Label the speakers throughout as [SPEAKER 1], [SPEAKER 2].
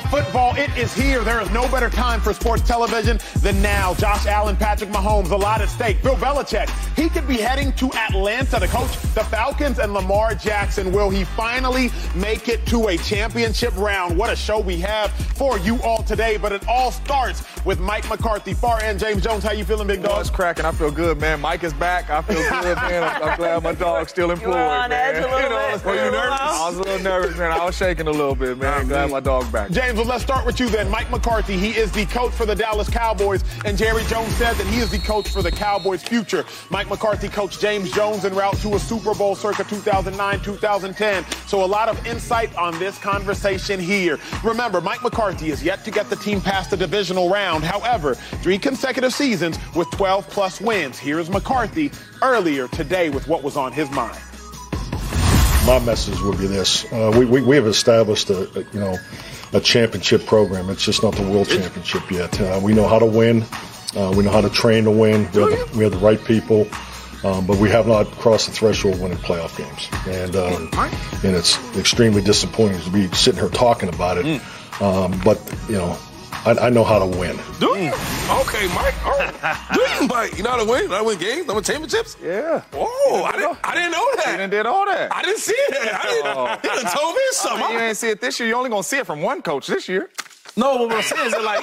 [SPEAKER 1] It is here. There is no better time for sports television than now. Josh Allen, Patrick Mahomes, a lot at stake. Bill Belichick, he could be heading to Atlanta to coach the Falcons and Lamar Jackson. Will he finally make it to a championship round? What a show we have for you all today. But it all starts with Mike McCarthy. Far end, James Jones, how you feeling, big
[SPEAKER 2] Oh,
[SPEAKER 1] dog?
[SPEAKER 2] it's cracking. I feel good, man. Mike is back. I feel good, man. I'm, I'm glad my dog's still employed.
[SPEAKER 3] on
[SPEAKER 2] man.
[SPEAKER 3] edge a little bit
[SPEAKER 2] were
[SPEAKER 3] for
[SPEAKER 2] you
[SPEAKER 3] a
[SPEAKER 2] nervous?
[SPEAKER 3] while.
[SPEAKER 2] I was a little nervous, man. I was shaking a little bit, man. I'm glad my dog's back.
[SPEAKER 1] James, well, let's start with you then. Mike McCarthy, he is the coach for the Dallas Cowboys, and Jerry Jones said that he is the coach for the Cowboys' future. Mike McCarthy coached James Jones en route to a Super Bowl circa 2009 2010. So, a lot of insight on this conversation here. Remember, Mike McCarthy is yet to get the team past the divisional round. However, three consecutive seasons with 12 plus wins. Here's McCarthy earlier today with what was on his mind.
[SPEAKER 4] My message would be this: uh, we, we we have established a, a, you know a championship program. It's just not the world championship yet. Uh, we know how to win. Uh, we know how to train to win. We have the, we have the right people, um, but we have not crossed the threshold of winning playoff games. And um, and it's extremely disappointing to be sitting here talking about it. Um, but you know, I, I know how to win.
[SPEAKER 5] Do you? Okay, Mike. All right. Do you, Mike? You know how to win? You know how to win games? I win championships?
[SPEAKER 2] Yeah.
[SPEAKER 5] Oh, I didn't, I didn't know
[SPEAKER 2] You done
[SPEAKER 5] that.
[SPEAKER 2] did all that.
[SPEAKER 5] I didn't see it. I didn't, You done told me something.
[SPEAKER 2] you ain't see it this year. You're only gonna see it from one coach this year.
[SPEAKER 5] No, but what I'm saying is that, like,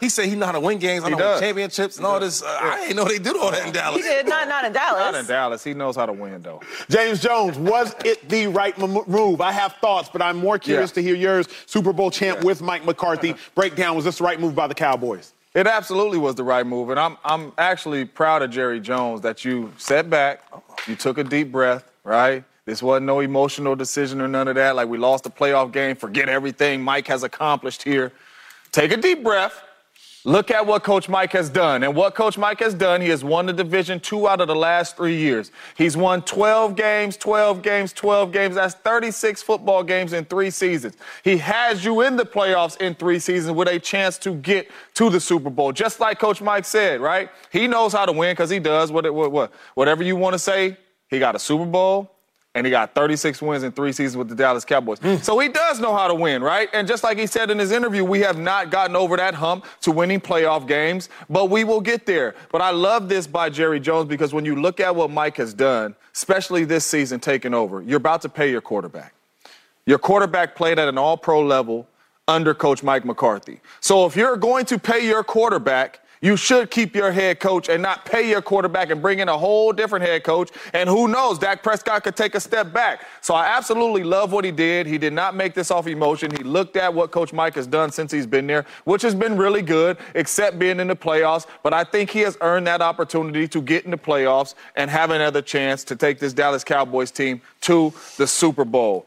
[SPEAKER 5] he said he know how to win games, I
[SPEAKER 2] He
[SPEAKER 5] know how
[SPEAKER 2] does.
[SPEAKER 5] to win championships and all this. Uh, I didn't know they did all that in Dallas.
[SPEAKER 3] He did not not in Dallas.
[SPEAKER 2] Not in Dallas. He knows how to win, though.
[SPEAKER 1] James Jones, was it the right m- move? I have thoughts, but I'm more curious
[SPEAKER 2] Yeah.
[SPEAKER 1] to hear yours. Super Bowl champ with Mike McCarthy. Breakdown, was this the right move by the Cowboys?
[SPEAKER 2] It absolutely was the right move, and I'm I'm actually proud of Jerry Jones that you sat back, you took a deep breath, right? This wasn't no emotional decision or none of that. Like we lost the playoff game, forget everything Mike has accomplished here. Take a deep breath. Look at what Coach Mike has done. And what Coach Mike has done, he has won the division two out of the last three years. He's won 12 games, 12 games, 12 games. That's 36 football games in three seasons. He has you in the playoffs in three seasons with a chance to get to the Super Bowl. Just like Coach Mike said, right? He knows how to win because he does what, it- what, what, whatever you want to say. He got a Super Bowl and he got 36 wins in three seasons with the Dallas Cowboys. So he does know how to win, right? And just like he said in his interview, we have not gotten over that hump to winning playoff games, but we will get there. But I love this by Jerry Jones because when you look at what Mike has done, especially this season taking over, you're about to pay your quarterback. Your quarterback played at an all pro level under coach Mike McCarthy. So if you're going to pay your quarterback, you should keep your head coach and not pay your quarterback and bring in a whole different head coach. And who knows, Dak Prescott could take a step back. So I absolutely love what he did. He did not make this off emotion. He looked at what Coach Mike has done since he's been there, which has been really good, except being in the playoffs. But I think he has earned that opportunity to get in the playoffs and have another chance to take this Dallas Cowboys team to the Super Bowl.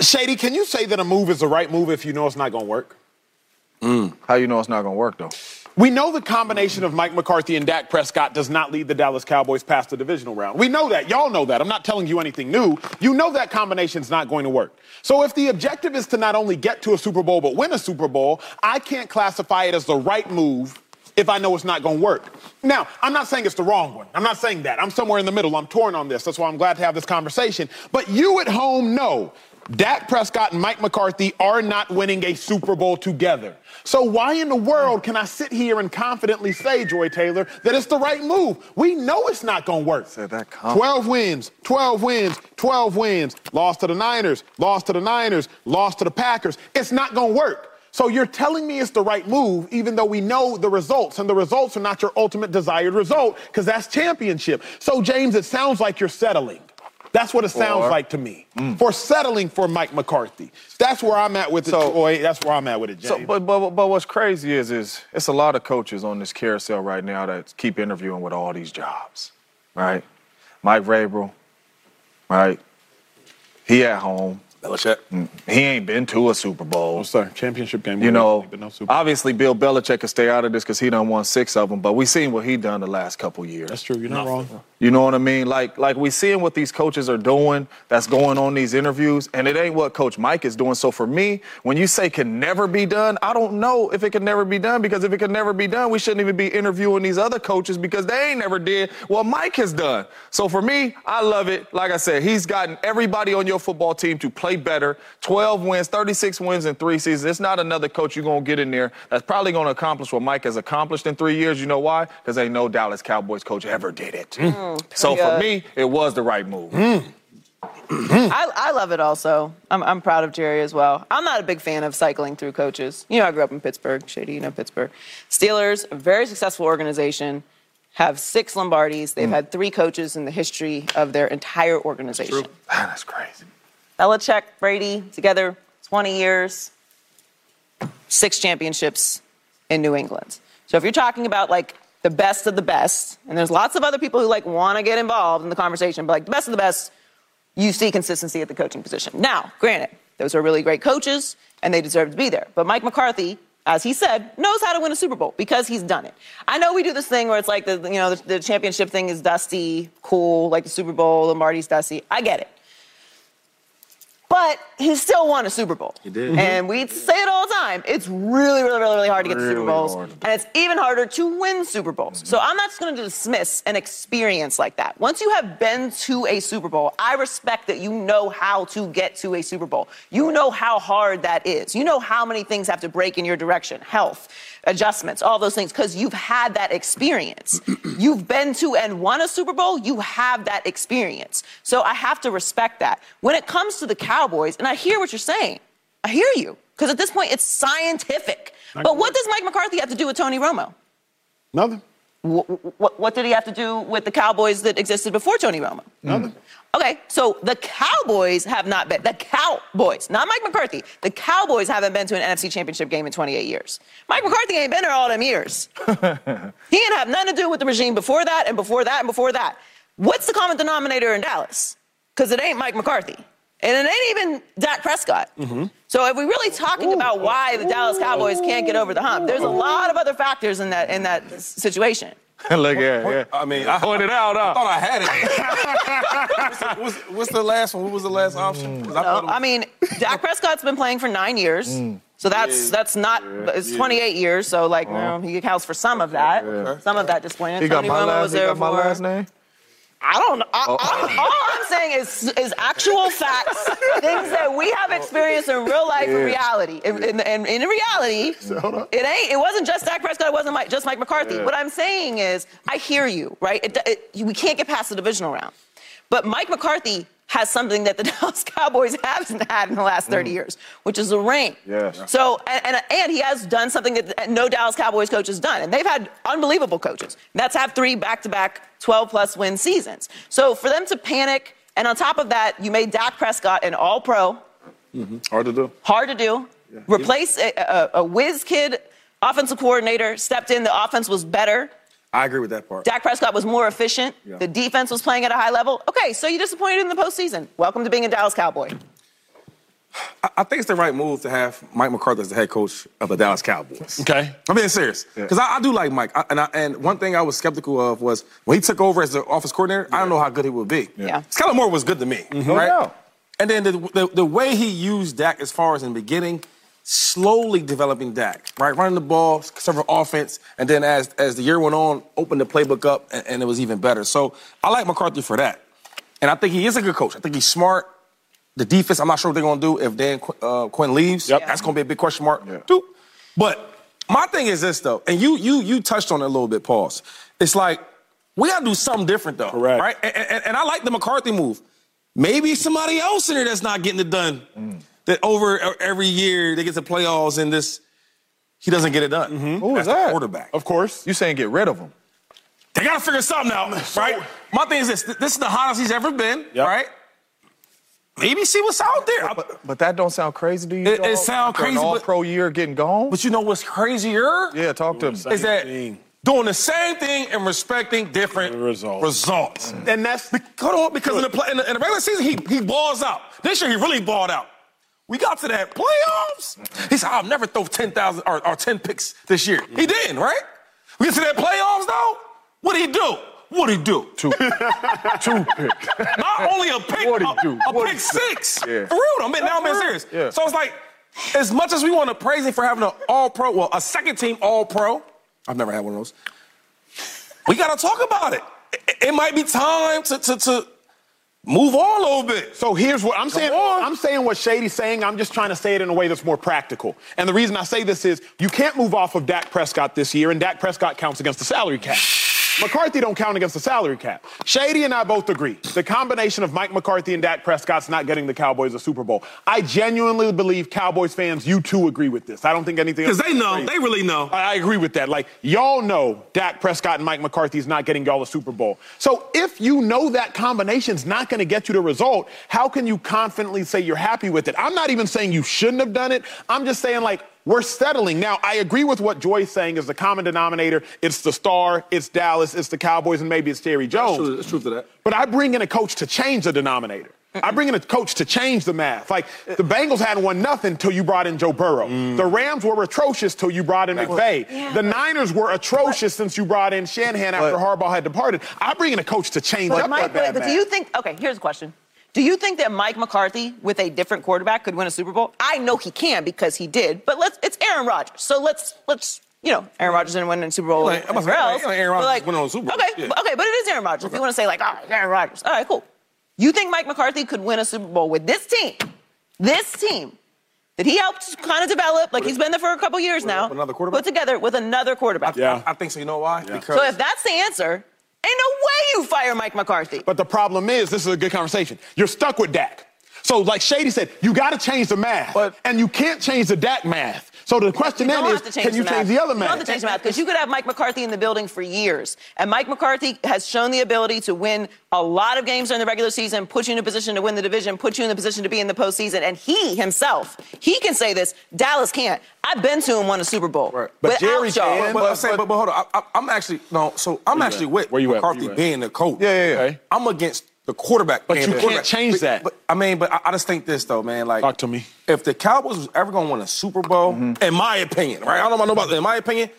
[SPEAKER 1] Shady, can you say that a move is the right move if you know it's not going to work?
[SPEAKER 2] How you know it's not gonna work though?
[SPEAKER 1] We know the combination of Mike McCarthy and Dak Prescott does not lead the Dallas Cowboys past the divisional round. We know that. Y'all know that. I'm not telling you anything new. You know that combination's not going to work. So if the objective is to not only get to a Super Bowl but win a Super Bowl, I can't classify it as the right move if I know it's not going to work. Now, I'm not saying it's the wrong one. I'm not saying that. I'm somewhere in the middle. I'm torn on this. That's why I'm glad to have this conversation. But you at home know Dak Prescott and Mike McCarthy are not winning a Super Bowl together. So why in the world can I sit here and confidently say, Joy Taylor, that it's the right move? We know it's not going to work.
[SPEAKER 2] Said that confident.
[SPEAKER 1] 12 wins, 12 wins, 12 wins. Lost to the Niners, lost to the Niners, lost to the Packers. It's not going to work. So you're telling me it's the right move, even though we know the results, and the results are not your ultimate desired result, because that's championship. So, James, it sounds like you're settling. That's what it sounds
[SPEAKER 2] Or- Mm.
[SPEAKER 1] like to me. For settling for Mike McCarthy. That's where I'm at with it,
[SPEAKER 2] So-
[SPEAKER 1] Troy. That's where I'm at with it, James.
[SPEAKER 2] So, but, but but what's crazy is is it's a lot of coaches on this carousel right now that keep interviewing with all these jobs, right? Mike Vrabel, right? He at home. Mm,
[SPEAKER 5] Belichick.
[SPEAKER 2] He ain't been to a Super Bowl.
[SPEAKER 1] sorry, championship game.
[SPEAKER 2] You know,
[SPEAKER 1] but no Super Bowl.
[SPEAKER 2] obviously Bill Belichick could stay out of this because he done won six of them, but we seen what he done the last couple years.
[SPEAKER 1] That's true. You're not wrong.
[SPEAKER 2] You You know what I mean? Like like we seeing what these coaches are doing that's going on these interviews, and it ain't what Coach Mike is doing. So for me, when you say can never be done, I don't know if it can never be done because if it can never be done, we shouldn't even be interviewing these other coaches because they ain't never did what Mike has done. So for me, I love it. Like I said, he's gotten everybody on your football team to play better. 12 wins, 36 wins in three seasons. It's not another coach you're gonna get in there that's probably gonna accomplish what Mike has accomplished in three years. You know why? Because ain't no Dallas Cowboys coach ever did it.
[SPEAKER 3] Mm.
[SPEAKER 2] So for
[SPEAKER 3] Yeah.
[SPEAKER 2] me, it was the right move.
[SPEAKER 3] Mm. I, I love it also. I'm, I'm proud of Jerry as well. I'm not a big fan of cycling through coaches. You know, I grew up in Pittsburgh, shady, you know, Pittsburgh. Steelers, a very successful organization, have six Lombardis. They've
[SPEAKER 2] Mm.
[SPEAKER 3] had three coaches in the history of their entire organization.
[SPEAKER 2] Man, Ah, that's crazy.
[SPEAKER 3] Belichick, Brady, together, 20 years, six championships in New England. So if you're talking about like the best of the best, and there's lots of other people who like want to get involved in the conversation, but like the best of the best, you see consistency at the coaching position. Now, granted, those are really great coaches and they deserve to be there. But Mike McCarthy, as he said, knows how to win a Super Bowl because he's done it. I know we do this thing where it's like the you know the, the championship thing is dusty, cool, like the Super Bowl, Lombardi's dusty. I get it. But he still won a Super Bowl. He
[SPEAKER 6] did.
[SPEAKER 3] And we say it all the time. It's really, really, really, really hard to get to Super
[SPEAKER 2] Really
[SPEAKER 3] Bowls.
[SPEAKER 2] hard to do.
[SPEAKER 3] And it's even harder to win Super Bowls. So I'm not just going to dismiss an experience like that. Once you have been to a Super Bowl, I respect that you know how to get to a Super Bowl. You know how hard that is. You know how many things have to break in your direction health, adjustments, all those things, because you've had that experience. you've been to and won a Super Bowl, you have that experience. So I have to respect that. When it comes to the Cowboys, and I hear what you're saying, I hear you. Because at this point, it's scientific. But what does Mike McCarthy have to do with Tony Romo?
[SPEAKER 1] Nothing.
[SPEAKER 3] What, what, what did he have to do with the Cowboys that existed before Tony Romo? Nothing. Okay, so the Cowboys have not been, the Cowboys, not Mike McCarthy, the Cowboys haven't been to an NFC championship game in 28 years. Mike McCarthy ain't been there all them years. he didn't have nothing to do with the regime before that and before that and before that. What's the common denominator in Dallas? Because it ain't Mike McCarthy. And it ain't even Dak Prescott.
[SPEAKER 2] Mm-hmm.
[SPEAKER 3] So if we're really talking about why the Dallas Cowboys can't get over the hump, there's a lot of other factors in that in that s- situation.
[SPEAKER 2] Look at yeah.
[SPEAKER 5] I mean, I,
[SPEAKER 2] Point it out.
[SPEAKER 5] I
[SPEAKER 2] huh?
[SPEAKER 5] thought I had it. what's, the, what's, what's the last one? What was the last option? 'Cause I
[SPEAKER 3] No,
[SPEAKER 5] thought it
[SPEAKER 3] I mean, Dak Prescott's been playing for nine years.
[SPEAKER 2] Mm.
[SPEAKER 3] So that's that's not it's 28 years, so like no, he accounts for some of that, some of that disappointment.
[SPEAKER 2] Uh-huh. He got
[SPEAKER 3] Tony
[SPEAKER 2] my
[SPEAKER 3] Romo
[SPEAKER 2] last.
[SPEAKER 3] was
[SPEAKER 2] He
[SPEAKER 3] there
[SPEAKER 2] got my
[SPEAKER 3] for-
[SPEAKER 2] last name.
[SPEAKER 3] I don't know. I, I'm, all I'm saying is is actual facts, things that we have experienced in real life and reality. And in, in, in reality, it ain't. It wasn't just Dak Prescott. It wasn't Mike, just Mike McCarthy. What I'm saying is, I hear you, right? It, it, we can't get past the divisional round, but Mike McCarthy has something that the Dallas Cowboys haven't had in the last 30 years, which is a ring.
[SPEAKER 2] Yes.
[SPEAKER 3] So and, and and he has done something that no Dallas Cowboys coach has done, and they've had unbelievable coaches. That's have three back-to-back 12-plus win seasons. So for them to panic, and on top of that, you made Dak Prescott an All-Pro,
[SPEAKER 5] was hard to do.
[SPEAKER 3] hard to do. Replace a, a, a whiz kid offensive coordinator stepped in. The offense was better.
[SPEAKER 5] I agree with that part.
[SPEAKER 3] Dak Prescott was more efficient. The defense was playing at a high level. Okay, so you disappointed in the postseason. Welcome to being a Dallas Cowboy.
[SPEAKER 5] I, I think it's the right move to have Mike McCarthy as the head coach of the Dallas Cowboys.
[SPEAKER 1] Okay.
[SPEAKER 5] I'm being serious because I, I do like Mike, I, and I, and one thing I was skeptical of was when he took over as the office coordinator. I don't know how good he would be.
[SPEAKER 3] Yeah.
[SPEAKER 5] Skylar Moore was good to me, right? And then the, the the way he used Dak as far as in the beginning, slowly developing Dak, right, running the ball, several offense, and then as as the year went on, opened the playbook up, and, and it was even better. So I like McCarthy for that, and I think he is a good coach. I think he's smart. The defense, I'm not sure what they're going to do if Dan Qu- uh, Quinn leaves.
[SPEAKER 1] Yep.
[SPEAKER 5] That's going to be a big question mark. Doop. But my thing is this though, and you you you touched on it a little bit, Pauls. It's like we got to do something different though,
[SPEAKER 1] Correct.
[SPEAKER 5] right? And, and, and I like the McCarthy move. Maybe somebody else in there that's not getting it done.
[SPEAKER 1] Mm.
[SPEAKER 5] That over e- every year they get the playoffs and this he doesn't get it done.
[SPEAKER 1] Mm-hmm.
[SPEAKER 5] Who
[SPEAKER 2] is that?
[SPEAKER 5] quarterback?
[SPEAKER 1] Of course.
[SPEAKER 2] You saying get rid of him?
[SPEAKER 5] They got to figure something out, right? My thing is this: th- this is the hottest he's ever been,
[SPEAKER 1] Yep.
[SPEAKER 5] right? Maybe see what's out there. I-
[SPEAKER 2] But, but that don't sound crazy to you?
[SPEAKER 5] It- it
[SPEAKER 2] dog?
[SPEAKER 5] sound
[SPEAKER 2] After an
[SPEAKER 5] crazy, but-
[SPEAKER 2] all-pro year getting gone.
[SPEAKER 5] But you know what's crazier?
[SPEAKER 2] yeah, talk to him.
[SPEAKER 5] Is that
[SPEAKER 1] thing.
[SPEAKER 5] doing the same thing and respecting different
[SPEAKER 1] Results. Mm.
[SPEAKER 5] results.
[SPEAKER 1] And that's the
[SPEAKER 5] Hold on, because in the, play, in, the, in the regular season, he, he balls out. This year, he really balled out. We got to that playoffs. He said, I'll never throw 10,000
[SPEAKER 1] Mm.
[SPEAKER 5] or, or 10 picks this year. He didn't, right? We get to that playoffs, though. What did he do? What'd he do?
[SPEAKER 2] Two, two picks.
[SPEAKER 5] Not only a pick,
[SPEAKER 2] What'd he
[SPEAKER 5] a,
[SPEAKER 2] do?
[SPEAKER 5] a
[SPEAKER 2] What'd he
[SPEAKER 5] pick
[SPEAKER 2] do?
[SPEAKER 5] six.
[SPEAKER 2] Yeah.
[SPEAKER 5] For real, I'm being, now I'm being
[SPEAKER 2] for real.
[SPEAKER 5] serious.
[SPEAKER 2] Yeah.
[SPEAKER 5] So it's like, as much as we want to praise him for having an all pro, well, a second team all pro, I've never had one of those. We got to talk about it. it. It might be time to, to, to move on a little bit.
[SPEAKER 1] So here's what I'm saying.
[SPEAKER 5] on.
[SPEAKER 1] I'm saying what Shady's saying. I'm just trying to say it in a way that's more practical. And the reason I say this is you can't move off of Dak Prescott this year, and Dak Prescott counts against the salary cap. McCarthy don't count against the salary cap. Shady and I both agree. The combination of Mike McCarthy and Dak Prescott's not getting the Cowboys a Super Bowl. I genuinely believe Cowboys fans, you too agree with this. I don't think anything
[SPEAKER 5] Because
[SPEAKER 1] else
[SPEAKER 5] they
[SPEAKER 1] is
[SPEAKER 5] know,
[SPEAKER 1] crazy.
[SPEAKER 5] they really know.
[SPEAKER 1] I I agree with that. Like, y'all know Dak Prescott and Mike McCarthy's not getting y'all a Super Bowl. So if you know that combination's not going to get you the result, how can you confidently say you're happy with it? I'm not even saying you shouldn't have done it. I'm just saying, like, we're settling. Now, I agree with what Joy's saying is the common denominator. It's the star, it's Dallas, it's the Cowboys, and maybe it's Jerry Jones.
[SPEAKER 5] There's truth to that.
[SPEAKER 1] But I bring in a coach to change the denominator. I bring in a coach to change the math. Like the Bengals hadn't won nothing till you brought in Joe Burrow.
[SPEAKER 3] Mm.
[SPEAKER 1] The Rams were atrocious till you brought in McVay. the Niners were atrocious since you brought in Shanahan after Harbaugh had departed. I bring in a coach to change
[SPEAKER 3] But
[SPEAKER 1] up
[SPEAKER 3] Mike,
[SPEAKER 1] that bad
[SPEAKER 3] but
[SPEAKER 1] math.
[SPEAKER 3] do you think? Okay, here's a question. Do you think that Mike McCarthy with a different quarterback could win a Super Bowl? I know he can because he did. But let's. It's Aaron Rodgers. So let's let's. You know, Aaron Rodgers didn't win a Super Bowl.
[SPEAKER 5] Like, I'm about to say,
[SPEAKER 3] anywhere else,
[SPEAKER 5] like,
[SPEAKER 3] but
[SPEAKER 5] you know, Aaron Rodgers went on a Super Bowl.
[SPEAKER 3] Okay,
[SPEAKER 5] Yeah.
[SPEAKER 3] but- okay, but it is Aaron Rodgers. If you want to say like, oh, Aaron Rodgers. All right, cool. You think Mike McCarthy could win a Super Bowl with this team? This team that he helped kind of develop, like he's been there for a couple years now.
[SPEAKER 5] another quarterback?
[SPEAKER 3] Put together with another quarterback.
[SPEAKER 1] Yeah.
[SPEAKER 5] I think so. You know why? Because
[SPEAKER 3] So if that's the answer, ain't no way you fire Mike McCarthy.
[SPEAKER 1] But the problem is, this is a good conversation. You're stuck with Dak. So, like Shady said, you got to change the math,
[SPEAKER 2] But-
[SPEAKER 1] and you can't change the Dak math. So the question
[SPEAKER 3] You
[SPEAKER 1] then
[SPEAKER 3] don't
[SPEAKER 1] is,
[SPEAKER 3] have to change
[SPEAKER 1] can you
[SPEAKER 3] the
[SPEAKER 1] change
[SPEAKER 3] math.
[SPEAKER 1] the other
[SPEAKER 3] You don't
[SPEAKER 1] math?
[SPEAKER 3] have to change the math because you could have Mike McCarthy in the building for years. And Mike McCarthy has shown the ability to win a lot of games during the regular season, put you in a position to win the division, put you in the position to be in the postseason. And he himself, he can say this. Dallas can't. I've been to him won a Super Bowl.
[SPEAKER 5] Right.
[SPEAKER 1] But
[SPEAKER 3] Without
[SPEAKER 1] Jerry
[SPEAKER 3] y'all.
[SPEAKER 1] can.
[SPEAKER 5] But,
[SPEAKER 2] But-
[SPEAKER 5] I'm saying, but,
[SPEAKER 2] but-
[SPEAKER 5] but hold on. I, I, I'm actually no. So I'm actually with
[SPEAKER 1] Where you at? Where
[SPEAKER 5] McCarthy
[SPEAKER 1] you at?
[SPEAKER 5] being the coach.
[SPEAKER 2] Yeah, yeah, yeah. Okay.
[SPEAKER 5] I'm against the quarterback. But
[SPEAKER 1] you can't change that.
[SPEAKER 5] But, I mean, but I, I just think this though, man. Like,
[SPEAKER 1] Talk to me.
[SPEAKER 5] If the Cowboys was ever going to win a Super Bowl,
[SPEAKER 2] Mm-hmm.
[SPEAKER 5] in my opinion, right? I don't know about that. In my opinion,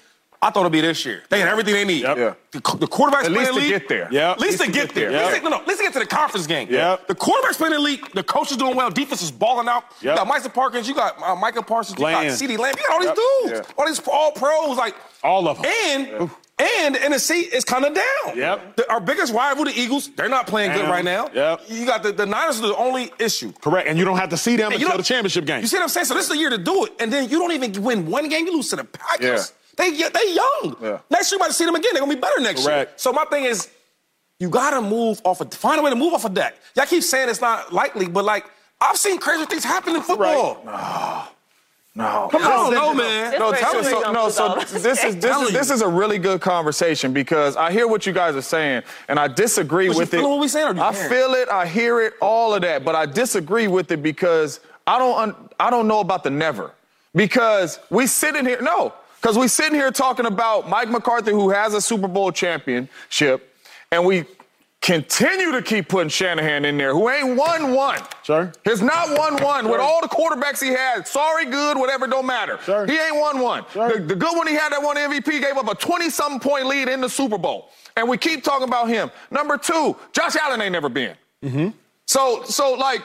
[SPEAKER 5] I thought it'd be this year. They had everything they need.
[SPEAKER 1] Yep.
[SPEAKER 2] Yeah.
[SPEAKER 5] The, co- the quarterbacks
[SPEAKER 2] At
[SPEAKER 5] playing
[SPEAKER 2] least
[SPEAKER 5] the
[SPEAKER 2] to
[SPEAKER 5] league.
[SPEAKER 2] get there.
[SPEAKER 1] Yeah.
[SPEAKER 5] At least to get there.
[SPEAKER 1] Yeah.
[SPEAKER 5] At least they- no, no. At least to get to the conference game.
[SPEAKER 1] Yeah.
[SPEAKER 5] The quarterbacks playing the league. The coach is doing well. Defense is balling out.
[SPEAKER 1] Yeah.
[SPEAKER 5] You got Micah Parkins. You got uh, Micah Parsons. You
[SPEAKER 1] Bland.
[SPEAKER 5] got CeeDee Lamb. You got all these
[SPEAKER 1] Yep.
[SPEAKER 5] dudes.
[SPEAKER 2] Yeah.
[SPEAKER 5] All these all pros. Like
[SPEAKER 1] All of 'em.
[SPEAKER 5] And and the NFC is kind of down.
[SPEAKER 1] Yep.
[SPEAKER 5] The- our biggest rival, the Eagles, they're not playing good
[SPEAKER 1] Down.
[SPEAKER 5] right now.
[SPEAKER 1] Yep.
[SPEAKER 5] You got the, the Niners are the only issue.
[SPEAKER 1] Correct, and you don't have to see them
[SPEAKER 5] And you
[SPEAKER 1] until
[SPEAKER 5] don't-
[SPEAKER 1] the championship game.
[SPEAKER 5] You see what I'm saying? So this is the year to do it, and then you don't even win one game. You lose to the Packers. They they young.
[SPEAKER 2] Yeah.
[SPEAKER 5] Next year you might see them again. They're gonna be better next year.
[SPEAKER 1] Correct.
[SPEAKER 5] So my thing is, you gotta move off of find a way to move off of that. Y'all keep saying it's not likely, but like I've seen crazy things happen in football.
[SPEAKER 2] No.
[SPEAKER 5] Come on,
[SPEAKER 2] This-
[SPEAKER 5] no,
[SPEAKER 2] this-
[SPEAKER 5] man.
[SPEAKER 2] No,
[SPEAKER 3] This
[SPEAKER 2] tell
[SPEAKER 3] right
[SPEAKER 2] me.
[SPEAKER 3] here
[SPEAKER 2] So,
[SPEAKER 3] don't
[SPEAKER 2] no,
[SPEAKER 3] do
[SPEAKER 2] so
[SPEAKER 3] all this.
[SPEAKER 2] this is this
[SPEAKER 5] Telling
[SPEAKER 2] is this
[SPEAKER 5] you.
[SPEAKER 2] is a really good conversation because I hear what you guys are saying and I disagree
[SPEAKER 5] But you
[SPEAKER 2] with it.
[SPEAKER 5] feeling what we saying or you
[SPEAKER 2] I
[SPEAKER 5] hearing?
[SPEAKER 2] feel it. I hear it. All of that, but I disagree with it because I don't un- I don't know about the never because we sitting here no because we sitting here talking about Mike McCarthy who has a Super Bowl championship and we. Continue to keep putting Shanahan in there, who ain't won one.
[SPEAKER 1] Sure.
[SPEAKER 2] He's not won one with all the quarterbacks he had. Sorry, good, whatever, don't matter.
[SPEAKER 1] Sure.
[SPEAKER 2] He ain't won one.
[SPEAKER 1] Sure.
[SPEAKER 2] The, the good one he had that won MVP gave up a 20 something point lead in the Super Bowl. And we keep talking about him. Number two, Josh Allen ain't never been.
[SPEAKER 5] Mm-hmm.
[SPEAKER 2] So, so like,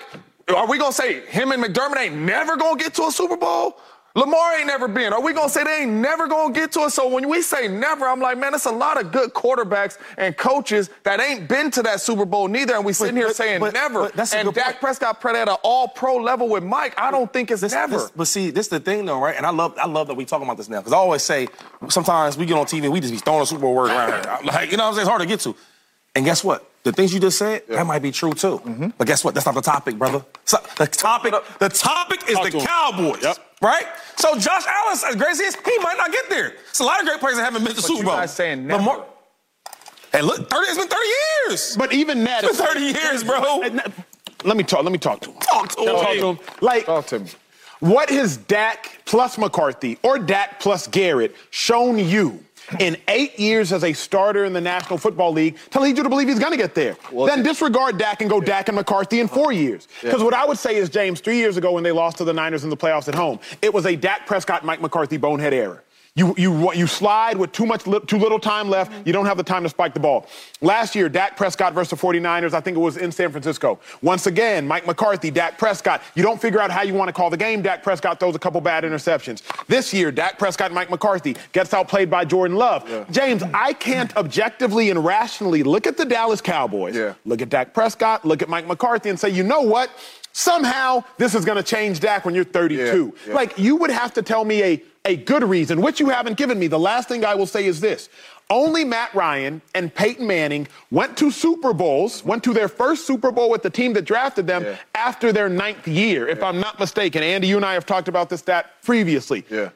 [SPEAKER 2] are we gonna say him and McDermott ain't never gonna get to a Super Bowl? Lamar ain't never been. Are we gonna say they ain't never gonna get to it? So when we say never, I'm like, man, it's a lot of good quarterbacks and coaches that ain't been to that Super Bowl neither, and we sitting here
[SPEAKER 5] but-
[SPEAKER 2] saying
[SPEAKER 5] but-
[SPEAKER 2] never.
[SPEAKER 5] but that's a
[SPEAKER 2] and
[SPEAKER 5] good
[SPEAKER 2] Dak
[SPEAKER 5] point.
[SPEAKER 2] Prescott played at an All-Pro level with Mike. I don't think it's
[SPEAKER 5] This-
[SPEAKER 2] never.
[SPEAKER 5] this- but see, this is the thing though, right? And I love, I love that we talking about this now because I always say sometimes we get on TV, we just be throwing a Super Bowl word around. here. Like you know, what I'm saying it's hard to get to. And guess what? The things you just said, that might be true too. But guess what? That's not the topic, brother. So, the topic, the topic is
[SPEAKER 1] Talk to
[SPEAKER 5] the
[SPEAKER 1] him.
[SPEAKER 5] Cowboys,
[SPEAKER 1] Yep.
[SPEAKER 5] right? So Josh Allen, as great as he is, he might not get there. It's a lot of great players that haven't been to the
[SPEAKER 2] But
[SPEAKER 5] Super
[SPEAKER 2] you
[SPEAKER 5] Bowl.
[SPEAKER 2] guys saying never.
[SPEAKER 5] Lamar- hey, look, 30, it's been 30 years.
[SPEAKER 1] But even that,
[SPEAKER 5] It's been 30 years, bro.
[SPEAKER 1] Let me talk. Let me talk to him.
[SPEAKER 5] Talk to him.
[SPEAKER 1] Talk to him. Like,
[SPEAKER 2] Talk to me.
[SPEAKER 1] what has Dak plus McCarthy or Dak plus Garrett shown you in eight years as a starter in the National Football League to lead you to believe he's going to get there? then disregard Dak and go Dak and McCarthy in four years. Because what I would say is, James, three years ago when they lost to the Niners in the playoffs at home, it was a Dak Prescott, Mike McCarthy bonehead error. You, you, you slide with too much li- too little time left.
[SPEAKER 2] Mm-hmm.
[SPEAKER 1] You don't have the time to spike the ball. Last year, Dak Prescott versus the 49ers, I think it was in San Francisco. Once again, Mike McCarthy, Dak Prescott. You don't figure out how you want to call the game. Dak Prescott throws a couple bad interceptions. This year, Dak Prescott, and Mike McCarthy gets outplayed by Jordan Love. James, I can't objectively and rationally look at the Dallas Cowboys,
[SPEAKER 2] Yeah.
[SPEAKER 1] look at Dak Prescott, look at Mike McCarthy, and say, you know what? Somehow this is going to change Dak when you're 32.
[SPEAKER 2] Yeah, yeah.
[SPEAKER 1] Like you would have to tell me a a good reason, which you haven't given me. The last thing I will say is this. Only Matt Ryan and Peyton Manning went to Super Bowls, went to their first Super Bowl with the team that drafted them
[SPEAKER 2] Yeah.
[SPEAKER 1] after their ninth year, if I'm not mistaken. Andy, you and I have talked about this stat previously.
[SPEAKER 2] Yeah.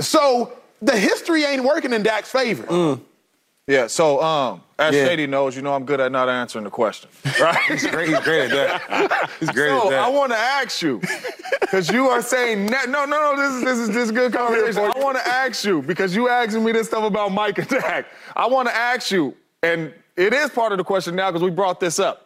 [SPEAKER 1] So the history ain't working in Dak's favor.
[SPEAKER 2] Yeah, so um, as
[SPEAKER 5] Yeah.
[SPEAKER 2] Shady knows, you know I'm good at not answering the question, right?
[SPEAKER 5] He's great, he's great at that. He's great
[SPEAKER 2] so
[SPEAKER 5] at that.
[SPEAKER 2] I want to ask you, because you are saying na- no, no, no. This is this is this is good conversation. I want to ask you because you asking me this stuff about Mike and Dak. I want to ask you, and it is part of the question now because we brought this up.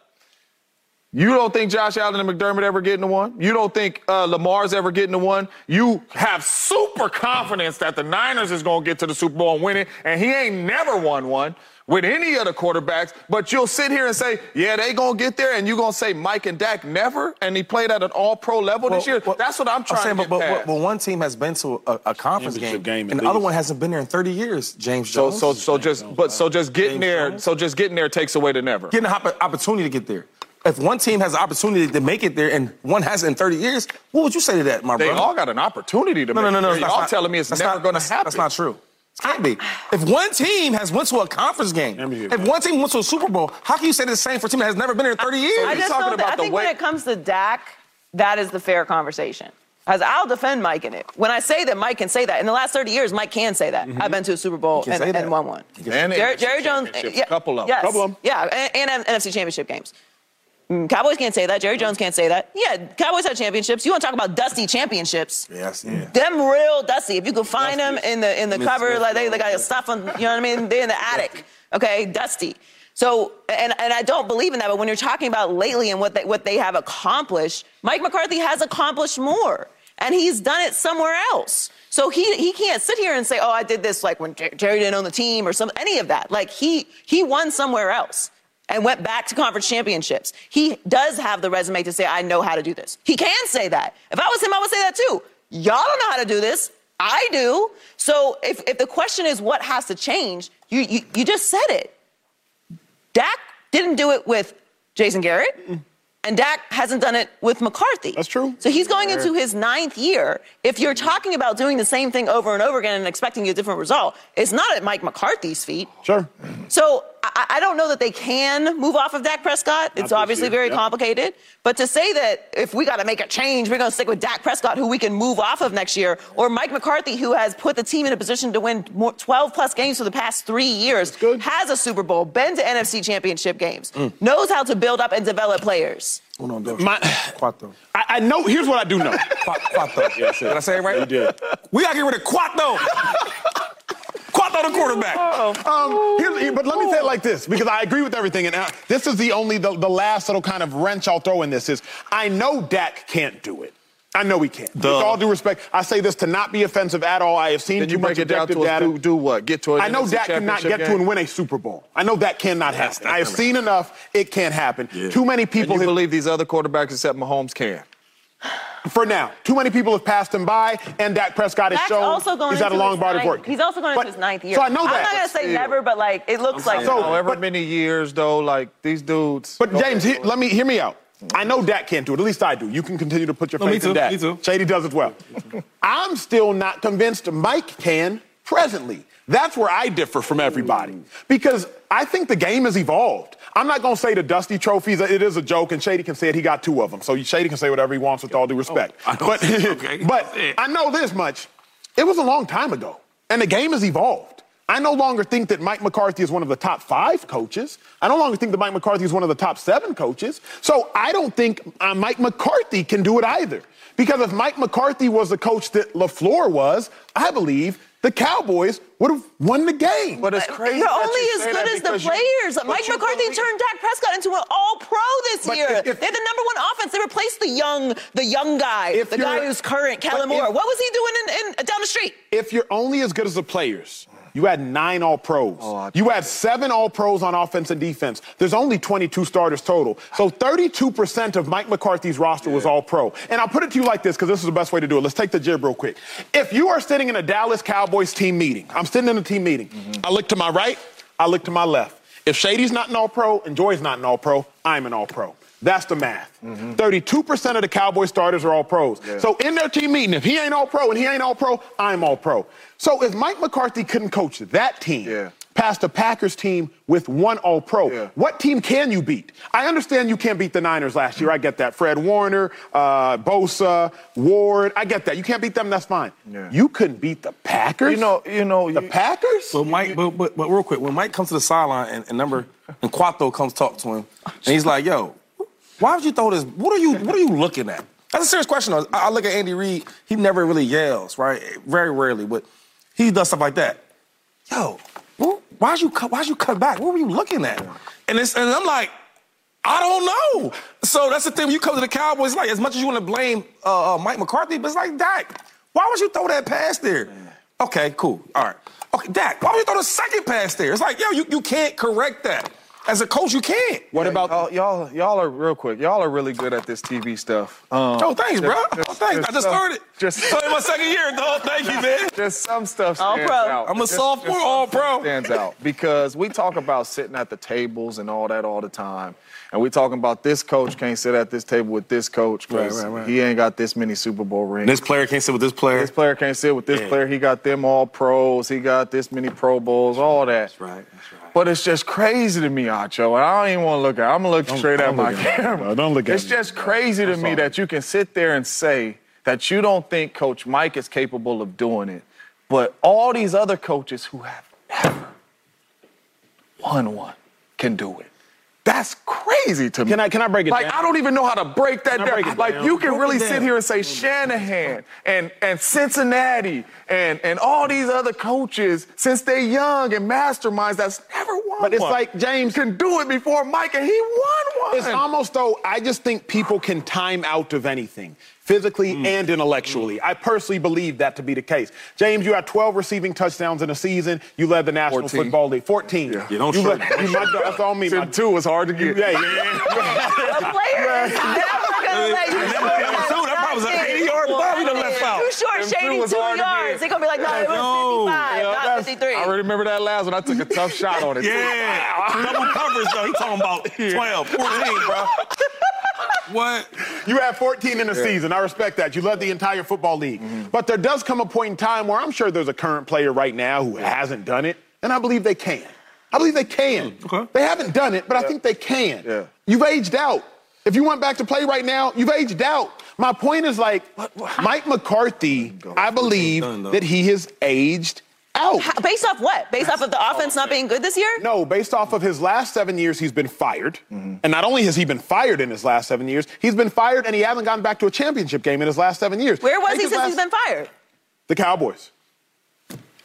[SPEAKER 2] You don't think Josh Allen and McDermott ever get into one? You don't think uh, Lamar's ever get into one? You have super confidence that the Niners is going to get to the Super Bowl and win it, and he ain't never won one with any of the quarterbacks. But you'll sit here and say, yeah, they going to get there, and you going to say Mike and Dak never, and he played at an all-pro level this year? That's what I'm trying
[SPEAKER 5] saying,
[SPEAKER 2] to get
[SPEAKER 5] but, but,
[SPEAKER 2] past.
[SPEAKER 5] but one team has been to a, a conference game,
[SPEAKER 1] Championship game, at
[SPEAKER 5] and the other
[SPEAKER 1] least.
[SPEAKER 5] one hasn't been there in 30 years. James
[SPEAKER 2] so,
[SPEAKER 5] Jones.
[SPEAKER 2] so, so just, but so just getting
[SPEAKER 5] James
[SPEAKER 2] there,
[SPEAKER 5] Jones?
[SPEAKER 2] so just getting there takes away the never.
[SPEAKER 5] getting an opp- opportunity to get there. If one team has an opportunity to make it there and one hasn't in 30 years, what would you say to that, my
[SPEAKER 2] They
[SPEAKER 5] brother?
[SPEAKER 2] all got an opportunity to
[SPEAKER 5] no, no,
[SPEAKER 2] make
[SPEAKER 5] no, no.
[SPEAKER 2] it.
[SPEAKER 5] that's
[SPEAKER 2] Y'all
[SPEAKER 5] not-
[SPEAKER 2] telling me it's
[SPEAKER 5] that's
[SPEAKER 2] never
[SPEAKER 5] not-
[SPEAKER 2] going to
[SPEAKER 5] that's-
[SPEAKER 2] happen.
[SPEAKER 5] That's not true. It's gotta be. If one team has went to a conference game,
[SPEAKER 1] Let me hear
[SPEAKER 5] if
[SPEAKER 1] that.
[SPEAKER 5] one team went to a Super Bowl, how can you say the same for a team that has never been there in 30 years?
[SPEAKER 3] I just
[SPEAKER 2] talking
[SPEAKER 3] don't.
[SPEAKER 2] about
[SPEAKER 3] I
[SPEAKER 2] the
[SPEAKER 3] think
[SPEAKER 2] way-
[SPEAKER 3] when it comes to Dak, that is the fair conversation. Because I'll defend Mike in it. When I say that, Mike can say that. In the last 30 years, Mike can say that. I've been to a Super Bowl
[SPEAKER 5] He can
[SPEAKER 3] and,
[SPEAKER 5] say that.
[SPEAKER 3] and won one.
[SPEAKER 2] And
[SPEAKER 3] Jerry,
[SPEAKER 2] NFC
[SPEAKER 3] Jerry Jones, uh,
[SPEAKER 2] championships,
[SPEAKER 3] yeah,
[SPEAKER 2] couple of 'em.
[SPEAKER 3] yes,
[SPEAKER 1] Couple of 'em.
[SPEAKER 3] yeah, and, and NFC Championship games. Mm, Cowboys can't say that. Jerry Jones can't say that. Yeah, Cowboys have championships. You want to talk about dusty championships?
[SPEAKER 5] Yes, yeah.
[SPEAKER 3] Them real dusty. If you could find them in the in the
[SPEAKER 5] Miss
[SPEAKER 3] cover,
[SPEAKER 5] Smith,
[SPEAKER 3] like they, they got stuff on. You know what I mean? They're in the attic. Okay, dusty. So and and I don't believe in that. But when you're talking about lately and what they what they have accomplished, Mike McCarthy has accomplished more, and he's done it somewhere else. So he he can't sit here and say, oh, I did this like when Jer- Jerry didn't own the team or some any of that. Like he he won somewhere else. And went back to conference championships. He does have the resume to say, I know how to do this. He can say that. If I was him, I would say that too. Y'all don't know how to do this. I do. So if, if the question is what has to change, you, you, you just said it. Dak didn't do it with Jason Garrett, and Dak hasn't done it with McCarthy.
[SPEAKER 1] That's true.
[SPEAKER 3] So he's going into his ninth year. If you're talking about doing the same thing over and over again and expecting a different result, it's not at Mike McCarthy's feet.
[SPEAKER 1] Sure.
[SPEAKER 3] So I, I don't know that they can move off of Dak Prescott.
[SPEAKER 1] this
[SPEAKER 3] It's obviously
[SPEAKER 1] year,
[SPEAKER 3] very
[SPEAKER 1] yeah.
[SPEAKER 3] complicated. But to say that if we got to make a change, we're going to stick with Dak Prescott, who we can move off of next year, or Mike McCarthy, who has put the team in a position to win more, 12 plus games for the past three years,
[SPEAKER 1] good. Mm.
[SPEAKER 3] has a Super Bowl, been to NFC Championship games, knows how to build up and develop players.
[SPEAKER 5] Uno, dos,
[SPEAKER 1] My-
[SPEAKER 5] cuatro.
[SPEAKER 1] I, I know. Here's what I do know.
[SPEAKER 5] Qua- Cuatro.
[SPEAKER 1] Yeah, that's it.
[SPEAKER 5] Did I say it right?
[SPEAKER 1] You did.
[SPEAKER 5] We gotta get rid of Cuatro. Cuatro the quarterback.
[SPEAKER 1] Um, here's- here- but let me say it like this, because I agree with everything, and uh, this is the only the, the last little kind of wrench I'll throw in this is I know Dak can't do it. I know he can't.
[SPEAKER 2] Duh.
[SPEAKER 1] With all due respect, I say this to not be offensive at all. I have seen
[SPEAKER 2] Then
[SPEAKER 1] too
[SPEAKER 2] you
[SPEAKER 1] much
[SPEAKER 2] break it down
[SPEAKER 1] objective
[SPEAKER 2] to us,
[SPEAKER 1] data.
[SPEAKER 2] do, do what? Get to a
[SPEAKER 1] I know
[SPEAKER 2] NFC
[SPEAKER 1] Dak cannot
[SPEAKER 2] championship
[SPEAKER 1] get
[SPEAKER 2] game?
[SPEAKER 1] to and win a Super Bowl. I know that cannot happen. I have
[SPEAKER 5] not
[SPEAKER 1] seen enough. It can't happen. Too many people
[SPEAKER 2] And you
[SPEAKER 1] have
[SPEAKER 2] believe these other quarterbacks except Mahomes can.
[SPEAKER 1] for now. Too many people have passed him by, and Dak Prescott has
[SPEAKER 3] Dak's
[SPEAKER 1] shown
[SPEAKER 3] also going
[SPEAKER 1] he's had a
[SPEAKER 3] into
[SPEAKER 1] long
[SPEAKER 3] his
[SPEAKER 1] body of
[SPEAKER 3] ninth-
[SPEAKER 1] work.
[SPEAKER 3] He's also going
[SPEAKER 1] But-
[SPEAKER 3] into his ninth year.
[SPEAKER 1] So I know that.
[SPEAKER 3] I'm not going to say
[SPEAKER 2] still.
[SPEAKER 3] never, but like it looks like.
[SPEAKER 1] So-
[SPEAKER 2] However
[SPEAKER 1] but-
[SPEAKER 2] many years though, like these dudes.
[SPEAKER 1] But James, he, let me hear me out. I know Dak can't do it. At least I do. You can continue to put your
[SPEAKER 5] No, me
[SPEAKER 1] faith
[SPEAKER 5] too,
[SPEAKER 1] in Dak.
[SPEAKER 5] me too.
[SPEAKER 1] Shady does as well. I'm still not convinced Mike can presently. That's where I differ from everybody because I think the game has evolved. I'm not going to say the Dusty trophies. It is a joke, and Shady can say it. He got two of them, so Shady can say whatever he wants with all due respect.
[SPEAKER 5] Oh, I know.
[SPEAKER 1] but
[SPEAKER 5] Okay.
[SPEAKER 1] but I know this much. It was a long time ago, and the game has evolved. I no longer think that Mike McCarthy is one of the top five coaches. I no longer think that Mike McCarthy is one of the top seven coaches. So I don't think uh, Mike McCarthy can do it either. Because if Mike McCarthy was the coach that LaFleur was, I believe the Cowboys would have won the game.
[SPEAKER 2] But it's crazy.
[SPEAKER 3] Uh, You're
[SPEAKER 2] that you
[SPEAKER 3] only as
[SPEAKER 2] say
[SPEAKER 3] good
[SPEAKER 2] that
[SPEAKER 3] as the
[SPEAKER 2] because you-
[SPEAKER 3] players.
[SPEAKER 2] but
[SPEAKER 3] Mike
[SPEAKER 2] you
[SPEAKER 3] McCarthy
[SPEAKER 2] believe-
[SPEAKER 3] turned Dak Prescott into an All-Pro this
[SPEAKER 1] But
[SPEAKER 3] year.
[SPEAKER 1] if- if-
[SPEAKER 3] They're the number one offense. They replaced the young, the young guy,
[SPEAKER 1] If
[SPEAKER 3] the
[SPEAKER 1] you're-
[SPEAKER 3] guy who's current, Kellen
[SPEAKER 1] but if-
[SPEAKER 3] Moore. what was he doing in, in, down the street?
[SPEAKER 1] if you're only as good as the players, you had nine All Pros. you had seven All Pros on offense and defense. There's only 22 starters total. So 32% of Mike McCarthy's roster was All Pro. And I'll put it to you like this because this is the best way to do it. Let's take the jib real quick. If you are sitting in a Dallas Cowboys team meeting, I'm sitting in a team meeting. Mm-hmm. I look to my right, I look to my left. If Shady's not an All Pro and Joy's not an All Pro, I'm an All Pro. That's the math. 32% of the Cowboy starters are all pros. So in their team meeting, if he ain't all pro and he ain't all pro, I'm all pro. So if Mike McCarthy couldn't coach that team
[SPEAKER 2] Yeah.
[SPEAKER 1] past the Packers team with one all pro,
[SPEAKER 2] Yeah.
[SPEAKER 1] what team can you beat? I understand you can't beat the Niners last year. I get that. Fred Warner, uh, Bosa, Ward. I get that. You can't beat them. That's fine.
[SPEAKER 2] Yeah.
[SPEAKER 1] You couldn't beat the Packers?
[SPEAKER 2] You know, you know,
[SPEAKER 1] the
[SPEAKER 2] you-
[SPEAKER 1] Packers?
[SPEAKER 5] But Mike, but, but, but real quick, when Mike comes to the sideline and, and number and Quato comes talk to him, and he's like, "Yo, why would you throw this? What are you What are you looking at?" That's a serious question. though. I, I look at Andy Reid; he never really yells, right? Very rarely, but he does stuff like that. Yo, wh- why'd you cut? Why'd you cut back? What were you looking at? And it's and I'm like. I don't know. So that's the thing. When you come to the Cowboys, it's like as much as you want to blame uh, uh, Mike McCarthy, but it's like Dak, why would you throw that pass there? Okay, cool. All right. Okay, Dak, why would you throw the second pass there? It's like, yo, you, you can't correct that. As a coach, you can't.
[SPEAKER 1] what about
[SPEAKER 2] y'all, y'all? Y'all are real quick. Y'all are really good at this TV stuff. Um,
[SPEAKER 5] Oh, thanks, bro. Oh,
[SPEAKER 2] there's-
[SPEAKER 5] thanks. I
[SPEAKER 2] there's
[SPEAKER 5] just
[SPEAKER 2] some-
[SPEAKER 5] started.
[SPEAKER 2] just-
[SPEAKER 5] Just started my second year, dog. Thank you, man.
[SPEAKER 2] Just some stuff
[SPEAKER 3] All
[SPEAKER 2] stands
[SPEAKER 3] pro.
[SPEAKER 2] out.
[SPEAKER 5] I'm a
[SPEAKER 2] Just- just
[SPEAKER 5] sophomore,
[SPEAKER 2] some
[SPEAKER 5] all
[SPEAKER 2] stuff
[SPEAKER 5] pro.
[SPEAKER 2] Stands out because we talk about sitting at the tables and all that all the time, and we talking about this coach can't sit at this table with this coach because
[SPEAKER 5] Right, right, right.
[SPEAKER 2] he ain't got this many Super Bowl rings.
[SPEAKER 5] This player can't sit with this player.
[SPEAKER 2] This player can't sit with this
[SPEAKER 5] Yeah.
[SPEAKER 2] player. He got them all pros. He got this many Pro Bowls, all that. That's
[SPEAKER 5] right, that's right.
[SPEAKER 2] But it's just crazy to me, Acho. And I don't even want to look at it. I'm going to look straight at
[SPEAKER 4] don't
[SPEAKER 2] my
[SPEAKER 4] look at me,
[SPEAKER 2] camera.
[SPEAKER 4] bro. Don't look at
[SPEAKER 2] It's
[SPEAKER 4] me.
[SPEAKER 2] just crazy to me
[SPEAKER 4] sorry.
[SPEAKER 2] that you can sit there and say that you don't think Coach Mike is capable of doing it. But all these other coaches who have never won one can do it. That's crazy to me.
[SPEAKER 1] Can I- can I break it
[SPEAKER 2] like,
[SPEAKER 1] down?
[SPEAKER 2] I don't even know how to break that
[SPEAKER 1] Can I
[SPEAKER 2] down.
[SPEAKER 1] break it
[SPEAKER 2] like
[SPEAKER 1] down?
[SPEAKER 2] you can
[SPEAKER 5] Break it
[SPEAKER 2] really
[SPEAKER 5] down.
[SPEAKER 2] sit here and say Shanahan and, and Cincinnati and, and all these other coaches since they're young and masterminds that's never won.
[SPEAKER 1] But it's
[SPEAKER 2] one.
[SPEAKER 1] like, James-
[SPEAKER 2] can do it before Mike and he won one.
[SPEAKER 1] It's almost though, I just think people can time out of anything, physically
[SPEAKER 2] Mm.
[SPEAKER 1] and intellectually. I personally believe that to be the case. James, you had 12 receiving touchdowns in a season. You led the National
[SPEAKER 2] 14.
[SPEAKER 1] Football League. 14.
[SPEAKER 2] Yeah.
[SPEAKER 5] Yeah, don't
[SPEAKER 1] you
[SPEAKER 5] short
[SPEAKER 1] led-
[SPEAKER 5] me.
[SPEAKER 1] you- my- That's on me. my-
[SPEAKER 2] Tim two was hard to get.
[SPEAKER 1] Yeah, yeah, yeah.
[SPEAKER 3] The players never gonna let you.
[SPEAKER 5] Them-
[SPEAKER 3] score
[SPEAKER 5] them
[SPEAKER 3] that
[SPEAKER 5] two, that probably was an
[SPEAKER 3] shot.
[SPEAKER 5] 80-yard bomb you done left out.
[SPEAKER 3] Too short,
[SPEAKER 2] Them two
[SPEAKER 3] Shady,
[SPEAKER 2] was
[SPEAKER 3] two
[SPEAKER 2] hard to
[SPEAKER 3] yards.
[SPEAKER 2] get.
[SPEAKER 3] They're gonna be like, no, it was
[SPEAKER 5] No.
[SPEAKER 3] 55,
[SPEAKER 2] Yeah,
[SPEAKER 3] not
[SPEAKER 2] that's-
[SPEAKER 3] 53.
[SPEAKER 2] I remember that last one. I took a tough shot on it.
[SPEAKER 5] Yeah. Double coverage, though. He talking about 12, 14, bro. What?
[SPEAKER 1] You had 14 in a season. I respect that. You led the entire football league.
[SPEAKER 5] Mm-hmm.
[SPEAKER 1] But there does come a point in time where I'm sure there's a current player right now who hasn't done it, and I believe they can. I believe they can.
[SPEAKER 5] Mm, okay.
[SPEAKER 1] They haven't done it, but I think they can.
[SPEAKER 2] Yeah.
[SPEAKER 1] You've aged out. If you went back to play right now, you've aged out. My point is like Mike McCarthy, I believe
[SPEAKER 5] done, though.
[SPEAKER 1] that he has aged out.
[SPEAKER 3] How- Based off what? Based off of the offense not being good this year?
[SPEAKER 1] No, based off of his last seven years, he's been fired. And not only has he been fired in his last seven years, he's been fired and he hasn't gotten back to a championship game in his last seven years.
[SPEAKER 3] Where was
[SPEAKER 1] Take
[SPEAKER 3] he
[SPEAKER 1] his
[SPEAKER 3] since
[SPEAKER 1] last-
[SPEAKER 3] he's been fired?
[SPEAKER 1] The Cowboys.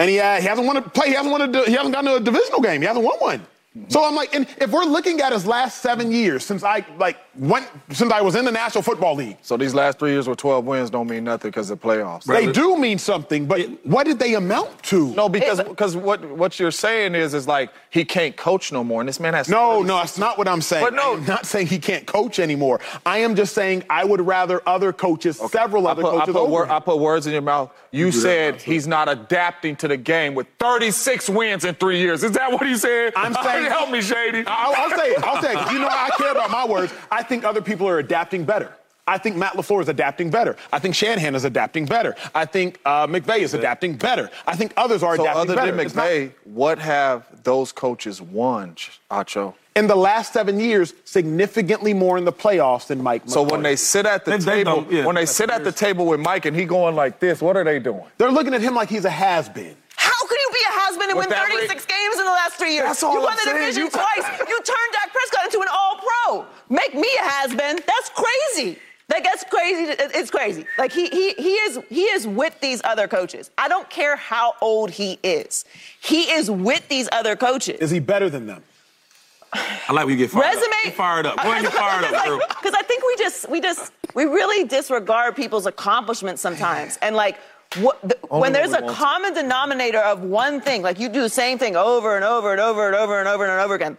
[SPEAKER 1] And he, uh, he hasn't won a play. He hasn't won a. di- He hasn't gotten to a divisional game. He hasn't won one. So I'm like, and if we're looking at his last seven years since I like went since I was in the National Football League,
[SPEAKER 2] So these last three years with 12 wins don't mean nothing because of the playoffs.
[SPEAKER 1] they do mean something. But what did they amount to?
[SPEAKER 2] No, because because what what you're saying is is like he can't coach no more, and this man has
[SPEAKER 1] No, no, that's not what I'm saying.
[SPEAKER 2] But no-
[SPEAKER 1] I'm not saying he can't coach anymore. I am just saying I would rather other coaches, several
[SPEAKER 2] I
[SPEAKER 1] other
[SPEAKER 2] put, I
[SPEAKER 1] coaches,
[SPEAKER 2] put
[SPEAKER 1] over
[SPEAKER 2] wor-
[SPEAKER 1] him.
[SPEAKER 2] I put words in your mouth. You, said he's not adapting to the game with 36 wins in three years. Is that what he said?
[SPEAKER 1] I'm saying-
[SPEAKER 2] help me, Shady.
[SPEAKER 1] I'll, I'll say it. I'll say it. You know, I care about my words. I think other people are adapting better. I think Matt LaFleur is adapting better. I think Shanahan is adapting better. I think uh, McVay is adapting better. I think others are
[SPEAKER 2] so
[SPEAKER 1] adapting
[SPEAKER 2] other
[SPEAKER 1] better.
[SPEAKER 2] than
[SPEAKER 1] It's not-
[SPEAKER 2] McVay, what have those coaches won, Ch- Acho?
[SPEAKER 1] in the last seven years, significantly more in the playoffs than Mike
[SPEAKER 2] So
[SPEAKER 1] McCarthy.
[SPEAKER 2] when they sit at the
[SPEAKER 5] They- they
[SPEAKER 2] table,
[SPEAKER 5] don't- yeah,
[SPEAKER 2] when they
[SPEAKER 5] that's
[SPEAKER 2] sit at the
[SPEAKER 5] years.
[SPEAKER 2] table with Mike and he going like this, what are they doing?
[SPEAKER 1] They're looking at him like he's a has-been.
[SPEAKER 3] How could you be a husband and
[SPEAKER 2] With
[SPEAKER 3] win
[SPEAKER 2] that
[SPEAKER 3] 36
[SPEAKER 2] rate-
[SPEAKER 3] games in the last three years?
[SPEAKER 2] That's all
[SPEAKER 3] you won
[SPEAKER 2] I'm
[SPEAKER 3] the
[SPEAKER 2] saying.
[SPEAKER 3] division
[SPEAKER 2] You-
[SPEAKER 3] twice. you turned Dak Prescott into an all pro. Make me a has been. That's crazy. Like that's crazy. It- It's crazy. Like he he he is he is with these other coaches. I don't care how old he is. He is with these other coaches.
[SPEAKER 1] Is he better than them?
[SPEAKER 5] I like when you get fired
[SPEAKER 3] resume
[SPEAKER 5] up. Get fired up. Go ahead, get fired up, girl.
[SPEAKER 3] Because I think we just we just we really disregard people's accomplishments sometimes, and like. What, the, when there's a common denominator of one thing, like you do the same thing over and over and over and over and over and over again,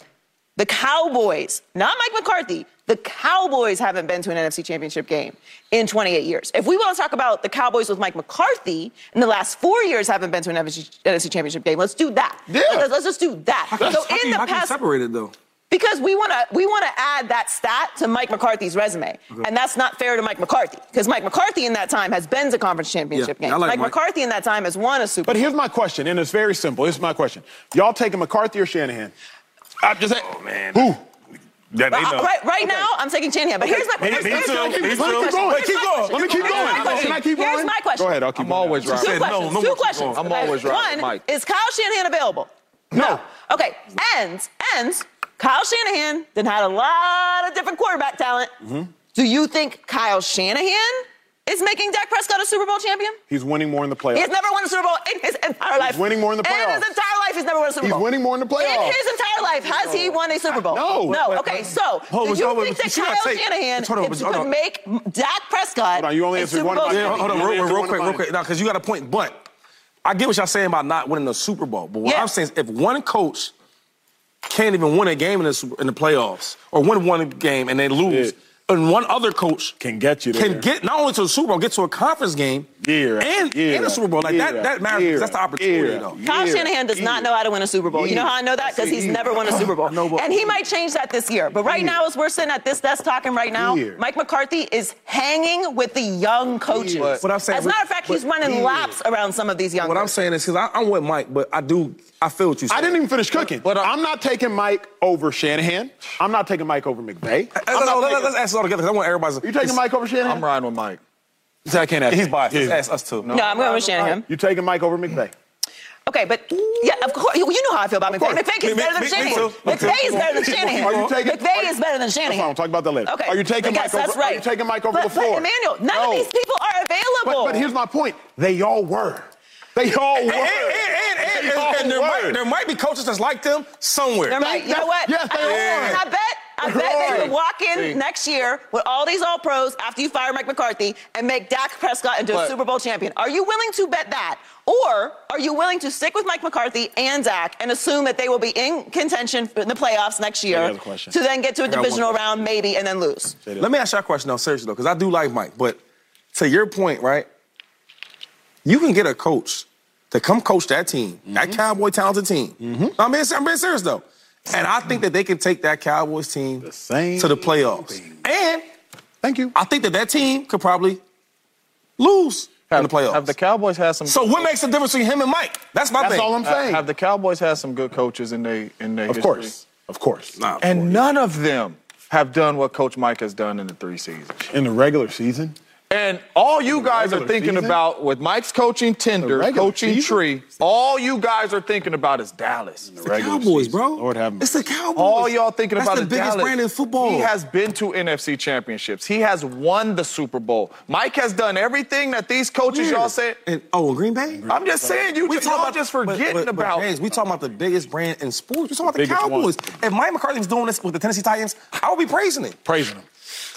[SPEAKER 3] the Cowboys, not Mike McCarthy, the Cowboys haven't been to an NFC Championship game in 28 years. If we want to talk about the Cowboys with Mike McCarthy, in the last four years haven't been to an NFC, Championship game, let's do that.
[SPEAKER 1] Yeah.
[SPEAKER 3] Let's, let's just do that.
[SPEAKER 5] How can-
[SPEAKER 3] so
[SPEAKER 5] how can-
[SPEAKER 3] in the
[SPEAKER 5] how can you
[SPEAKER 3] past,
[SPEAKER 5] separate it though?
[SPEAKER 3] because we want to we want to add that stat to Mike McCarthy's resume, and that's not fair to Mike McCarthy because Mike McCarthy in that time has been to conference championship
[SPEAKER 5] Yeah, I
[SPEAKER 3] games.
[SPEAKER 5] like
[SPEAKER 3] Mike,
[SPEAKER 5] Mike.
[SPEAKER 3] McCarthy in that time has won a Super.
[SPEAKER 1] But here's my question, and it's very simple. It's my question. Y'all taking McCarthy or Shanahan? I'm just saying. Oh, man. Who?
[SPEAKER 6] Yeah, they
[SPEAKER 3] But, uh,
[SPEAKER 6] know.
[SPEAKER 3] right right now, I'm taking Shanahan. But here's my
[SPEAKER 6] Me-
[SPEAKER 3] here's,
[SPEAKER 6] me
[SPEAKER 3] here's,
[SPEAKER 6] too,
[SPEAKER 3] here's,
[SPEAKER 6] me
[SPEAKER 3] here's
[SPEAKER 6] too.
[SPEAKER 3] my question.
[SPEAKER 1] Wait, keep
[SPEAKER 3] Here's my
[SPEAKER 1] going.
[SPEAKER 3] question.
[SPEAKER 1] Let me keep going. Can I keep
[SPEAKER 3] Here's my question. Here's
[SPEAKER 1] going?
[SPEAKER 3] my question.
[SPEAKER 1] Go ahead, I'll keep
[SPEAKER 2] I'm
[SPEAKER 1] going.
[SPEAKER 2] always
[SPEAKER 3] Two
[SPEAKER 2] right.
[SPEAKER 5] said no, no
[SPEAKER 3] questions.
[SPEAKER 5] more
[SPEAKER 3] two
[SPEAKER 5] keep
[SPEAKER 3] questions.
[SPEAKER 5] going.
[SPEAKER 2] I'm always right with
[SPEAKER 3] One,
[SPEAKER 2] Mike.
[SPEAKER 3] is Kyle Shanahan available?
[SPEAKER 1] No.
[SPEAKER 3] Okay. And and Kyle Shanahan then had a lot of different quarterback talent. Do you think Kyle Shanahan is making Dak Prescott a Super Bowl champion?
[SPEAKER 1] He's winning more in the
[SPEAKER 3] He has
[SPEAKER 1] playoffs.
[SPEAKER 3] never won a Super Bowl in his entire life.
[SPEAKER 1] winning more in the
[SPEAKER 3] In his
[SPEAKER 1] playoffs.
[SPEAKER 3] entire life, he's never won a Super
[SPEAKER 1] He's
[SPEAKER 3] Bowl.
[SPEAKER 1] winning more in the
[SPEAKER 3] In
[SPEAKER 1] playoffs.
[SPEAKER 3] his entire life, has he won a Super Bowl?
[SPEAKER 1] No.
[SPEAKER 3] No.
[SPEAKER 1] But-
[SPEAKER 3] Okay, so
[SPEAKER 5] Hold on,
[SPEAKER 3] do you
[SPEAKER 5] hold on,
[SPEAKER 3] think
[SPEAKER 5] but
[SPEAKER 3] that
[SPEAKER 5] you gotta
[SPEAKER 3] Kyle
[SPEAKER 5] take-
[SPEAKER 3] Shanahan
[SPEAKER 5] hold on, but
[SPEAKER 3] is-
[SPEAKER 5] hold
[SPEAKER 3] could
[SPEAKER 5] on.
[SPEAKER 3] make Dak Prescott
[SPEAKER 1] Hold on, you only
[SPEAKER 3] a
[SPEAKER 1] answered
[SPEAKER 3] Super
[SPEAKER 1] one of
[SPEAKER 3] Bowl
[SPEAKER 1] my-
[SPEAKER 5] Yeah,
[SPEAKER 3] champion?
[SPEAKER 5] hold on, real,
[SPEAKER 1] Yeah,
[SPEAKER 5] real,
[SPEAKER 1] if you
[SPEAKER 5] real
[SPEAKER 1] wanna
[SPEAKER 5] quick, real
[SPEAKER 1] find
[SPEAKER 5] quick.
[SPEAKER 1] it.
[SPEAKER 5] Now, because you got a point, but I get what y'all saying about not winning the Super Bowl. But what
[SPEAKER 3] Yeah.
[SPEAKER 5] I'm saying is, if one coach can't even win a game in the Super- in the playoffs or win one game and they lose, and one other coach
[SPEAKER 1] Can get you
[SPEAKER 5] can
[SPEAKER 1] there.
[SPEAKER 5] get not only to the Super Bowl, get to a conference game,
[SPEAKER 1] Year after
[SPEAKER 5] and
[SPEAKER 1] year
[SPEAKER 5] and the Super Bowl, like
[SPEAKER 1] after
[SPEAKER 5] that that matters.
[SPEAKER 1] year
[SPEAKER 5] That's the opportunity,
[SPEAKER 1] after
[SPEAKER 5] though.
[SPEAKER 1] year.
[SPEAKER 3] Kyle
[SPEAKER 1] Yeah,
[SPEAKER 3] Shanahan does not know how to win a Super Bowl. You know how I know that? Because he's never won a Super Bowl.
[SPEAKER 5] know, but-
[SPEAKER 3] and he might change that this year. But right now, as we're sitting at this desk talking right now,
[SPEAKER 1] Yeah.
[SPEAKER 3] Mike McCarthy is hanging with the young coaches.
[SPEAKER 2] But-
[SPEAKER 5] What I'm saying-
[SPEAKER 3] as a matter of fact,
[SPEAKER 5] but-
[SPEAKER 3] he's running
[SPEAKER 5] Yeah.
[SPEAKER 3] laps around some of these young
[SPEAKER 5] What I'm
[SPEAKER 3] coaches.
[SPEAKER 5] saying is, because I'm with Mike, but I do I feel what you.
[SPEAKER 1] I didn't even finish cooking.
[SPEAKER 2] But, uh,
[SPEAKER 1] I'm not taking Mike over Shanahan. I'm not taking Mike over McVay.
[SPEAKER 5] Let's,
[SPEAKER 1] I'm not
[SPEAKER 5] let's-
[SPEAKER 1] taking-
[SPEAKER 5] let's ask it all together. 'cause I want everybody's.
[SPEAKER 1] you taking Mike over Shanahan?
[SPEAKER 2] I'm riding with Mike.
[SPEAKER 1] I can't ask.
[SPEAKER 5] He's biased.
[SPEAKER 1] Yeah.
[SPEAKER 5] Let's ask us too.
[SPEAKER 3] No, I'm going with Shanahan.
[SPEAKER 1] You taking Mike over McVay?
[SPEAKER 3] Okay, but yeah, of course you you know how I feel about McVay.
[SPEAKER 1] course.
[SPEAKER 3] McVay is
[SPEAKER 5] Me- me-
[SPEAKER 3] better than
[SPEAKER 5] me- me
[SPEAKER 3] Shanahan.
[SPEAKER 5] too. Me too.
[SPEAKER 3] McVay is better than Shanahan.
[SPEAKER 1] Are you taking- are
[SPEAKER 3] McVay
[SPEAKER 1] you-
[SPEAKER 3] is better than
[SPEAKER 1] That's
[SPEAKER 3] Shanahan.
[SPEAKER 1] fine. We'll talk about that later.
[SPEAKER 3] Okay.
[SPEAKER 1] Are you taking
[SPEAKER 3] yes,
[SPEAKER 1] Mike
[SPEAKER 3] That's
[SPEAKER 1] over?
[SPEAKER 3] right.
[SPEAKER 1] Are you taking Mike over
[SPEAKER 3] But-
[SPEAKER 1] the floor?
[SPEAKER 3] But Emmanuel, none
[SPEAKER 1] No.
[SPEAKER 3] of these people are available.
[SPEAKER 1] But, but here's my point. They all were. They all were.
[SPEAKER 5] And, and, and, and,
[SPEAKER 1] They all
[SPEAKER 5] and, and there,
[SPEAKER 1] were.
[SPEAKER 5] might, there might be coaches that's like them somewhere.
[SPEAKER 3] They're right. You know what?
[SPEAKER 1] Yes, they
[SPEAKER 3] And
[SPEAKER 1] are.
[SPEAKER 3] I bet. I bet they could walk in
[SPEAKER 2] See.
[SPEAKER 3] next year with all these all pros after you fire Mike McCarthy and make Dak Prescott into a
[SPEAKER 2] But-
[SPEAKER 3] Super Bowl champion. Are you willing to bet that? Or are you willing to stick with Mike McCarthy and Dak and assume that they will be in contention in the playoffs next year
[SPEAKER 1] another question.
[SPEAKER 3] to then get to a
[SPEAKER 5] got one
[SPEAKER 3] divisional
[SPEAKER 5] question.
[SPEAKER 3] round maybe and then lose?
[SPEAKER 5] Let me ask you a question now, seriously though, because I do like Mike. But to your point, right? You can get a coach to come coach that team, that Cowboy talented team. I'm, being, I'm being serious though, and I think that they can take that Cowboys team
[SPEAKER 1] same
[SPEAKER 5] to the playoffs.
[SPEAKER 1] thing.
[SPEAKER 5] And
[SPEAKER 1] Thank you.
[SPEAKER 5] I think that that team could probably lose in the playoffs.
[SPEAKER 2] Have the Cowboys had some?
[SPEAKER 5] so what makes the difference between him and Mike? That's my
[SPEAKER 1] That's
[SPEAKER 5] thing.
[SPEAKER 1] all I'm
[SPEAKER 2] Ha-
[SPEAKER 1] saying.
[SPEAKER 2] Have the Cowboys had some good coaches in they in their
[SPEAKER 1] of
[SPEAKER 2] history?
[SPEAKER 1] course. Of course.
[SPEAKER 5] Nah, of
[SPEAKER 2] And
[SPEAKER 5] course.
[SPEAKER 2] none of them have done what Coach Mike has done in the three seasons.
[SPEAKER 1] In the regular season,
[SPEAKER 2] And all you guys are
[SPEAKER 1] regular
[SPEAKER 2] thinking
[SPEAKER 1] season?
[SPEAKER 2] about with Mike's coaching tender,
[SPEAKER 1] regular
[SPEAKER 2] coaching
[SPEAKER 1] season?
[SPEAKER 2] tree, all you guys are thinking about is Dallas.
[SPEAKER 5] the Cowboys, bro.
[SPEAKER 1] Lord have mercy.
[SPEAKER 5] It's the Cowboys.
[SPEAKER 2] All y'all thinking
[SPEAKER 5] That's
[SPEAKER 2] about
[SPEAKER 5] the
[SPEAKER 2] is
[SPEAKER 5] biggest
[SPEAKER 2] Dallas.
[SPEAKER 5] brand in football.
[SPEAKER 2] He has been to NFC championships. He has won the Super Bowl. Mike has done everything that these coaches y'all said.
[SPEAKER 5] And, oh, in Green Bay.
[SPEAKER 2] I'm just saying you just, y'all just
[SPEAKER 5] but-
[SPEAKER 2] forgetting
[SPEAKER 5] but- but
[SPEAKER 2] about.
[SPEAKER 5] James, we talking about the biggest brand in sports. We talking about the
[SPEAKER 1] biggest one.
[SPEAKER 5] Cowboys. If Mike McCarthy was doing this with the Tennessee Titans, I would be praising it.
[SPEAKER 1] praising him.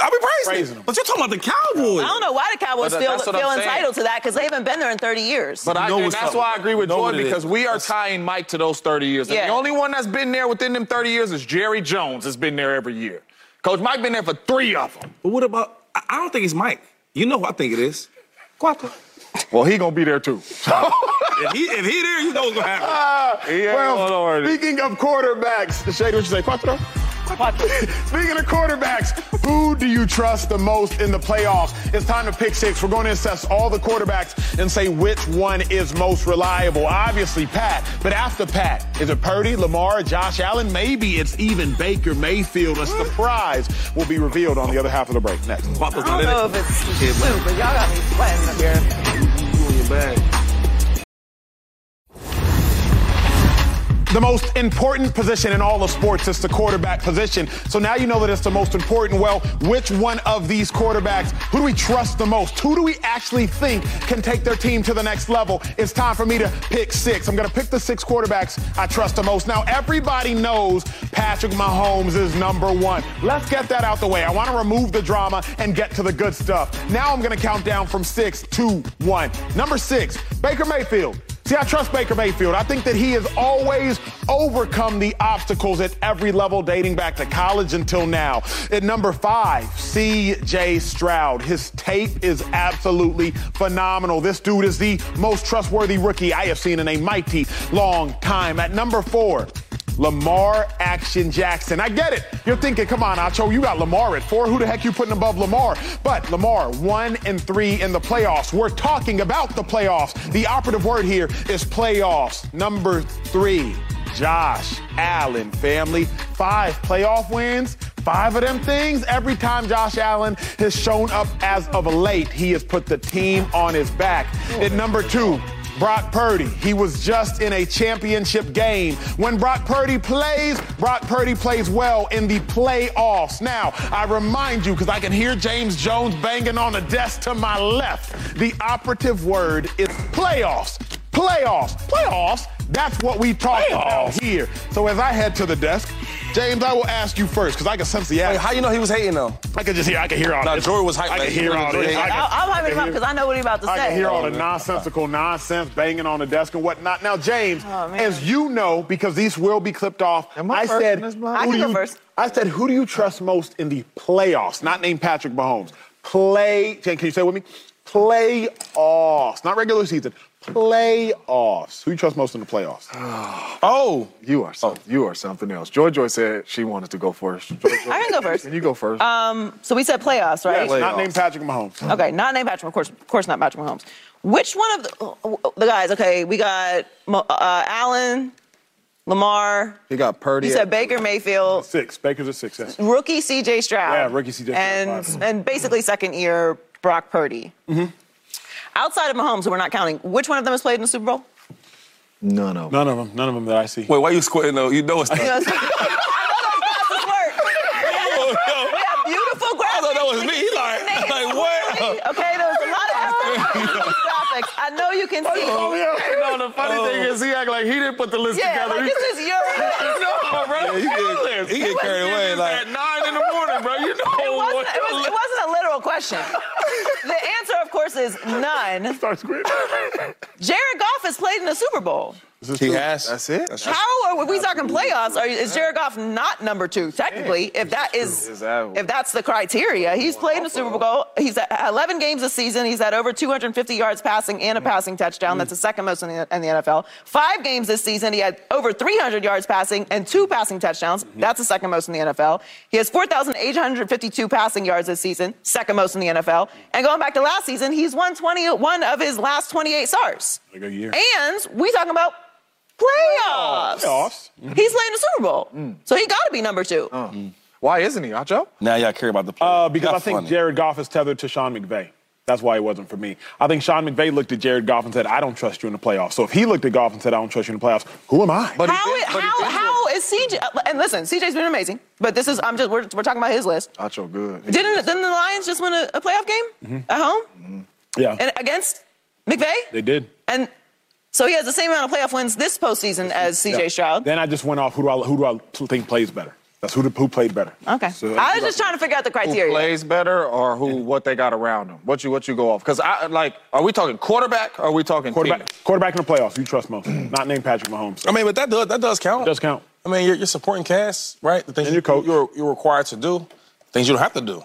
[SPEAKER 5] I'd be praising,
[SPEAKER 1] Praising
[SPEAKER 5] it.
[SPEAKER 1] them.
[SPEAKER 5] But you're talking about the Cowboys.
[SPEAKER 3] I don't know why the Cowboys
[SPEAKER 2] But
[SPEAKER 3] feel,
[SPEAKER 2] that's what I'm
[SPEAKER 3] feel
[SPEAKER 2] saying.
[SPEAKER 3] entitled to that because they haven't been there in 30 years.
[SPEAKER 2] But I,
[SPEAKER 5] know
[SPEAKER 2] and
[SPEAKER 5] what's
[SPEAKER 2] that's
[SPEAKER 5] up.
[SPEAKER 2] why I agree with
[SPEAKER 5] Know
[SPEAKER 2] Joy
[SPEAKER 5] what it
[SPEAKER 2] because
[SPEAKER 5] is.
[SPEAKER 2] we are tying Mike to those 30 years. And
[SPEAKER 3] Yeah.
[SPEAKER 2] the only one that's been there within them 30 years is Jerry Jones. Has been there every year. Coach Mike been there for three of them.
[SPEAKER 5] But what about? I I don't think it's Mike. You know who I think it is. Guapo.
[SPEAKER 2] Well, he gonna be there too.
[SPEAKER 5] if he if he there, you know what's gonna happen.
[SPEAKER 2] Yeah, Lord,
[SPEAKER 1] Ah, well,
[SPEAKER 2] Lord.
[SPEAKER 1] speaking of quarterbacks, Shady, what you say? Quattro? Speaking of quarterbacks, who do you trust the most in the playoffs? It's time to pick six. We're going to assess all the quarterbacks and say which one is most reliable. Obviously, Pat, but after Pat, is it Purdy, Lamar, Josh Allen? Maybe it's even Baker Mayfield. A surprise will be revealed on the other half of the break. Next.
[SPEAKER 5] Guapo's
[SPEAKER 3] I
[SPEAKER 5] not
[SPEAKER 3] don't
[SPEAKER 5] in
[SPEAKER 3] know
[SPEAKER 5] it.
[SPEAKER 3] if it's true, but y'all got me sweating up here.
[SPEAKER 5] You in your bag.
[SPEAKER 1] the most important position in all of sports is the quarterback position. So now you know that it's the most important. Well, which one of these quarterbacks, who do we trust the most? Who do we actually think can take their team to the next level? It's time for me to pick six. I'm going to pick the six quarterbacks I trust the most. Now, everybody knows Patrick Mahomes is number one. Let's get that out the way. I want to remove the drama and get to the good stuff. Now I'm going to count down from six, two, one. Number six, Baker Mayfield. See, I trust Baker Mayfield. I think that he has always overcome the obstacles at every level dating back to college until now. At number five, CJ Stroud. His tape is absolutely phenomenal. This dude is the most trustworthy rookie I have seen in a mighty long time. At number four, Lamar Action Jackson. I get it. You're thinking, come on, Acho, you got Lamar at four. Who the heck you putting above Lamar? But Lamar, one and three in the playoffs. We're talking about the playoffs. The operative word here is playoffs. Number three, Josh Allen, family. Five playoff wins. Five of them things. Every time Josh Allen has shown up as of late, he has put the team on his back. At number two, Brock Purdy. He was just in a championship game. When Brock Purdy plays, Brock Purdy plays well in the playoffs. Now, I remind you, because I can hear James Jones banging on the desk to my left, the operative word is playoffs. Playoffs. Playoffs. That's what we talk about here. So as I head to the desk, James, I will ask you first, because I can sense the
[SPEAKER 5] Wait,
[SPEAKER 1] action.
[SPEAKER 5] how you know he was hating though?
[SPEAKER 1] I could just hear. I could hear all
[SPEAKER 5] Nah,
[SPEAKER 1] this.
[SPEAKER 5] Jordan was hyped,
[SPEAKER 1] I
[SPEAKER 5] like,
[SPEAKER 1] could hear
[SPEAKER 5] Jordan
[SPEAKER 1] all
[SPEAKER 5] was
[SPEAKER 1] this.
[SPEAKER 5] hyping.
[SPEAKER 1] I
[SPEAKER 3] I'll,
[SPEAKER 1] could-
[SPEAKER 3] I'll
[SPEAKER 1] I
[SPEAKER 3] hype
[SPEAKER 1] could
[SPEAKER 3] him up
[SPEAKER 1] hear-
[SPEAKER 3] because I know what he's about to
[SPEAKER 1] I can
[SPEAKER 3] say.
[SPEAKER 1] hear all the nonsensical nonsense banging on the desk and whatnot. Now, James,
[SPEAKER 3] Oh, man.
[SPEAKER 1] as you know, because these will be clipped off,
[SPEAKER 2] Am I first
[SPEAKER 1] said,
[SPEAKER 2] in this
[SPEAKER 1] who
[SPEAKER 2] block?
[SPEAKER 3] I can
[SPEAKER 1] do
[SPEAKER 3] go
[SPEAKER 1] you-
[SPEAKER 3] first.
[SPEAKER 1] I said, who do you trust most in the playoffs? Not named Patrick Mahomes. Play, Jane, can you say it with me? Playoffs, not regular season. Playoffs. Who you trust most in the playoffs?
[SPEAKER 3] Uh,
[SPEAKER 5] Oh,
[SPEAKER 2] You are something. You are something else. Joy Joy said she wanted to go first. Joy Joy,
[SPEAKER 3] I can go first. Um,
[SPEAKER 2] Can you go first?
[SPEAKER 3] So we said playoffs, right?
[SPEAKER 1] Yes, not named Patrick Mahomes.
[SPEAKER 3] Okay, not named Patrick. Of course, of course, not Patrick Mahomes. Which one of the, oh, oh, the guys? Okay, we got Mo- uh, Allen, Lamar.
[SPEAKER 2] he got Purdy.
[SPEAKER 3] You said Baker Mayfield,
[SPEAKER 1] Six. Baker's a six. eh? yes.
[SPEAKER 3] rookie C.J. Stroud.
[SPEAKER 1] Yeah, rookie C.J. Stroud,
[SPEAKER 3] And and basically second year Brock Purdy. Outside of Mahomes, who we're not counting, which one of them has played in the Super Bowl?
[SPEAKER 2] None of them.
[SPEAKER 1] None of them. None of them that I see.
[SPEAKER 5] wait, why you squinting though? You know it's
[SPEAKER 3] You know,
[SPEAKER 5] not.
[SPEAKER 3] it's- I know those glasses work.
[SPEAKER 5] Oh, no.
[SPEAKER 3] We have beautiful graphics.
[SPEAKER 5] I thought that was me. He like-
[SPEAKER 3] Names.
[SPEAKER 5] like, what?
[SPEAKER 3] Okay, there was a lot of beautiful graphics. I know you can see.
[SPEAKER 2] No, the funny thing is he act like he didn't put the list
[SPEAKER 3] Oh, Yeah, like it's just your.
[SPEAKER 2] no, bro.
[SPEAKER 5] He get, he get carried away. Like,
[SPEAKER 2] nine in the morning, bro. You know
[SPEAKER 3] It wasn't, it, was, it wasn't a literal question. The answer, of course, is none.
[SPEAKER 1] Start screaming.
[SPEAKER 3] Jared Goff has played in the Super Bowl.
[SPEAKER 5] he has.
[SPEAKER 2] That's it?
[SPEAKER 5] That's right.
[SPEAKER 3] How are we talking playoffs? Are, is Jared Goff not number two technically? If that is,
[SPEAKER 2] Exactly.
[SPEAKER 3] if that's the criteria, he's played in the Super Bowl. He's at 11 games this season. He's had over 250 yards passing and a passing touchdown. That's the second most in the, in the NFL. Five games this season, he had over 300 yards passing and two passing touchdowns. That's the second most in the NFL. He has 4,852 passing yards this season, second most in the NFL. And going back to last season, he's won 21 of his last 28 SARs.
[SPEAKER 1] Like a year.
[SPEAKER 3] And we talking about playoffs. Mm-hmm.
[SPEAKER 1] Playoffs.
[SPEAKER 3] He's playing the Super Bowl, so he got to be number two.
[SPEAKER 2] Why isn't he, Acho?
[SPEAKER 5] Now y'all care about the play.
[SPEAKER 1] Uh, because I think
[SPEAKER 5] funny.
[SPEAKER 1] Jared Goff is tethered to Sean McVay. That's why he wasn't for me. I think Sean McVay looked at Jared Goff and said, I don't trust you in the playoffs. So if he looked at Goff and said, I don't trust you in the playoffs, who am I?
[SPEAKER 2] But he
[SPEAKER 3] How,
[SPEAKER 2] did-
[SPEAKER 3] how,
[SPEAKER 2] but he did
[SPEAKER 3] how is CJ? And listen, CJ's been amazing, but this is I'm just we're, we're talking about his list.
[SPEAKER 2] Acho, good.
[SPEAKER 3] Didn't didn't the Lions just win a, a playoff game at home
[SPEAKER 1] yeah,
[SPEAKER 3] and against McVay?
[SPEAKER 1] they did.
[SPEAKER 3] And so he has the same amount of playoff wins this postseason as CJ
[SPEAKER 1] Yeah.
[SPEAKER 3] Stroud.
[SPEAKER 1] Then I just went off, who do I, who do I think plays better? That's who, who played better.
[SPEAKER 3] okay, I was just trying to figure out the
[SPEAKER 2] who
[SPEAKER 3] criteria.
[SPEAKER 2] plays better or who what they got around them? What you what you go off? Because I like, are we talking quarterback? Or are we talking
[SPEAKER 1] Quarterback,
[SPEAKER 2] team?
[SPEAKER 1] quarterback in the playoffs, you trust most. Not named Patrick Mahomes.
[SPEAKER 5] I mean, but that does that does count.
[SPEAKER 1] does count.
[SPEAKER 5] I mean, you're, you're supporting cast, right? The things
[SPEAKER 1] And your coach.
[SPEAKER 5] you're you're required to do, things you don't have to do.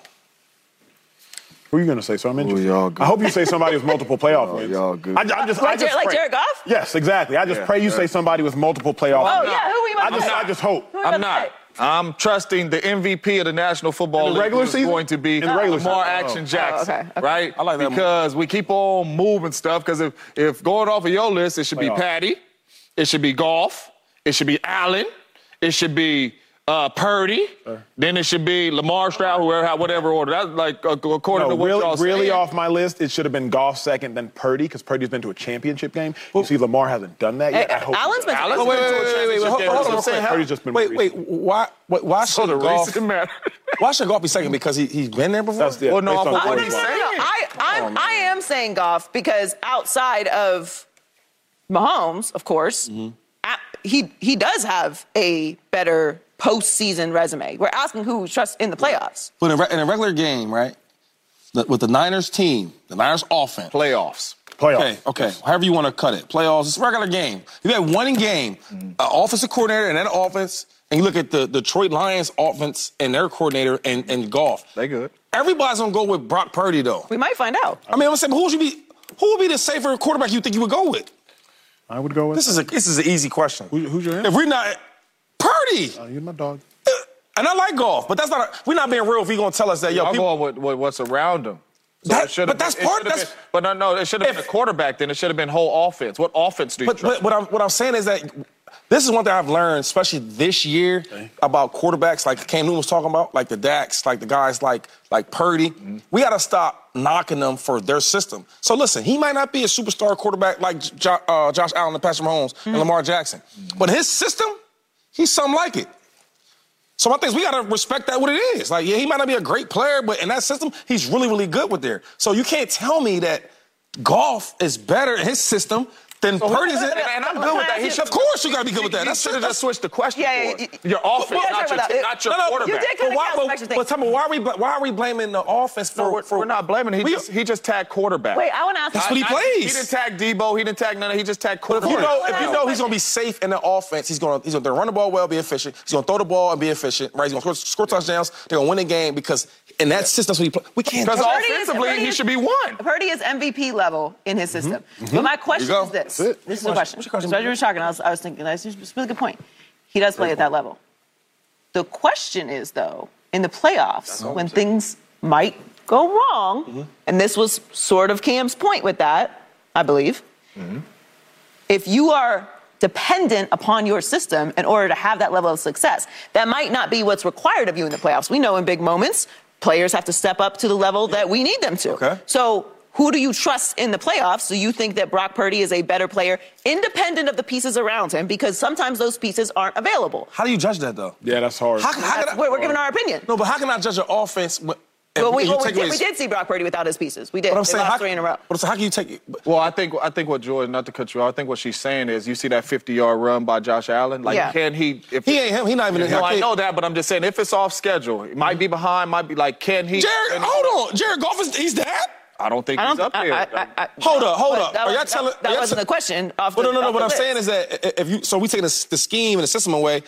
[SPEAKER 1] Who are you going to say? So I'm interested.
[SPEAKER 2] y'all good.
[SPEAKER 1] I hope you say somebody with multiple playoff wins.
[SPEAKER 2] y'all good.
[SPEAKER 1] I, am just,
[SPEAKER 3] Like
[SPEAKER 1] I just
[SPEAKER 3] Jared- like
[SPEAKER 1] pray-
[SPEAKER 3] Jared Goff?
[SPEAKER 1] Yes, exactly. I just
[SPEAKER 2] Yeah.
[SPEAKER 1] pray you say somebody with multiple playoff
[SPEAKER 3] Oh
[SPEAKER 1] wins.
[SPEAKER 3] yeah, who are you
[SPEAKER 1] I
[SPEAKER 3] about to
[SPEAKER 1] just,
[SPEAKER 3] say?
[SPEAKER 1] I just hope.
[SPEAKER 3] Who are you
[SPEAKER 2] I'm
[SPEAKER 3] about to
[SPEAKER 2] not.
[SPEAKER 3] say?
[SPEAKER 2] I'm trusting the MVP of the National Football
[SPEAKER 1] In the
[SPEAKER 2] League.
[SPEAKER 1] regular
[SPEAKER 2] who's
[SPEAKER 1] season?
[SPEAKER 2] going to be
[SPEAKER 1] In the regular
[SPEAKER 2] Lamar
[SPEAKER 1] season.
[SPEAKER 2] Action Jackson,
[SPEAKER 3] Oh, okay, okay.
[SPEAKER 2] right?
[SPEAKER 5] I like that
[SPEAKER 2] because we keep on moving stuff. Because if if going off of your list, it should be
[SPEAKER 1] Playoff.
[SPEAKER 2] Patty, it should be Golf, it should be Allen, it should be
[SPEAKER 6] uh, Purdy. Then it should be Lamar Stroud, whoever, whatever order. That's like uh, according
[SPEAKER 1] No,
[SPEAKER 6] to what
[SPEAKER 1] really,
[SPEAKER 6] y'all
[SPEAKER 1] really
[SPEAKER 6] saying.
[SPEAKER 1] off my list, it should have been Goff second, then Purdy, because Purdy's been to a championship game. You see, Lamar hasn't done that yet.
[SPEAKER 3] Hey,
[SPEAKER 1] I hope he
[SPEAKER 3] Allen's
[SPEAKER 1] does.
[SPEAKER 3] been-
[SPEAKER 6] Allen's
[SPEAKER 5] Oh, wait, wait,
[SPEAKER 6] been to a
[SPEAKER 5] wait, wait, wait,
[SPEAKER 6] championship
[SPEAKER 5] hold,
[SPEAKER 6] game.
[SPEAKER 5] hold on.
[SPEAKER 1] That's
[SPEAKER 5] I'm
[SPEAKER 1] what
[SPEAKER 5] saying,
[SPEAKER 1] I'm
[SPEAKER 5] how,
[SPEAKER 1] Purdy's just been
[SPEAKER 5] wait, wait.
[SPEAKER 1] recent.
[SPEAKER 5] Why, why, why
[SPEAKER 6] So
[SPEAKER 5] should
[SPEAKER 6] the
[SPEAKER 5] golf?
[SPEAKER 6] reason matter.
[SPEAKER 5] Why should golf be second? Because he he's been there before.
[SPEAKER 1] That's- yeah,
[SPEAKER 2] Well, no,
[SPEAKER 1] based on
[SPEAKER 2] off of what
[SPEAKER 1] quarterback.
[SPEAKER 2] he's
[SPEAKER 3] No, no,
[SPEAKER 2] saying.
[SPEAKER 3] no, I, I'm,
[SPEAKER 5] Oh,
[SPEAKER 3] I am saying golf because outside of Mahomes, of course,
[SPEAKER 5] Mm-hmm.
[SPEAKER 3] a- he he does have a better postseason resume. We're asking who trusts in the playoffs.
[SPEAKER 5] But in, a re- in a regular game, right? the- with the Niners team, the Niners offense.
[SPEAKER 2] Playoffs.
[SPEAKER 1] Playoff.
[SPEAKER 5] Okay, okay. However you want to cut it. Playoffs, it's a regular game. You had one game, an offensive coordinator and an offense, and you look at the Detroit Lions offense and their coordinator and, and golf.
[SPEAKER 2] They good.
[SPEAKER 5] Everybody's gonna go with Brock Purdy though.
[SPEAKER 3] We might find out.
[SPEAKER 5] I mean, I'm saying, who would you be? Who would be the safer quarterback you think you would go with?
[SPEAKER 1] I would go with.
[SPEAKER 5] This is a this is an easy question.
[SPEAKER 1] who's your
[SPEAKER 5] If
[SPEAKER 1] answer?
[SPEAKER 5] we're not Purdy,
[SPEAKER 1] Uh, You're my dog.
[SPEAKER 5] and I like golf, but that's not a, we're not being real if you're gonna tell us that. Yo,
[SPEAKER 2] I'll
[SPEAKER 5] people,
[SPEAKER 2] go on with, with what's around them.
[SPEAKER 5] That-
[SPEAKER 2] it should've
[SPEAKER 5] but that's
[SPEAKER 2] been- it
[SPEAKER 5] part-
[SPEAKER 2] should've
[SPEAKER 5] that's-
[SPEAKER 2] been- but no, no, it should have been
[SPEAKER 5] If-
[SPEAKER 2] a quarterback. Then it should have been whole offense. What offense do you
[SPEAKER 5] But,
[SPEAKER 2] trust?
[SPEAKER 5] but what, I'm, what I'm saying is that this is one thing I've learned, especially this year, about quarterbacks like Cam Newton was talking about, like the Dax, like the guys like like Purdy. We got to stop knocking them for their system. So listen, he might not be a superstar quarterback like jo- uh, Josh Allen and Patrick Mahomes and Lamar Jackson, but his system, he's something like it. So my thing is, we gotta respect that what it is. Like, yeah, he might not be a great player, but in that system, he's really, really good with there. So you can't tell me that golf is better in his system than Purdy's. in-
[SPEAKER 3] and- and I'm
[SPEAKER 2] good with that. He
[SPEAKER 5] of course, you gotta be good with that.
[SPEAKER 2] He
[SPEAKER 5] That's
[SPEAKER 2] should have just switched the question.
[SPEAKER 3] Yeah, yeah,
[SPEAKER 2] for it.
[SPEAKER 3] you-
[SPEAKER 2] your
[SPEAKER 3] you-
[SPEAKER 2] offense,
[SPEAKER 3] you
[SPEAKER 2] not
[SPEAKER 3] guys
[SPEAKER 2] your,
[SPEAKER 3] are
[SPEAKER 2] t-
[SPEAKER 3] right.
[SPEAKER 2] not your
[SPEAKER 3] No, no,
[SPEAKER 2] quarterback.
[SPEAKER 3] you did
[SPEAKER 5] But why,
[SPEAKER 3] Kinda counts,
[SPEAKER 5] but,
[SPEAKER 3] actually.
[SPEAKER 5] but tell me, why are we bl- why are we blaming the offense for?
[SPEAKER 2] No, we're,
[SPEAKER 5] for
[SPEAKER 2] we're not blaming him. He
[SPEAKER 5] We-
[SPEAKER 2] just, he just tagged quarterback.
[SPEAKER 3] Wait, I want to ask.
[SPEAKER 5] That's what he
[SPEAKER 2] I-
[SPEAKER 5] plays.
[SPEAKER 2] He didn't tag Debo. He didn't tag none. of- He just tagged
[SPEAKER 5] But if
[SPEAKER 2] quarterback.
[SPEAKER 5] you know,
[SPEAKER 3] What
[SPEAKER 5] if you
[SPEAKER 3] else?
[SPEAKER 5] know he's gonna be safe in the offense, he's gonna he's gonna run the ball well, be efficient. He's gonna throw the ball and be efficient. Right? He's gonna score, score touchdowns. They're gonna win the game because in that system, that's what he play. We can't.
[SPEAKER 2] Because
[SPEAKER 5] tell-
[SPEAKER 3] Purdy is-
[SPEAKER 2] offensively,
[SPEAKER 3] Purdy
[SPEAKER 2] he
[SPEAKER 3] is-
[SPEAKER 2] should be one.
[SPEAKER 3] Purdy is MVP level in
[SPEAKER 5] Mm-hmm.
[SPEAKER 3] his system. But my question
[SPEAKER 5] go.
[SPEAKER 3] is this:
[SPEAKER 5] That's it.
[SPEAKER 3] This is
[SPEAKER 5] What's your
[SPEAKER 3] the question.
[SPEAKER 5] question?
[SPEAKER 3] Because as you were talking, I was, I was thinking that's just a really good point. He does play at that level. The question is though, in the playoffs, when things might go wrong, and this was sort of Cam's point with that, I believe. If you are dependent upon your system in order to have that level of success, that might not be what's required of you in the playoffs. We know in big moments, players have to step up to the level that we need them to.
[SPEAKER 5] Okay.
[SPEAKER 3] So who do you trust in the playoffs? So you think that Brock Purdy is a better player, independent of the pieces around him, because sometimes those pieces aren't available.
[SPEAKER 5] how do you judge that though?
[SPEAKER 1] Yeah, that's hard.
[SPEAKER 5] How, how can I,
[SPEAKER 3] That's- we're, we're giving our opinion.
[SPEAKER 5] No, but how can I judge an offense? When, if
[SPEAKER 3] Oh. But we,
[SPEAKER 5] you
[SPEAKER 3] well, we,
[SPEAKER 5] take
[SPEAKER 3] did,
[SPEAKER 5] away-
[SPEAKER 3] we did see Brock Purdy without his pieces. We did.
[SPEAKER 5] But
[SPEAKER 3] They
[SPEAKER 5] I'm saying,
[SPEAKER 3] lost
[SPEAKER 5] how,
[SPEAKER 3] three in a row.
[SPEAKER 5] But so how can you take?
[SPEAKER 2] Well, I think I think what Jordan, not to cut you off, I think what she's saying is you see that 50-yard run by Josh Allen. Like,
[SPEAKER 3] Yeah.
[SPEAKER 2] can he? If
[SPEAKER 5] He ain't him. He not even in
[SPEAKER 2] No,
[SPEAKER 5] that
[SPEAKER 2] I
[SPEAKER 5] kid.
[SPEAKER 2] know that, but I'm just saying if it's off schedule, it might be behind, might be like, can he?
[SPEAKER 5] Jared,
[SPEAKER 2] can-
[SPEAKER 5] hold on. Jared Goff is he's that?
[SPEAKER 2] I don't think
[SPEAKER 3] I
[SPEAKER 2] he's
[SPEAKER 3] don't.
[SPEAKER 2] up
[SPEAKER 3] I-
[SPEAKER 2] there.
[SPEAKER 3] I- I- I-
[SPEAKER 5] Hold up, hold
[SPEAKER 3] but
[SPEAKER 5] up.
[SPEAKER 3] That,
[SPEAKER 5] Are y'all
[SPEAKER 3] was,
[SPEAKER 5] telling-
[SPEAKER 3] that, that
[SPEAKER 5] y'all
[SPEAKER 3] wasn't
[SPEAKER 5] tell-
[SPEAKER 3] the question. Off
[SPEAKER 5] Well, no,
[SPEAKER 3] the,
[SPEAKER 5] no, no.
[SPEAKER 3] off
[SPEAKER 5] What
[SPEAKER 3] the
[SPEAKER 5] I'm
[SPEAKER 3] list.
[SPEAKER 5] saying is that i- if you so we taking the, the scheme and the system away.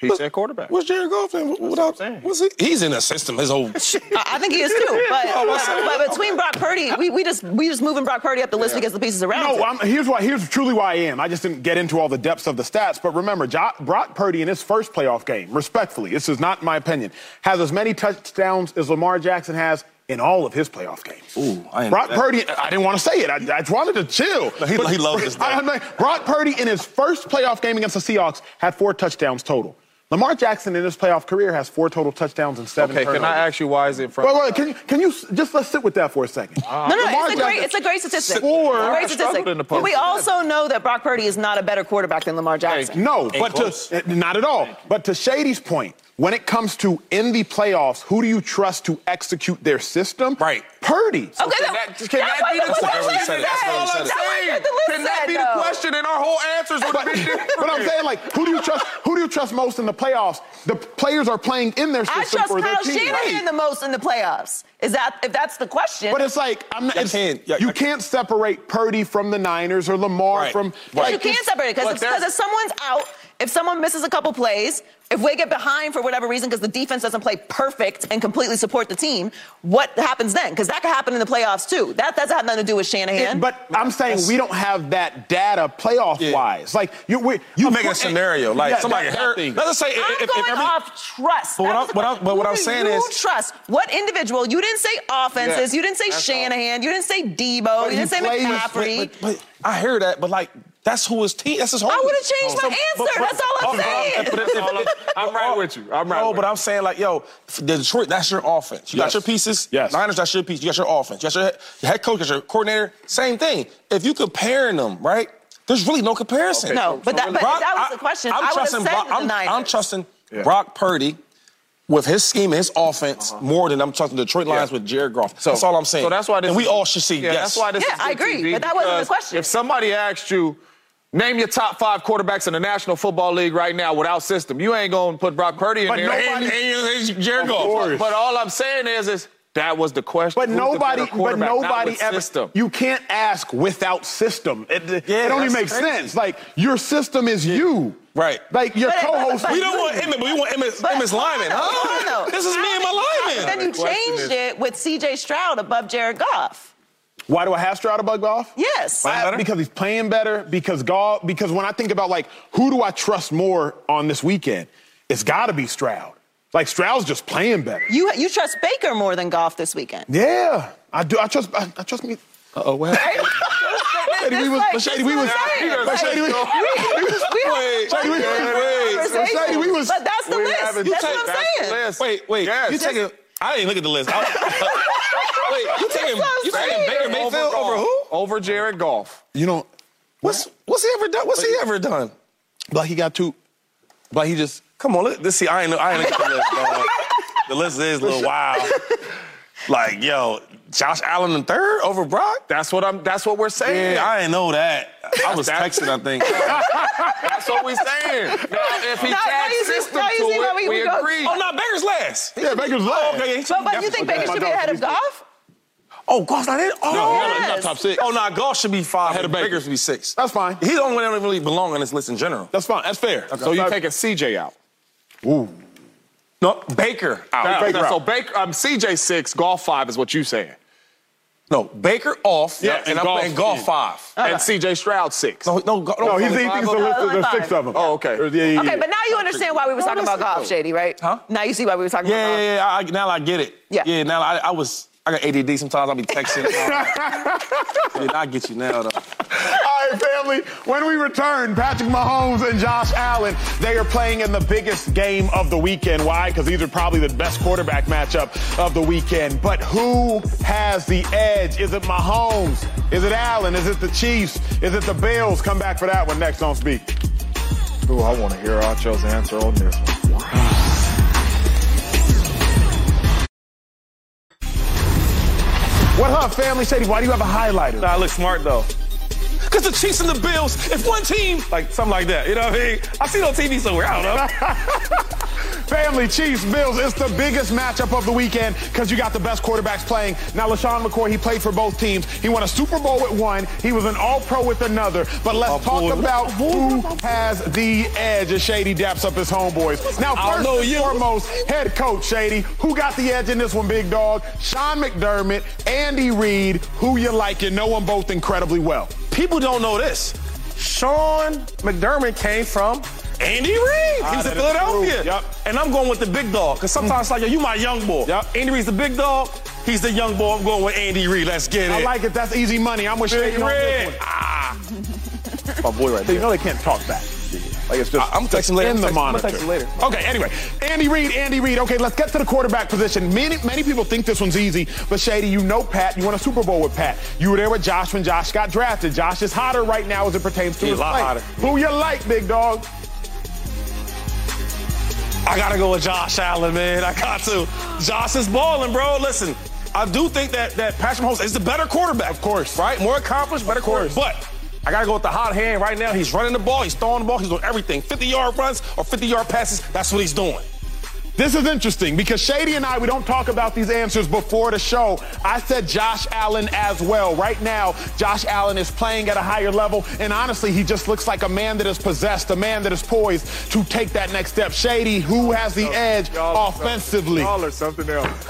[SPEAKER 2] he said quarterback.
[SPEAKER 5] What's Jared Goff in? What-
[SPEAKER 2] what I'm
[SPEAKER 5] Without,
[SPEAKER 2] saying.
[SPEAKER 5] what's he? He's in the system. His whole.
[SPEAKER 3] I I think he is too, but,
[SPEAKER 5] Oh, what's
[SPEAKER 3] but-
[SPEAKER 5] that?
[SPEAKER 3] but between Brock Purdy, we, we just we just moving Brock Purdy up the list because the pieces around.
[SPEAKER 1] No,
[SPEAKER 3] him.
[SPEAKER 1] I'm, here's why. Here's truly why I am. I just didn't get into all the depths of the stats. But remember, jo- Brock Purdy in his first playoff game, respectfully, this is not my opinion, has as many touchdowns as Lamar Jackson has in all of his playoff games.
[SPEAKER 5] Ooh, I am-
[SPEAKER 1] Brock
[SPEAKER 5] that-
[SPEAKER 1] Purdy. I didn't want to say it. I, I just wanted to chill.
[SPEAKER 5] No, he- he loves this, though.
[SPEAKER 1] I- I'm like, Brock Purdy in his first playoff game against the Seahawks had four touchdowns total. Lamar Jackson in his playoff career has four total touchdowns and seven
[SPEAKER 2] Okay,
[SPEAKER 1] turnovers.
[SPEAKER 2] can I ask you why is it in front?
[SPEAKER 1] Wait, wait, can you, can you s- just let's sit with that for a second?
[SPEAKER 3] No,
[SPEAKER 1] Lamar
[SPEAKER 3] no, it's a great,
[SPEAKER 1] Jackson-
[SPEAKER 3] it's a great statistic.
[SPEAKER 1] Or-
[SPEAKER 3] It's a
[SPEAKER 1] I
[SPEAKER 3] great
[SPEAKER 2] struggled
[SPEAKER 3] statistic.
[SPEAKER 2] in the
[SPEAKER 3] but we
[SPEAKER 2] postseason.
[SPEAKER 3] also know that Brock Purdy is not a better quarterback than Lamar Jackson.
[SPEAKER 1] No,
[SPEAKER 5] Ain't
[SPEAKER 1] but
[SPEAKER 5] close.
[SPEAKER 1] to, eh, not at all. But to Shady's point, when it comes to in the playoffs, who do you trust to execute their system?
[SPEAKER 5] Right.
[SPEAKER 1] Purdy.
[SPEAKER 3] Okay,
[SPEAKER 2] Can
[SPEAKER 3] no,
[SPEAKER 2] that-
[SPEAKER 3] that's
[SPEAKER 2] can that
[SPEAKER 3] why
[SPEAKER 2] be the
[SPEAKER 3] that's what
[SPEAKER 5] question?
[SPEAKER 3] the list
[SPEAKER 5] That's
[SPEAKER 3] said.
[SPEAKER 5] all I'm
[SPEAKER 3] That's what the list
[SPEAKER 2] Can that
[SPEAKER 3] said,
[SPEAKER 2] be the
[SPEAKER 3] though.
[SPEAKER 2] question? And our whole answers would
[SPEAKER 1] But,
[SPEAKER 2] be different.
[SPEAKER 1] but I'm saying, like, who do you trust? Who do you trust most in the playoffs? The players are playing in their
[SPEAKER 3] I
[SPEAKER 1] system
[SPEAKER 3] trust
[SPEAKER 1] for their
[SPEAKER 3] Kyle
[SPEAKER 1] team.
[SPEAKER 3] Shanahan the most in the playoffs. Is that if that's the question?
[SPEAKER 1] But it's like I'm not,
[SPEAKER 5] Y'all
[SPEAKER 1] it's-
[SPEAKER 5] can't- y'all-
[SPEAKER 1] you
[SPEAKER 5] y'all-
[SPEAKER 1] can't separate Purdy from the Niners or Lamar
[SPEAKER 5] Right.
[SPEAKER 1] from.
[SPEAKER 3] But
[SPEAKER 1] like,
[SPEAKER 3] you can't
[SPEAKER 1] it's-
[SPEAKER 3] separate it
[SPEAKER 2] Look,
[SPEAKER 3] because
[SPEAKER 2] there's-
[SPEAKER 3] if someone's out, if someone misses a couple plays, if we get behind for whatever reason because the defense doesn't play perfect and completely support the team, what happens then? Because that could happen in the playoffs too. That doesn't have nothing to do with Shanahan.
[SPEAKER 1] It- but I'm saying we don't have that data playoff wise. Like you, we,
[SPEAKER 5] You
[SPEAKER 1] of
[SPEAKER 5] make a
[SPEAKER 1] course-
[SPEAKER 5] scenario like
[SPEAKER 1] Yeah,
[SPEAKER 5] somebody
[SPEAKER 1] that- that
[SPEAKER 5] hurt.
[SPEAKER 1] thing.
[SPEAKER 5] Let's just say
[SPEAKER 3] I'm
[SPEAKER 5] if, if,
[SPEAKER 3] going
[SPEAKER 5] if every,
[SPEAKER 3] off trust.
[SPEAKER 5] But what
[SPEAKER 3] That
[SPEAKER 5] I'm-
[SPEAKER 3] was the
[SPEAKER 5] what I'm-
[SPEAKER 3] question.
[SPEAKER 5] but what
[SPEAKER 3] Who
[SPEAKER 5] I'm
[SPEAKER 3] do
[SPEAKER 5] saying
[SPEAKER 3] you
[SPEAKER 5] is-
[SPEAKER 3] trust what individual. You didn't say offenses.
[SPEAKER 2] Yeah,
[SPEAKER 3] you didn't say
[SPEAKER 2] that's all.
[SPEAKER 3] Shanahan. You didn't say Debo.
[SPEAKER 1] he
[SPEAKER 3] you didn't say
[SPEAKER 1] plays with-
[SPEAKER 3] McCaffrey.
[SPEAKER 5] but, but I hear that, but like that's who his team. That's his whole.
[SPEAKER 3] I would have changed my answer. That's all I'm saying.
[SPEAKER 5] But if, if,
[SPEAKER 6] I'm right with you. I'm right
[SPEAKER 5] Oh, No,
[SPEAKER 6] with
[SPEAKER 5] but
[SPEAKER 6] you.
[SPEAKER 5] I'm saying like, yo, f- the Detroit, that's your offense. You
[SPEAKER 1] Yes.
[SPEAKER 5] got your pieces.
[SPEAKER 1] Yes.
[SPEAKER 5] Niners, that's your piece. You got your offense. You got your head, your head coach, you got your coordinator. Same thing. If you comparing them, right? There's really no comparison.
[SPEAKER 2] Okay,
[SPEAKER 3] No,
[SPEAKER 2] so-
[SPEAKER 3] but,
[SPEAKER 2] so
[SPEAKER 3] that,
[SPEAKER 2] really-
[SPEAKER 3] but
[SPEAKER 5] Brock-
[SPEAKER 3] that was the question. I, would have said
[SPEAKER 5] Brock,
[SPEAKER 3] with the
[SPEAKER 5] I'm,
[SPEAKER 3] Niners.
[SPEAKER 5] I'm trusting
[SPEAKER 2] Yeah. Uh-huh.
[SPEAKER 5] Brock Purdy with his scheme and his offense more than I'm trusting Detroit Lions with Jared Goff. that's all I'm saying.
[SPEAKER 2] So that's why this
[SPEAKER 5] and we
[SPEAKER 2] is-
[SPEAKER 5] all should see.
[SPEAKER 2] Yeah,
[SPEAKER 5] yes.
[SPEAKER 2] that's why this
[SPEAKER 3] Yeah,
[SPEAKER 2] is
[SPEAKER 3] I
[SPEAKER 2] good
[SPEAKER 3] agree,
[SPEAKER 2] TV,
[SPEAKER 3] but that wasn't the
[SPEAKER 2] because
[SPEAKER 3] question.
[SPEAKER 2] If somebody asked you, name your top five quarterbacks in the National Football League right now without system, you ain't gonna put Brock Purdy in
[SPEAKER 1] But
[SPEAKER 2] there.
[SPEAKER 1] nobody-
[SPEAKER 5] and, and Jared
[SPEAKER 1] Of
[SPEAKER 5] Goff.
[SPEAKER 1] course.
[SPEAKER 2] But all I'm saying is, is that was the question.
[SPEAKER 1] But
[SPEAKER 2] Who's the
[SPEAKER 1] nobody,
[SPEAKER 2] better
[SPEAKER 1] but
[SPEAKER 2] quarterback? Not
[SPEAKER 1] nobody
[SPEAKER 2] with
[SPEAKER 1] ever.
[SPEAKER 2] system.
[SPEAKER 1] You can't ask without system. It, it-
[SPEAKER 5] Yeah,
[SPEAKER 1] it only
[SPEAKER 5] that's
[SPEAKER 1] makes
[SPEAKER 5] crazy.
[SPEAKER 1] sense. Like your system is you,
[SPEAKER 5] Right.
[SPEAKER 1] Like your
[SPEAKER 3] But- but-
[SPEAKER 1] co-host.
[SPEAKER 3] but-
[SPEAKER 5] We don't want Emmett, but we want Emmett,
[SPEAKER 3] But-
[SPEAKER 5] Emmett's lineman.
[SPEAKER 3] Hold on,
[SPEAKER 5] Huh?
[SPEAKER 3] though.
[SPEAKER 5] This is me and
[SPEAKER 3] How
[SPEAKER 5] my
[SPEAKER 3] did-
[SPEAKER 5] lineman.
[SPEAKER 3] Then you changed it with C.J. Stroud above Jared Goff.
[SPEAKER 1] Why do I have Stroud above golf?
[SPEAKER 3] Yes.
[SPEAKER 1] I- Because he's playing better. Because golf. Because when I think about like who do I trust more on this weekend, it's got to be Stroud. Like Stroud's just playing better.
[SPEAKER 3] You you trust Baker more than Goff this weekend.
[SPEAKER 1] Yeah, I do. I trust. I, I trust me.
[SPEAKER 5] Oh, well.
[SPEAKER 1] Shady, we was. but Shady, we was. but Shady, we.
[SPEAKER 5] Wait,
[SPEAKER 1] Shady, we-
[SPEAKER 5] wait,
[SPEAKER 1] but Shady, we was.
[SPEAKER 3] But that's the
[SPEAKER 2] We
[SPEAKER 3] list. That's
[SPEAKER 2] haven't-
[SPEAKER 5] take-
[SPEAKER 3] what
[SPEAKER 2] that's
[SPEAKER 3] I'm
[SPEAKER 2] the
[SPEAKER 3] saying.
[SPEAKER 2] list.
[SPEAKER 5] wait, wait.
[SPEAKER 2] Yes.
[SPEAKER 5] You taking? I didn't look at the list. I- wait, you taking?
[SPEAKER 3] what I'm
[SPEAKER 5] You taking
[SPEAKER 3] saying.
[SPEAKER 5] Baker Mayfield
[SPEAKER 2] Golf.
[SPEAKER 5] over who?
[SPEAKER 2] Over Jared Goff.
[SPEAKER 1] You know,
[SPEAKER 5] What's What's he ever done? What's he ever done?
[SPEAKER 1] but he got two. But he just.
[SPEAKER 5] Come on, let, let's see. I ain't. I ain't look at the list. dog. the list is a little wild. Like yo, Josh Allen in third over Brock.
[SPEAKER 2] That's what I'm. That's what we're saying.
[SPEAKER 5] Yeah, I ain't know that. I was
[SPEAKER 2] That's-
[SPEAKER 5] texting. I think.
[SPEAKER 2] that's what we're saying. Now, if he
[SPEAKER 3] Now- now
[SPEAKER 2] tags
[SPEAKER 3] you see-
[SPEAKER 2] system
[SPEAKER 3] now
[SPEAKER 2] to
[SPEAKER 3] you see why
[SPEAKER 2] it,
[SPEAKER 3] we-
[SPEAKER 2] we,
[SPEAKER 3] we go-
[SPEAKER 2] agree.
[SPEAKER 5] Oh no, Baker's last. Oh,
[SPEAKER 1] Yeah, Baker's last.
[SPEAKER 5] Okay.
[SPEAKER 3] But, but you think Baker should be ahead of Goff?
[SPEAKER 5] Oh, Goff's not in.
[SPEAKER 3] No,
[SPEAKER 5] Oh,
[SPEAKER 3] he's not- he's not Yes. top
[SPEAKER 5] six. Oh no, Goff should be five.
[SPEAKER 6] of Baker.
[SPEAKER 5] Baker. should be six.
[SPEAKER 1] That's fine.
[SPEAKER 5] He's the only one that don't really belong on this list in general.
[SPEAKER 1] That's fine. That's fair.
[SPEAKER 2] so you're taking CJ out.
[SPEAKER 1] Ooh.
[SPEAKER 5] No, Baker out.
[SPEAKER 2] Now,
[SPEAKER 1] Baker
[SPEAKER 2] so
[SPEAKER 1] out.
[SPEAKER 2] Baker, um, CJ six, golf five is what you saying,
[SPEAKER 5] No, Baker off.
[SPEAKER 2] Yeah,
[SPEAKER 5] and,
[SPEAKER 2] and
[SPEAKER 5] I'm
[SPEAKER 2] Goff
[SPEAKER 5] playing golf
[SPEAKER 2] in.
[SPEAKER 5] five.
[SPEAKER 2] and CJ Stroud six.
[SPEAKER 5] No, no, Goff-
[SPEAKER 1] No, he's, he
[SPEAKER 5] five
[SPEAKER 1] thinks
[SPEAKER 5] of-
[SPEAKER 1] the list is
[SPEAKER 3] only
[SPEAKER 1] there's
[SPEAKER 3] five.
[SPEAKER 1] six of them.
[SPEAKER 2] Oh, okay.
[SPEAKER 1] Yeah, yeah, yeah.
[SPEAKER 3] Okay, but now you understand why we were talking about Goff, Shady, right?
[SPEAKER 5] Huh?
[SPEAKER 3] Now you see why we were talking
[SPEAKER 5] Yeah,
[SPEAKER 3] about
[SPEAKER 5] yeah, yeah. I, I- now I get it.
[SPEAKER 3] Yeah.
[SPEAKER 5] Yeah, now I, I was. I got ADD sometimes. I'll be texting. Did I get you now, though?
[SPEAKER 1] All right, family. When we return, Patrick Mahomes and Josh Allen, they are playing in the biggest game of the weekend. Why? Because these are probably the best quarterback matchup of the weekend. But who has the edge? Is it Mahomes? Is it Allen? Is it the Chiefs? Is it the Bills? Come back for that one next on Speak.
[SPEAKER 2] Ooh, I want to hear Acho's answer on this one.
[SPEAKER 1] What up, family? Shady, why do you have a highlighter?
[SPEAKER 5] Nah, I look smart though. Cause the Chiefs and the Bills, if one team, like something like that, you know what I mean? I see it on TV somewhere. I don't know.
[SPEAKER 1] Family, Chiefs, Bills, it's the biggest matchup of the weekend because you got the best quarterbacks playing. Now, LaShawn McCoy, he played for both teams. He won a Super Bowl with one, he was an All Pro with another. But let's talk about who has the edge as Shady daps up his homeboys. Now,
[SPEAKER 5] I'll
[SPEAKER 1] first
[SPEAKER 5] know
[SPEAKER 1] and
[SPEAKER 5] you.
[SPEAKER 1] foremost, head coach Shady, who got the edge in this one, big dog? Sean McDermott, Andy Reid, who you like, you know them both incredibly well.
[SPEAKER 5] People don't know this. Sean McDermott came from Andy Reid.
[SPEAKER 1] Ah,
[SPEAKER 5] he was in
[SPEAKER 1] that is
[SPEAKER 5] Philadelphia.
[SPEAKER 1] true. Yep.
[SPEAKER 5] And I'm going with the big dog. Because sometimes it's like, yo, you my young boy.
[SPEAKER 1] Yep.
[SPEAKER 5] Andy Reid's the big dog. He's the young boy. I'm going with Andy Reid. Let's get it.
[SPEAKER 1] I like it. That's easy money. I'm with
[SPEAKER 5] Big
[SPEAKER 1] Shady on this
[SPEAKER 5] Red.
[SPEAKER 1] one.
[SPEAKER 5] Ah.
[SPEAKER 2] My boy right
[SPEAKER 1] You know they can't talk back. Like it's just
[SPEAKER 5] I- I'm texting later.
[SPEAKER 1] in the
[SPEAKER 5] I'm texting- I'm
[SPEAKER 1] monitor.
[SPEAKER 5] gonna text you later.
[SPEAKER 1] Okay, anyway, Andy Reid, Andy Reid. Okay, let's get to the quarterback position. Many many people think this one's easy, but Shady, you know Pat. You won a Super Bowl with Pat. You were there with Josh when Josh got drafted. Josh is hotter right now as it pertains to
[SPEAKER 5] He's
[SPEAKER 1] his
[SPEAKER 5] a lot
[SPEAKER 1] play.
[SPEAKER 5] hotter.
[SPEAKER 1] Who you like, big dog?
[SPEAKER 5] I gotta go with Josh Allen, man. I got to. Josh is balling, bro. Listen, I do think that that Patrick Mahomes is the better quarterback, of course, right? More accomplished, better
[SPEAKER 1] course.
[SPEAKER 5] course. But I gotta go with the hot hand right now. He's running the ball, he's throwing the ball, he's doing everything. 50 yard runs or 50 yard passes. That's what he's doing.
[SPEAKER 1] This is interesting because Shady and I, we don't talk about these answers before the show. I said Josh Allen as well. Right now, Josh Allen is playing at a higher level, and honestly, he just looks like a man that is possessed, a man that is poised to take that next step. Shady, who has the edge offensively?
[SPEAKER 2] Y'all or something else.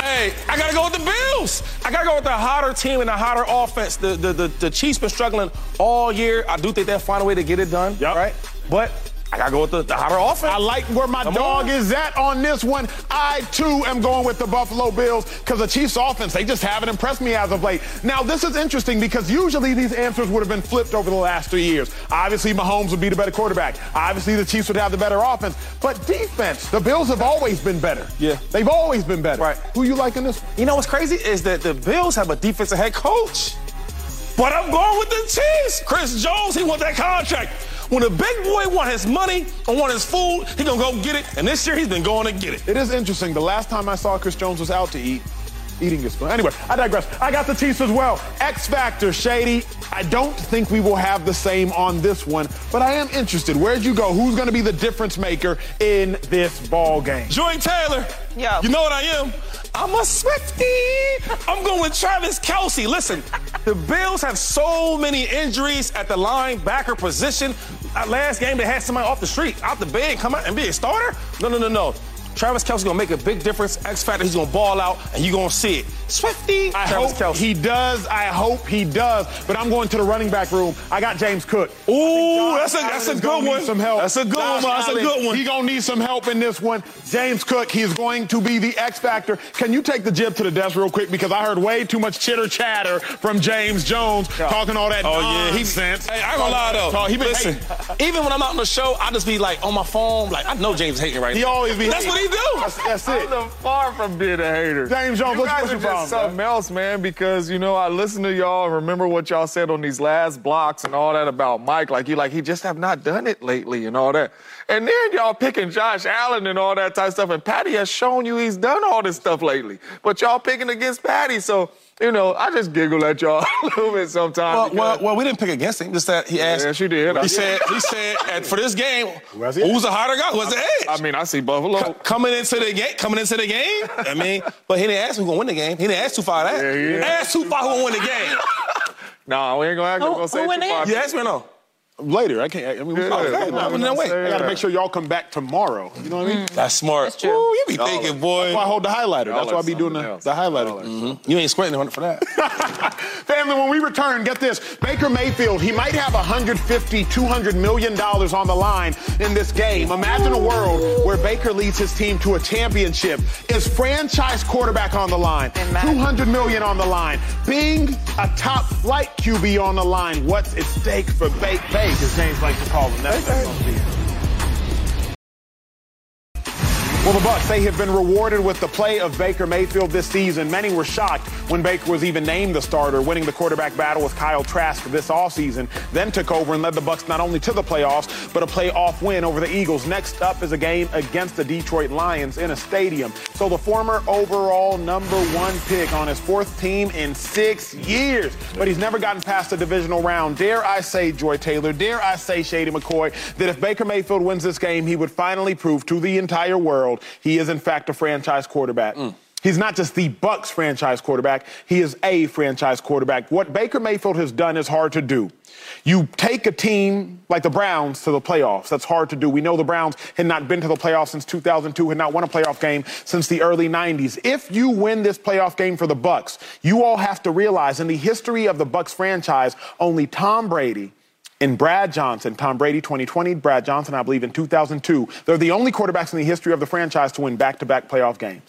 [SPEAKER 5] Hey, I gotta go with the Bills. I gotta go with the hotter team and the hotter offense. The the the, the Chiefs been struggling all year. I do think they'll find a way to get it done.
[SPEAKER 1] Yep.
[SPEAKER 5] Right. But I gotta go with the, the hotter offense.
[SPEAKER 1] I like where my
[SPEAKER 5] Come
[SPEAKER 1] dog
[SPEAKER 5] on.
[SPEAKER 1] is at on this one. I too am going with the Buffalo Bills because the Chiefs' offense, they just haven't impressed me as of late. Now, this is interesting because usually these answers would have been flipped over the last three years. Obviously, Mahomes would be the better quarterback. Obviously, the Chiefs would have the better offense. But defense, the Bills have always been better.
[SPEAKER 5] Yeah.
[SPEAKER 1] They've always been better.
[SPEAKER 5] Right.
[SPEAKER 1] Who you liking this one?
[SPEAKER 5] You know what's crazy is that the Bills have a defensive head coach, but I'm going with the Chiefs. Chris Jones, he want that contract. When a big boy want his money and want his food, he gonna go get it. And this year he's been going to get it.
[SPEAKER 1] It is interesting. The last time I saw Chris Jones was out to eat, eating his spoon. Anyway, I digress. I got the Chiefs as well. X Factor, Shady. I don't think we will have the same on this one, but I am interested. Where'd you go? Who's going to be the difference maker in this ball game?
[SPEAKER 5] Joy Taylor.
[SPEAKER 3] Yo.
[SPEAKER 5] You know what I am? I'm a Swifty. I'm going with Travis Kelsey. Listen, the Bills have so many injuries at the linebacker position. Uh, last game they had somebody off the street, out the bed, come out and be a starter. No, no, no, no. Travis Kelsey gonna make a big difference. X Factor, he's gonna ball out, and you gonna see it. Swifty,
[SPEAKER 1] I
[SPEAKER 5] Travis
[SPEAKER 1] hope
[SPEAKER 5] Kelsey.
[SPEAKER 1] he does. I hope he does. But I'm going to the running back room. I got James Cook.
[SPEAKER 5] Ooh, that's a
[SPEAKER 1] Josh
[SPEAKER 5] that's
[SPEAKER 1] Allen
[SPEAKER 5] a
[SPEAKER 1] is
[SPEAKER 5] good
[SPEAKER 1] gonna
[SPEAKER 5] one.
[SPEAKER 1] Need some help.
[SPEAKER 5] That's a good
[SPEAKER 1] Josh
[SPEAKER 5] one. Ma. That's a
[SPEAKER 1] Allen,
[SPEAKER 5] good one.
[SPEAKER 1] He gonna need some help in this one. James Cook, he's going to be the X factor. Can you take the jib to the desk real quick because I heard way too much chitter chatter from James Jones talking all that
[SPEAKER 5] Oh yeah, he
[SPEAKER 1] nonsense.
[SPEAKER 5] Hey, I ain't gonna lie though.
[SPEAKER 1] Talk- He been
[SPEAKER 5] Listen,
[SPEAKER 1] hating.
[SPEAKER 5] even when I'm out on the show, I just be like on my phone, like I know James hating right
[SPEAKER 1] He
[SPEAKER 5] now.
[SPEAKER 1] always be.
[SPEAKER 5] That's
[SPEAKER 1] hating.
[SPEAKER 5] what he do.
[SPEAKER 1] That's, that's it.
[SPEAKER 2] I'm far from being a hater.
[SPEAKER 1] James Jones,
[SPEAKER 2] you
[SPEAKER 1] what's-
[SPEAKER 2] guys
[SPEAKER 1] what's
[SPEAKER 2] are
[SPEAKER 1] your problem,
[SPEAKER 2] just something else, man. Because you know, I listen to y'all and remember what y'all said on these last blocks and all that about Mike. Like you, like he just have not done it lately and all that. And then y'all picking Josh Allen and all that type of stuff. And Patty has shown you he's done all this stuff lately. But y'all picking against Patty, so you know, I just giggle at y'all a little bit sometimes.
[SPEAKER 5] Well,
[SPEAKER 2] because-
[SPEAKER 5] well, well, we didn't pick against him. Just that he asked.
[SPEAKER 2] Yes, you did.
[SPEAKER 5] He
[SPEAKER 2] I-
[SPEAKER 5] said, he said, and for this game,
[SPEAKER 1] has
[SPEAKER 5] who's
[SPEAKER 1] the edge?
[SPEAKER 5] the hotter guy? Who's the edge?
[SPEAKER 2] I mean, I see Buffalo.
[SPEAKER 5] coming into the game, coming into the game. I mean, but he didn't ask who gonna win the game. He didn't ask too far that.
[SPEAKER 2] Yeah, he didn't.
[SPEAKER 5] Ask too far who gonna win the game.
[SPEAKER 2] Nah, we ain't gonna act.
[SPEAKER 3] Who-
[SPEAKER 2] I'm gonna say
[SPEAKER 3] who
[SPEAKER 2] it
[SPEAKER 3] in
[SPEAKER 2] too
[SPEAKER 3] there?
[SPEAKER 2] far.
[SPEAKER 5] You asked me or no?
[SPEAKER 1] Later, I can't. I mean, we
[SPEAKER 2] Yeah,
[SPEAKER 1] oh,
[SPEAKER 2] yeah,
[SPEAKER 1] okay,
[SPEAKER 2] yeah.
[SPEAKER 1] no,
[SPEAKER 5] no, no, wait. Mm-hmm.
[SPEAKER 1] I gotta make sure y'all come back tomorrow. You know what I mean?
[SPEAKER 5] That's smart.
[SPEAKER 3] That's true.
[SPEAKER 5] Ooh, you be thinking, boy.
[SPEAKER 1] That's why I hold the highlighter. That's why I be doing the,
[SPEAKER 2] Dollars,
[SPEAKER 1] the
[SPEAKER 2] something else.
[SPEAKER 1] highlighter.
[SPEAKER 2] Dollars.
[SPEAKER 5] You ain't squinting on it for that.
[SPEAKER 1] Family, when we return, get this. Baker Mayfield, he might have 150, 200 million dollars on the line in this game. Imagine a world where Baker leads his team to a championship. Is franchise quarterback on the line?
[SPEAKER 3] Imagine.
[SPEAKER 1] 200 million on the line. Being a top flight QB on the line. What's at stake for Bake Bake, as James likes to call him. That's, that's gonna be it. Well, the Bucks they have been rewarded with the play of Baker Mayfield this season. Many were shocked when Baker was even named the starter, winning the quarterback battle with Kyle Trask this offseason, then took over and led the Bucks not only to the playoffs, but a playoff win over the Eagles. Next up is a game against the Detroit Lions in a stadium. So the former overall number one pick on his fourth team in six years, but he's never gotten past the divisional round. Dare I say, Joy Taylor, dare I say, Shady McCoy, that if Baker Mayfield wins this game, he would finally prove to the entire world he is in fact a franchise quarterback. He's not just the Bucks franchise quarterback, he is a franchise quarterback. What Baker Mayfield has done is hard to do. You take a team like the Browns to the playoffs. That's hard to do. We know the Browns had not been to the playoffs since 2002, had not won a playoff game since the early 90s. If you win this playoff game for the Bucks, you all have to realize in the history of the Bucks franchise, only Tom Brady and Brad Johnson, Tom Brady 2020, Brad Johnson, I believe in 2002, they're the only quarterbacks in the history of the franchise to win back-to-back playoff games.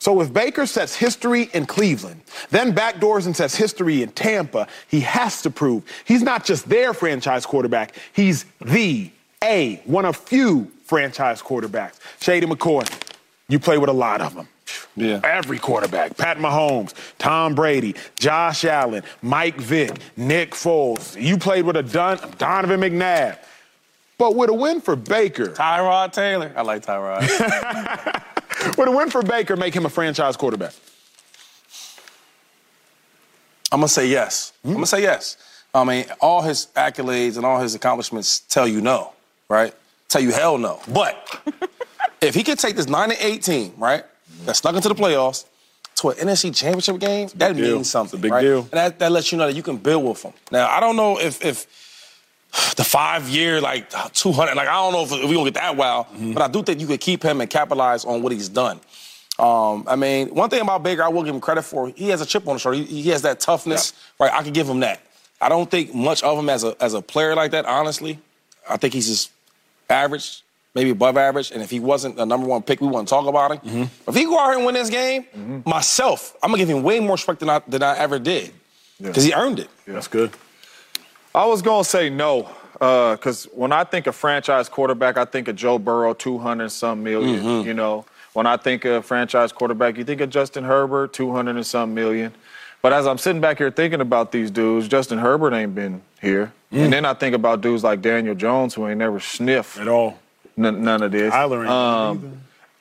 [SPEAKER 1] So if Baker sets history in Cleveland, then backdoors and sets history in Tampa, he has to prove he's not just their franchise quarterback, he's the A, one of few franchise quarterbacks. Shady McCoy, you play with a lot of them.
[SPEAKER 5] Yeah.
[SPEAKER 1] Every quarterback, Pat Mahomes, Tom Brady, Josh Allen, Mike Vick, Nick Foles. You played with a Don, Donovan McNabb. But with a win for Baker,
[SPEAKER 5] Tyrod Taylor. I like Tyrod.
[SPEAKER 1] would a win for Baker make him a franchise quarterback?
[SPEAKER 5] I'm gonna say yes. I'm
[SPEAKER 1] Hmm?
[SPEAKER 5] gonna say yes. I mean, all his accolades and all his accomplishments tell you no, right? Tell you hell no. But if he could take this nine and eight team, right, that snuck into the playoffs to an NFC Championship game, that
[SPEAKER 1] deal.
[SPEAKER 5] means something.
[SPEAKER 1] It's a big
[SPEAKER 5] right?
[SPEAKER 1] deal.
[SPEAKER 5] And that, that lets you know that you can build with him. Now, I don't know if if the five year like two hundred, like I don't know if, if we gonna get that wild, but I do think you could keep him and capitalize on what he's done. Um, I mean, one thing about Baker, I will give him credit for. He has a chip on his shoulder. He, he has that toughness, right? I can give him that. I don't think much of him as a as a player like that. Honestly, I think he's just average, maybe above average, and if he wasn't the number one pick, we wouldn't talk about him. If he go out here and win this game, myself, I'm gonna give him way more respect than I than I ever did, because he earned it.
[SPEAKER 6] That's good.
[SPEAKER 2] I was gonna say no, because when I think of franchise quarterback, I think of Joe Burrow, two hundred some 1000000 You know, when I think of franchise quarterback, you think of Justin Herbert, two hundred and some million. But as I'm sitting back here thinking about these dudes, Justin Herbert ain't been here, and then I think about dudes like Daniel Jones who ain't never sniffed
[SPEAKER 6] At all.
[SPEAKER 2] n- none of this. Um,
[SPEAKER 6] Tyler ain't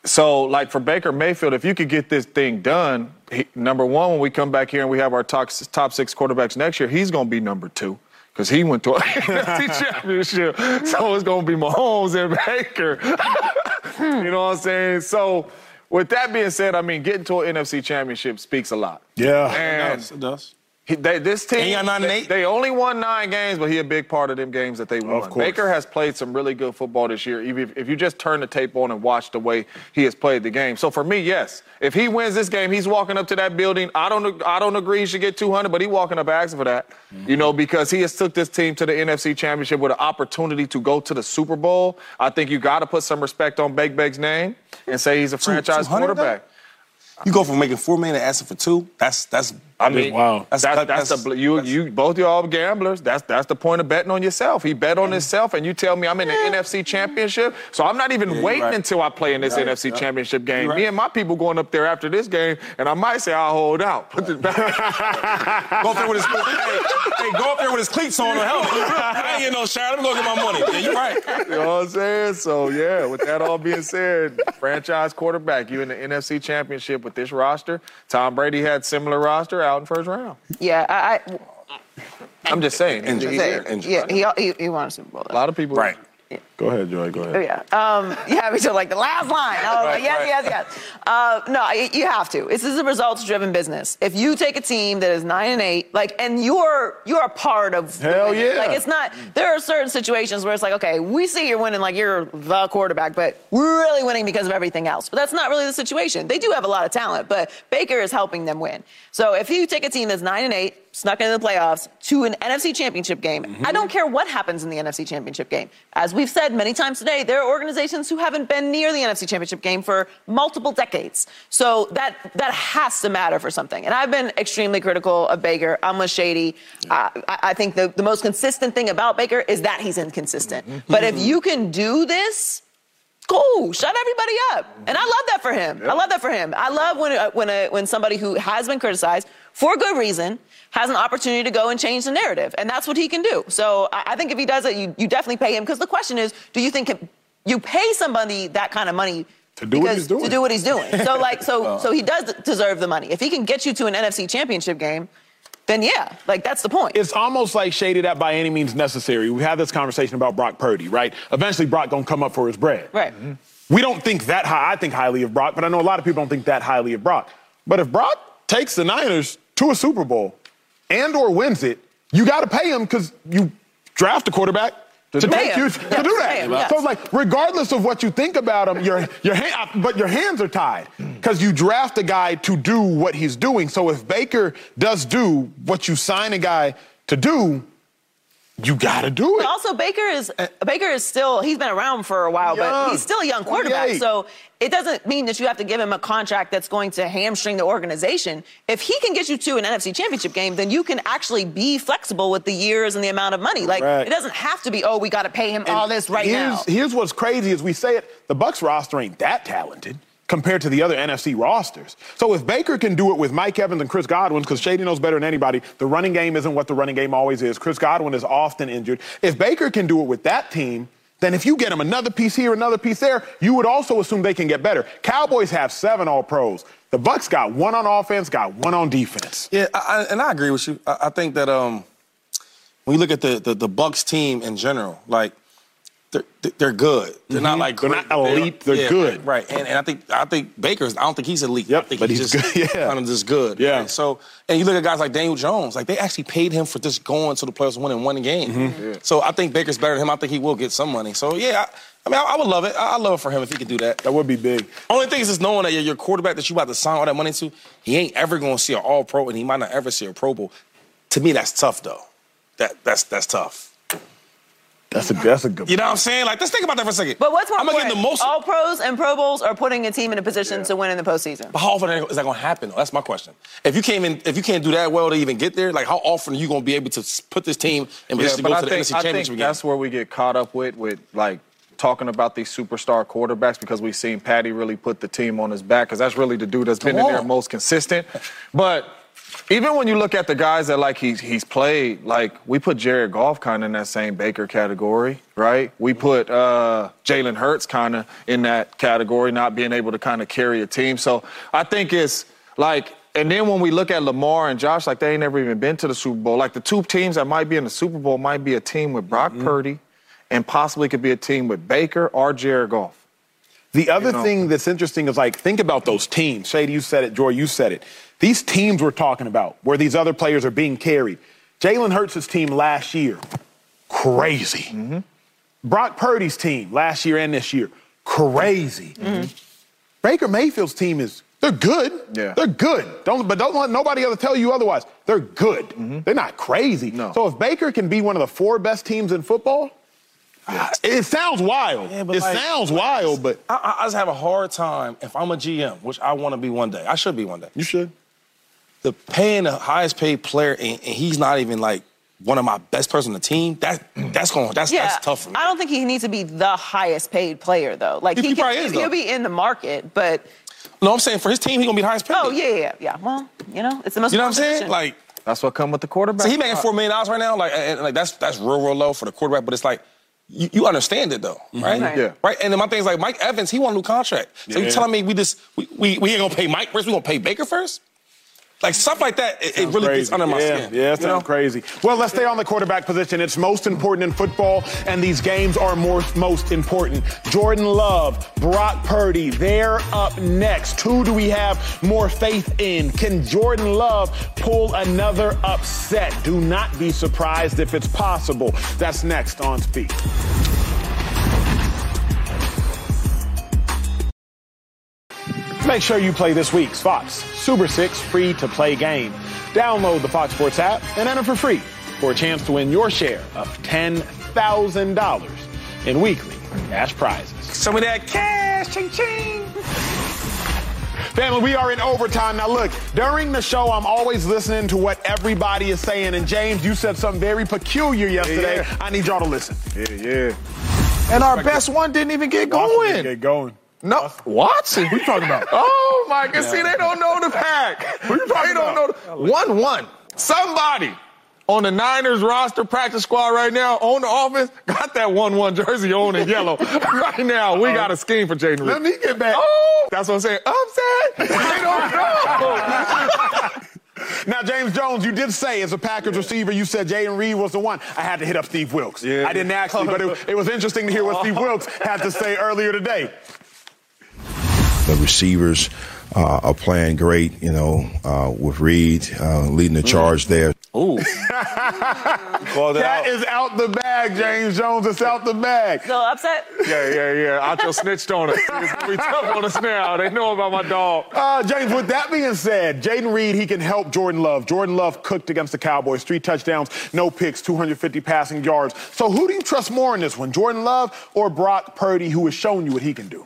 [SPEAKER 2] So, like for Baker Mayfield, if you could get this thing done, he, number one, when we come back here and we have our top, top six quarterbacks next year, he's going to be number two because he went to a NFC championship. So it's going to be Mahomes and Baker. you know what I'm saying? So, with that being said, I mean, getting to an NFC championship speaks a lot.
[SPEAKER 6] Yeah.
[SPEAKER 2] And
[SPEAKER 5] Yes, it does.
[SPEAKER 2] he- they, this team,
[SPEAKER 5] Ain't y'all nine and
[SPEAKER 2] they,
[SPEAKER 5] eight?
[SPEAKER 2] they only won nine games, but he a big part of them games that they won.
[SPEAKER 6] course.
[SPEAKER 2] Baker has played some really good football this year. If, if you just turn the tape on and watch the way he has played the game, so for me, yes, if he wins this game, he's walking up to that building. I don't, I don't agree he should get 200, but he walking up asking for that, you know, because he has took this team to the NFC Championship with an opportunity to go to the Super Bowl. I think you got to put some respect on Bake Bake's name and say he's a franchise
[SPEAKER 5] 200 though?
[SPEAKER 2] quarterback.
[SPEAKER 5] You go from making four million to asking for two. That's that's.
[SPEAKER 2] I mean,
[SPEAKER 6] wow.
[SPEAKER 2] That's that's, that's, the bl- you you both y'all gamblers. That's that's the point of betting on yourself. He bet on himself, and you tell me I'm in the NFC Championship, so I'm not even
[SPEAKER 5] you're
[SPEAKER 2] waiting
[SPEAKER 5] right.
[SPEAKER 2] until I play in this
[SPEAKER 5] Right,
[SPEAKER 2] NFC
[SPEAKER 5] yeah.
[SPEAKER 2] Championship game.
[SPEAKER 5] You're
[SPEAKER 2] Me
[SPEAKER 5] right.
[SPEAKER 2] and my people going up there after this game, and I might say I'll hold out. Put this back.
[SPEAKER 5] Go up there with his hey, hey, go up there with his cleats on. Hell, I ain't getting no shot. Let me go get my money. Yeah, you right.
[SPEAKER 2] you know what I'm saying? So yeah. With that all being said, franchise quarterback, you in the NFC Championship with this roster. Tom Brady had similar roster out in first round.
[SPEAKER 3] Yeah, I,
[SPEAKER 2] I'm just saying.
[SPEAKER 5] Injury.
[SPEAKER 2] A
[SPEAKER 3] I
[SPEAKER 5] Yeah, injured,
[SPEAKER 3] yeah, he, he, he won a Super Bowl. though.
[SPEAKER 2] lot of people.
[SPEAKER 5] Right.
[SPEAKER 6] Go ahead, Joy. Go ahead.
[SPEAKER 3] Oh, yeah. Um, you have me to like the last line. I was like, yes,
[SPEAKER 5] right.
[SPEAKER 3] yes, yes. Uh, no, y- you have to. This is a results-driven business. If you take a team that is nine and eight, like, and you're you are part of the
[SPEAKER 6] Hell
[SPEAKER 3] winning.
[SPEAKER 6] yeah.
[SPEAKER 3] Like, it's not. There are certain situations where it's like, okay, we see you're winning, like you're the quarterback, but we're really winning because of everything else. But that's not really the situation. They do have a lot of talent, but Baker is helping them win. So if you take a team that's nine and eight. Snuck into the playoffs to an NFC championship game. I don't care what happens in the NFC championship game. As we've said many times today, there are organizations who haven't been near the NFC championship game for multiple decades. So that that has to matter for something. And I've been extremely critical of Baker. I'm with Shady. Uh, I, I think the, the most consistent thing about Baker is that he's inconsistent. But if you can do this, cool. Shut everybody up. And I love that for him. I love that for him. I love when uh, when a, when somebody who has been criticized for good reason has an opportunity to go and change the narrative, and that's what he can do. So I, I think if he does it, you you definitely pay him because the question is, do you think you pay somebody that kind of money?
[SPEAKER 6] To do what
[SPEAKER 3] because-
[SPEAKER 6] he's doing. Uh.
[SPEAKER 3] To do what he's doing. So like, so so he does deserve the money. If he can get you to an NFC Championship game, then yeah, like that's the point.
[SPEAKER 6] It's almost like shaded up by any means necessary. We had this conversation about Brock Purdy, right? Eventually, Brock gonna come up for his bread.
[SPEAKER 3] right.
[SPEAKER 6] We don't think that high. I think highly of Brock, but I know a lot of people don't think that highly of Brock. But if Brock takes the Niners to a Super Bowl and or wins it, you got to pay him because you draft a quarterback to,
[SPEAKER 3] do
[SPEAKER 6] take
[SPEAKER 3] it.
[SPEAKER 6] you
[SPEAKER 3] Yeah,
[SPEAKER 6] to do
[SPEAKER 3] to
[SPEAKER 6] that.
[SPEAKER 3] pay him, yes.
[SPEAKER 6] So it's like, regardless of what you think about him, your your hand, but your hands are tied because you draft a guy to do what he's doing. So if Baker does do what you sign a guy to do, you got to do it.
[SPEAKER 3] But also, Baker is Baker is still he's been around for a while,
[SPEAKER 6] Uh, Young.
[SPEAKER 3] but he's still a young quarterback.
[SPEAKER 6] 28.
[SPEAKER 3] So it doesn't mean that you have to give him a contract that's going to hamstring the organization. If he can get you to an NFC Championship game, then you can actually be flexible with the years and the amount of money. Like
[SPEAKER 6] Correct.
[SPEAKER 3] it doesn't have to be oh we got to pay him all this right now.
[SPEAKER 6] here's, Here's what's crazy is we say it, the Bucks roster ain't that talented compared to the other NFC rosters. So if Baker can do it with Mike Evans and Chris Godwin, because Shady knows better than anybody, the running game isn't what the running game always is. Chris Godwin is often injured. If Baker can do it with that team, then if you get him another piece here, another piece there, you would also assume they can get better. Cowboys have seven All Pros. The Bucks got one on offense, got one on defense.
[SPEAKER 5] Yeah, I, I, and I agree with you. I, I think that um, when you look at the, the the Bucks team in general, like they're they're good. They're not like
[SPEAKER 6] Mm-hmm. They're
[SPEAKER 5] great,
[SPEAKER 6] not
[SPEAKER 5] but
[SPEAKER 6] elite, they're
[SPEAKER 5] yeah,
[SPEAKER 6] good.
[SPEAKER 5] Right, and, and I think I think Baker's. I don't think he's elite.
[SPEAKER 6] Yep,
[SPEAKER 5] I think
[SPEAKER 6] but he's
[SPEAKER 5] just
[SPEAKER 6] good, yeah.
[SPEAKER 5] kind of just good.
[SPEAKER 6] Yeah.
[SPEAKER 5] Right? So and you look at guys like Daniel Jones, like they actually paid him for just going to the playoffs and winning one game.
[SPEAKER 6] Mm-hmm.
[SPEAKER 5] So I think Baker's better than him. I think he will get some money. So yeah, I, I mean I, I would love it. I, I love it for him if he could do that.
[SPEAKER 6] That would be big.
[SPEAKER 5] Only thing is just knowing that your, your quarterback that you about to sign all that money to, he ain't ever gonna see an All Pro, and he might not ever see a Pro Bowl. To me, that's tough though. That that's that's tough.
[SPEAKER 6] That's a that's a good.
[SPEAKER 5] You know what I'm saying? Like, let's think about that for a second.
[SPEAKER 3] But what's more
[SPEAKER 5] I'm gonna get the
[SPEAKER 3] important,
[SPEAKER 5] most.
[SPEAKER 3] All pros and Pro Bowls are putting a team in a position to win in the postseason.
[SPEAKER 5] But how often is that going to happen? Though? That's my question. If you can't even, if you can't do that well to even get there, like how often are you going to be able to s- put this team in
[SPEAKER 2] Yeah,
[SPEAKER 5] position
[SPEAKER 2] but
[SPEAKER 5] to go
[SPEAKER 2] I
[SPEAKER 5] to the
[SPEAKER 2] think,
[SPEAKER 5] NFC
[SPEAKER 2] I
[SPEAKER 5] Championship
[SPEAKER 2] think
[SPEAKER 5] game?
[SPEAKER 2] that's where we get caught up with, with like talking about these superstar quarterbacks because we've seen Patty really put the team on his back because that's really the dude that's been in there
[SPEAKER 5] on.
[SPEAKER 2] most consistent. But even when you look at the guys that like he's he's played, like we put Jared Goff kind of in that same Baker category, right? We put uh, Jalen Hurts kind of in that category, not being able to kind of carry a team. So I think it's like. And then when we look at Lamar and Josh, like they ain't never even been to the Super Bowl. Like the two teams that might be in the Super Bowl might be a team with Brock Purdy, and possibly could be a team with Baker or Jared Goff.
[SPEAKER 6] The other
[SPEAKER 2] know.
[SPEAKER 6] thing that's interesting is like, think about those teams. Shady, you said it. Joy, you said it. These teams we're talking about, where these other players are being carried. Jalen Hurts' team last year, crazy. Brock Purdy's team last year and this year, crazy. Baker Mayfield's team is they're good.
[SPEAKER 2] Yeah.
[SPEAKER 6] They're good. Don't but don't let nobody other tell you otherwise. They're good. They're not crazy.
[SPEAKER 2] No.
[SPEAKER 6] So if Baker can be one of the four best teams in football, it sounds wild.
[SPEAKER 5] Yeah, but
[SPEAKER 6] it
[SPEAKER 5] like-
[SPEAKER 6] sounds wild, but
[SPEAKER 5] I- I, I just have a hard time if I'm a GM, which I want to be one day. I should be one day.
[SPEAKER 6] you should.
[SPEAKER 5] The paying the highest paid player and, and he's not even like one of my best person on the team. That that's going that's
[SPEAKER 3] Yeah,
[SPEAKER 5] that's tough for me.
[SPEAKER 3] I don't think he needs to be the highest paid player though. Like
[SPEAKER 5] He- he
[SPEAKER 3] can-
[SPEAKER 5] probably is, though.
[SPEAKER 3] he'll be in the market, but
[SPEAKER 5] no, I'm saying for his team, he's gonna be the highest paid.
[SPEAKER 3] oh yeah, yeah, yeah. Well, you know, it's the most.
[SPEAKER 5] You know what I'm
[SPEAKER 3] competition.
[SPEAKER 5] saying? Like.
[SPEAKER 2] That's what come with the quarterback.
[SPEAKER 5] So he making four million dollars right Uh, now, like, and, and, like that's that's real, real low for the quarterback. But it's like, you, you understand it though, Mm-hmm. right?
[SPEAKER 3] Right.
[SPEAKER 2] Yeah.
[SPEAKER 5] Right. And then my thing is like, Mike Evans, he want a new contract. So you telling me we just we, we, we ain't gonna pay Mike first, we gonna pay Baker first? Like stuff like that, it, it really gets
[SPEAKER 6] Crazy.
[SPEAKER 5] under my
[SPEAKER 6] yeah,
[SPEAKER 5] skin.
[SPEAKER 6] Yeah, it
[SPEAKER 5] you know?
[SPEAKER 6] sounds crazy. Well, let's stay on the quarterback position. It's most important in football, and these games are more, most important. Jordan Love, Brock Purdy, they're up next. Who do we have more faith in? Can Jordan Love pull another upset? Do not be surprised if it's possible. That's next on Speak. Make sure you play this week's Fox Super 6 free to play game. Download the Fox Sports app and enter for free for a chance to win your share of $10,000 in weekly cash prizes.
[SPEAKER 5] Some of that cash, ching ching.
[SPEAKER 6] Family, we are in overtime. Now, look, during the show, I'm always listening to what everybody is saying. And James, you said something very peculiar yesterday.
[SPEAKER 2] yeah.
[SPEAKER 6] I need y'all to listen.
[SPEAKER 2] yeah, yeah. And our best one didn't even get going.
[SPEAKER 6] going.
[SPEAKER 2] No, Watson. What are you talking about? Oh my God! See, they don't know the pack. What you talking they don't know the- one one. Somebody on the Niners roster practice squad right now on the offense got that one one jersey on in yellow right now. We got a scheme for Jaden. Let me get back. Oh, that's what I'm saying. Upset. They don't know.
[SPEAKER 6] Now, James Jones, you did say as a Packers receiver, you said Jaden Reed was the one. I had to hit up Steve Wilkes.
[SPEAKER 2] Yeah.
[SPEAKER 6] I didn't actually, but it, it was interesting to hear what Steve Wilkes had to say earlier today.
[SPEAKER 7] The receivers uh, are playing great, you know, uh, with Reed uh, leading the charge there.
[SPEAKER 2] Called
[SPEAKER 6] That is out the bag, James Jones. It's out the bag.
[SPEAKER 3] so upset.
[SPEAKER 2] Yeah, yeah, yeah. Outro snitched on us. It's gonna be tough on us now. They know about my dog.
[SPEAKER 6] Uh, James, with that being said, Jaden Reed, he can help Jordan Love. Jordan Love cooked against the Cowboys. Three touchdowns, no picks, 250 passing yards. So who do you trust more in this one, Jordan Love or Brock Purdy, who has shown you what he can do?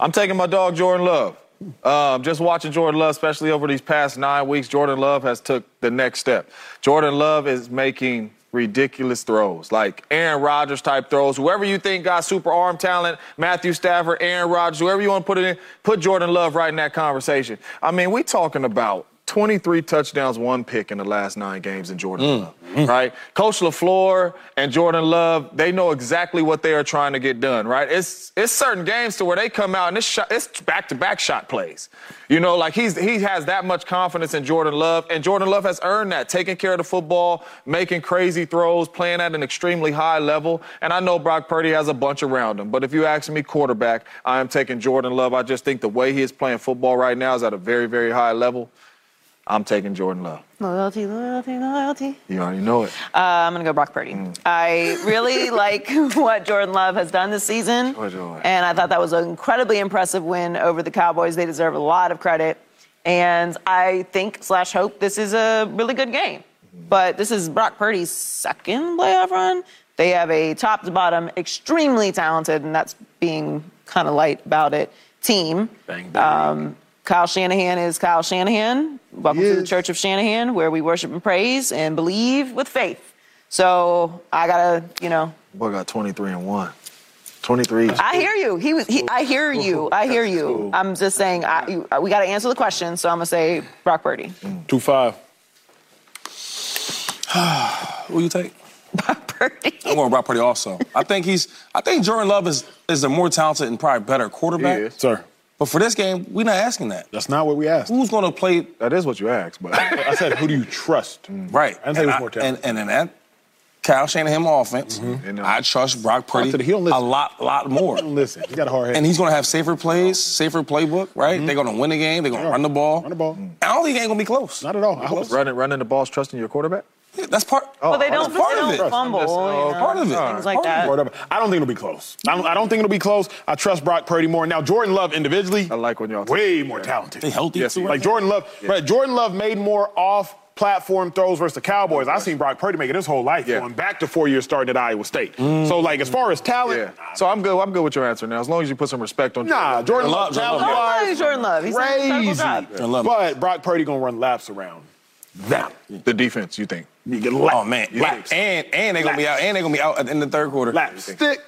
[SPEAKER 2] I'm taking my dog Jordan Love. Um, just watching Jordan Love, especially over these past nine weeks, Jordan Love has took the next step. Jordan Love is making ridiculous throws, like Aaron Rodgers type throws. Whoever you think got super arm talent, Matthew Stafford, Aaron Rodgers, whoever you want to put it in, put Jordan Love right in that conversation. I mean, we talking about 23 touchdowns, one pick in the last nine games in Jordan Love, right? Coach LaFleur and Jordan Love, they know exactly what they are trying to get done, right? It's it's certain games to where they come out and it's shot, it's back-to-back shot plays. You know, like he's he has that much confidence in Jordan Love, and Jordan Love has earned that, taking care of the football, making crazy throws, playing at an extremely high level. And I know Brock Purdy has a bunch around him, but if you ask me quarterback, I am taking Jordan Love. I just think the way he is playing football right now is at a very, very high level. I'm taking Jordan Love.
[SPEAKER 3] Loyalty, loyalty, loyalty.
[SPEAKER 2] You already know it.
[SPEAKER 3] Uh, I'm gonna go Brock Purdy.
[SPEAKER 5] Mm.
[SPEAKER 3] I really like what Jordan Love has done this season,
[SPEAKER 2] Joy, joy.
[SPEAKER 3] and I thought that was an incredibly impressive win over the Cowboys. They deserve a lot of credit, and I think slash hope this is a really good game.
[SPEAKER 5] Mm-hmm.
[SPEAKER 3] But this is Brock Purdy's second playoff run. They have a top to bottom, extremely talented, and that's being kind of light about it, team. Um,
[SPEAKER 5] Bang, bang.
[SPEAKER 3] Kyle Shanahan is Kyle Shanahan. Welcome to the
[SPEAKER 8] Yes.
[SPEAKER 3] Church of Shanahan, where we worship and praise and believe with faith. So I gotta, you know,
[SPEAKER 2] Boy got 23 and 1. 23.
[SPEAKER 3] I hear you. He was. He, I hear you. I hear you. I'm just saying. I, you, we got to answer the question, so I'm gonna say Brock Purdy.
[SPEAKER 6] Two five.
[SPEAKER 5] Who you take?
[SPEAKER 3] Brock Purdy.
[SPEAKER 5] I'm going Brock Purdy also. I think he's. I think Jordan Love is is a more talented and probably better quarterback.
[SPEAKER 2] He is.
[SPEAKER 6] Sir,
[SPEAKER 5] But for this game, we're not asking that.
[SPEAKER 6] that's not what we asked.
[SPEAKER 5] Who's going to play
[SPEAKER 2] That is what you asked, but
[SPEAKER 6] I said, who do you trust?
[SPEAKER 5] right?
[SPEAKER 6] I didn't think it was
[SPEAKER 5] I-
[SPEAKER 6] more talented. Mm-hmm.
[SPEAKER 5] And, and in that Kyle Shanahan offense,
[SPEAKER 2] And, uh,
[SPEAKER 5] I trust Brock Purdy
[SPEAKER 6] said he don't listen.
[SPEAKER 5] a lot, lot more.
[SPEAKER 6] Listen, he got a hard head.
[SPEAKER 5] And he's going to have safer plays, safer playbook, right? They're going to win the game. They're going to run the ball.
[SPEAKER 6] Mm-hmm. Run the ball.
[SPEAKER 5] I don't think it ain't going to be close.
[SPEAKER 6] not at all. I hope so.
[SPEAKER 2] running running the balls, trusting your quarterback?
[SPEAKER 5] That's part.
[SPEAKER 6] Oh.
[SPEAKER 3] Well, they don't,
[SPEAKER 5] Oh, that's part
[SPEAKER 3] they
[SPEAKER 5] of
[SPEAKER 3] don't
[SPEAKER 5] it.
[SPEAKER 3] fumble.
[SPEAKER 2] I'm just- oh,
[SPEAKER 3] you know,
[SPEAKER 5] part of it.
[SPEAKER 3] Things like
[SPEAKER 5] Part of
[SPEAKER 6] Or
[SPEAKER 3] that.
[SPEAKER 6] whatever. I don't think it'll be close. I don't, I don't think it'll be close. I trust Brock Purdy more. Now, Jordan Love individually,
[SPEAKER 2] I like when y'all talk.
[SPEAKER 6] way more talented.
[SPEAKER 5] They healthy
[SPEAKER 2] Yes,
[SPEAKER 5] too.
[SPEAKER 6] Like Jordan Love, right, Jordan Love made more off platform throws versus the Cowboys. I've seen Brock Purdy making his whole life
[SPEAKER 2] Yeah.
[SPEAKER 6] going back to four years starting at Iowa State.
[SPEAKER 5] Mm.
[SPEAKER 6] So, like, as far as talent,
[SPEAKER 2] Yeah. So I'm good. I'm good with your answer now. As long as you put some respect on
[SPEAKER 6] nah, Jordan Love,
[SPEAKER 5] Jordan Love,
[SPEAKER 6] talent
[SPEAKER 5] yeah.
[SPEAKER 6] wise,
[SPEAKER 3] Oh, Jordan Love. He's done an incredible job.
[SPEAKER 6] crazy.
[SPEAKER 5] Jordan Love.
[SPEAKER 6] But Brock Purdy gonna run laps around them.
[SPEAKER 2] the defense, you think.
[SPEAKER 6] You get laps.
[SPEAKER 5] Oh man,
[SPEAKER 6] laps,
[SPEAKER 5] and and they're gonna be out, and they're gonna be out at- in the third quarter.
[SPEAKER 6] laps. Stick.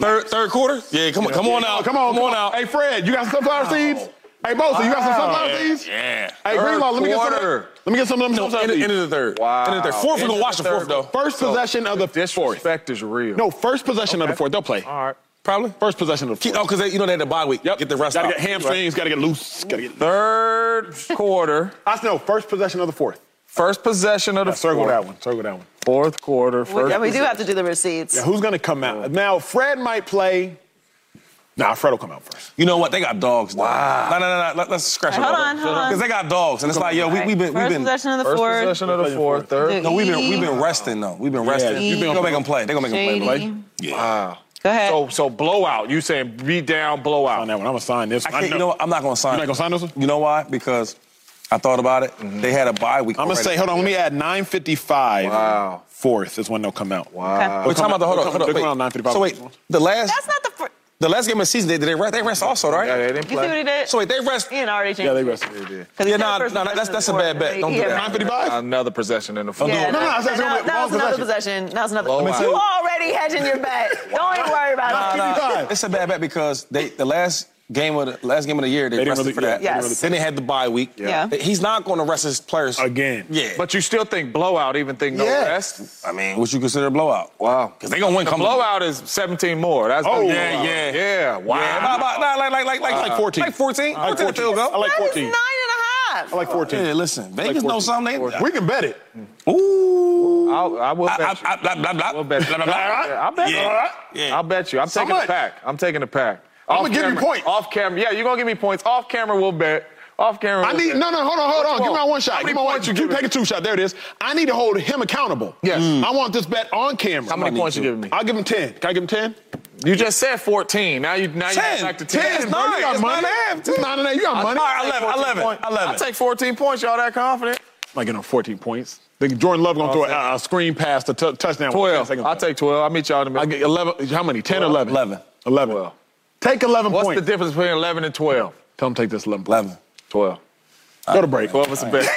[SPEAKER 5] Third third quarter? Yeah, come on, come on out,
[SPEAKER 6] Come on,
[SPEAKER 5] come on out.
[SPEAKER 6] Hey, Fred, you got some sunflower seeds? Hey, Bosa, you got some sunflower seeds?
[SPEAKER 5] Yeah.
[SPEAKER 6] Hey,
[SPEAKER 5] Third
[SPEAKER 6] Greenlaw, let me get some. Of them,
[SPEAKER 5] quarter.
[SPEAKER 6] let me get some of them.
[SPEAKER 5] End
[SPEAKER 6] sunflower
[SPEAKER 5] of,
[SPEAKER 6] seeds.
[SPEAKER 5] end of the third.
[SPEAKER 2] Wow.
[SPEAKER 5] End of the third. Fourth, we're
[SPEAKER 2] End
[SPEAKER 5] gonna
[SPEAKER 2] of
[SPEAKER 5] watch the
[SPEAKER 2] the
[SPEAKER 5] fourth
[SPEAKER 2] third.
[SPEAKER 5] though.
[SPEAKER 6] First possession of the fourth.
[SPEAKER 2] Respect is real.
[SPEAKER 6] No, first possession of the fourth. They'll play.
[SPEAKER 2] All right.
[SPEAKER 5] Probably.
[SPEAKER 6] First possession of the
[SPEAKER 5] Keep,
[SPEAKER 6] fourth.
[SPEAKER 5] oh, because you know they had the bye week.
[SPEAKER 6] Yep.
[SPEAKER 5] Get the rest
[SPEAKER 6] Gotta
[SPEAKER 5] out.
[SPEAKER 6] get hamstrings. Gotta get loose. Gotta get.
[SPEAKER 2] Third quarter,
[SPEAKER 6] I know. First possession of the fourth.
[SPEAKER 2] first possession of the
[SPEAKER 6] circle
[SPEAKER 2] fourth,
[SPEAKER 6] that one. Circle that one.
[SPEAKER 2] fourth quarter,
[SPEAKER 3] We,
[SPEAKER 2] first.
[SPEAKER 3] and we do have to do the receipts.
[SPEAKER 6] Now, who's gonna come out? Now, Fred might play. Nah, Fred will come out first.
[SPEAKER 5] You know what? They got dogs. Wow. No, no, no, no. Let, let's scratch
[SPEAKER 3] All
[SPEAKER 5] it.
[SPEAKER 3] right, hold on, hold on.
[SPEAKER 5] Because they got dogs, and it's like, yo, we, we've been,
[SPEAKER 3] First
[SPEAKER 5] we've been,
[SPEAKER 3] possession of the
[SPEAKER 2] first
[SPEAKER 3] fourth.
[SPEAKER 2] possession of the fourth, third.
[SPEAKER 5] no, we've been, we've been resting though. We've been resting.
[SPEAKER 6] you've
[SPEAKER 5] They're
[SPEAKER 6] been-
[SPEAKER 5] gonna make them play. They're gonna make them play.
[SPEAKER 3] Shady.
[SPEAKER 2] Wow.
[SPEAKER 3] Go ahead.
[SPEAKER 9] So, so blowout. You saying be down,
[SPEAKER 6] On
[SPEAKER 9] blowout.
[SPEAKER 6] that one, I'm gonna sign this.
[SPEAKER 5] I can't. You know, what? I'm not gonna sign.
[SPEAKER 6] You're not gonna sign this one?
[SPEAKER 5] You know why? Because I thought about it. They had a bye week.
[SPEAKER 6] I'm gonna say, hold on, let me add 9:55.
[SPEAKER 2] Wow.
[SPEAKER 6] Fourth is when they'll come out. Wow.
[SPEAKER 3] Okay.
[SPEAKER 5] We're talking about the hold on, hold
[SPEAKER 6] They're
[SPEAKER 5] on.
[SPEAKER 6] coming out
[SPEAKER 5] Wait.
[SPEAKER 6] 9:55.
[SPEAKER 5] So wait, the last
[SPEAKER 3] That's not the first.
[SPEAKER 5] the last game of the season, they, they rest. They rest also, right?
[SPEAKER 2] Yeah, they didn't
[SPEAKER 3] You see what he
[SPEAKER 2] play.
[SPEAKER 3] did?
[SPEAKER 5] So wait, they rest.
[SPEAKER 3] Ian already changed.
[SPEAKER 6] Yeah, they rested.
[SPEAKER 3] Because he
[SPEAKER 5] Yeah,
[SPEAKER 3] said
[SPEAKER 5] nah,
[SPEAKER 3] first
[SPEAKER 5] nah,
[SPEAKER 3] possession
[SPEAKER 5] that's-
[SPEAKER 3] of
[SPEAKER 5] that's
[SPEAKER 3] the
[SPEAKER 5] a
[SPEAKER 3] fourth.
[SPEAKER 5] bad bet. Don't
[SPEAKER 3] He
[SPEAKER 5] do
[SPEAKER 3] had-
[SPEAKER 5] that.
[SPEAKER 6] 9:55.
[SPEAKER 2] Another possession in the fourth.
[SPEAKER 3] Yeah,
[SPEAKER 6] No, no, I
[SPEAKER 3] that-
[SPEAKER 6] said-
[SPEAKER 3] now,
[SPEAKER 6] wrong
[SPEAKER 3] now it's another
[SPEAKER 6] possession.
[SPEAKER 3] possession. Now it's another.
[SPEAKER 2] Blow out.
[SPEAKER 3] You already hedging your bet. Oh Don't even worry about it.
[SPEAKER 5] Nah, it's a bad bet because they the last game of the last game of the year they,
[SPEAKER 6] didn't
[SPEAKER 5] rested
[SPEAKER 6] really-
[SPEAKER 5] for
[SPEAKER 6] yeah,
[SPEAKER 5] that.
[SPEAKER 3] they didn't Yes. really-
[SPEAKER 5] Then they had the bye week.
[SPEAKER 3] Yeah. Yeah.
[SPEAKER 5] He's not going to rest his players
[SPEAKER 6] Again.
[SPEAKER 5] Yeah.
[SPEAKER 2] But you still think blowout, even think no
[SPEAKER 5] Yeah.
[SPEAKER 2] rest?
[SPEAKER 5] I mean, what you consider a blowout?
[SPEAKER 2] Wow.
[SPEAKER 5] Because they gonna win. Come
[SPEAKER 2] Blowout is 17 more. That's
[SPEAKER 6] Oh,
[SPEAKER 2] the
[SPEAKER 6] yeah,
[SPEAKER 2] blowout.
[SPEAKER 6] yeah. Uh,
[SPEAKER 2] yeah. Wow.
[SPEAKER 5] Yeah, about, about, nah, like like like like
[SPEAKER 6] like 14.
[SPEAKER 5] Like 14.
[SPEAKER 6] I like
[SPEAKER 5] 14 field
[SPEAKER 6] 14.
[SPEAKER 5] goal.
[SPEAKER 6] I like
[SPEAKER 3] That is
[SPEAKER 6] 14.
[SPEAKER 3] nine and
[SPEAKER 6] I
[SPEAKER 3] a half.
[SPEAKER 6] like 14.
[SPEAKER 5] Yeah, listen, Vegas knows
[SPEAKER 6] 14.
[SPEAKER 5] something. They,
[SPEAKER 6] We can bet it.
[SPEAKER 5] Ooh.
[SPEAKER 2] I'll, I will
[SPEAKER 5] I,
[SPEAKER 2] bet you.
[SPEAKER 5] I, I, blah, blah, blah.
[SPEAKER 2] We'll bet you.
[SPEAKER 5] Blah, blah, blah.
[SPEAKER 2] Yeah, I'll bet you.
[SPEAKER 5] Yeah.
[SPEAKER 2] All right.
[SPEAKER 5] Yeah.
[SPEAKER 2] I'll bet you. I'm
[SPEAKER 6] So
[SPEAKER 2] taking
[SPEAKER 6] much.
[SPEAKER 2] the pack. I'm taking the pack.
[SPEAKER 6] I'ma
[SPEAKER 2] Off
[SPEAKER 6] give you
[SPEAKER 2] camera-
[SPEAKER 6] points.
[SPEAKER 2] Off camera. Yeah, you're going to give me points. Off camera, we'll bet. Off camera.
[SPEAKER 6] I
[SPEAKER 2] we'll
[SPEAKER 6] need
[SPEAKER 2] bet.
[SPEAKER 6] no, no. Hold on, hold on.
[SPEAKER 2] What you
[SPEAKER 6] Give me my
[SPEAKER 2] want? How
[SPEAKER 6] one shot.
[SPEAKER 2] many
[SPEAKER 6] Give me my one.
[SPEAKER 2] points
[SPEAKER 6] You,
[SPEAKER 2] you giving
[SPEAKER 6] take a two shot. There it is. I need to hold him accountable.
[SPEAKER 2] Yes. Mm.
[SPEAKER 6] I want this bet on camera.
[SPEAKER 2] How many points you giving me?
[SPEAKER 6] I'll give him ten. Can I give him ten?
[SPEAKER 2] You just said 14. Now you now you
[SPEAKER 5] 10.
[SPEAKER 2] back to 10.
[SPEAKER 5] 10,
[SPEAKER 6] bro.
[SPEAKER 5] bro.
[SPEAKER 6] You
[SPEAKER 5] nine.
[SPEAKER 6] got
[SPEAKER 5] It's
[SPEAKER 6] money.
[SPEAKER 5] nine and a half,
[SPEAKER 6] It's nine and a half. You got money.
[SPEAKER 5] All right, 11, 11, 11.
[SPEAKER 2] I take 14 points. Y'all that confident?
[SPEAKER 6] I'm not getting him 14 points. Think Jordan Love gonna throw a, a Uh, screen pass to t- touchdown.
[SPEAKER 2] 12.
[SPEAKER 6] with 10 seconds
[SPEAKER 2] I'll
[SPEAKER 6] left.
[SPEAKER 2] take 12. I'll meet y'all in the
[SPEAKER 6] I
[SPEAKER 2] middle.
[SPEAKER 6] get 11. How many? 10 or 11?
[SPEAKER 5] 11.
[SPEAKER 6] 11.
[SPEAKER 2] Well.
[SPEAKER 6] Take 11
[SPEAKER 2] What's
[SPEAKER 6] points.
[SPEAKER 2] the difference between 11 and 12?
[SPEAKER 6] Tell him take this 11. points.
[SPEAKER 5] 11.
[SPEAKER 2] 12.
[SPEAKER 6] Go to break.
[SPEAKER 2] 12 is a bet.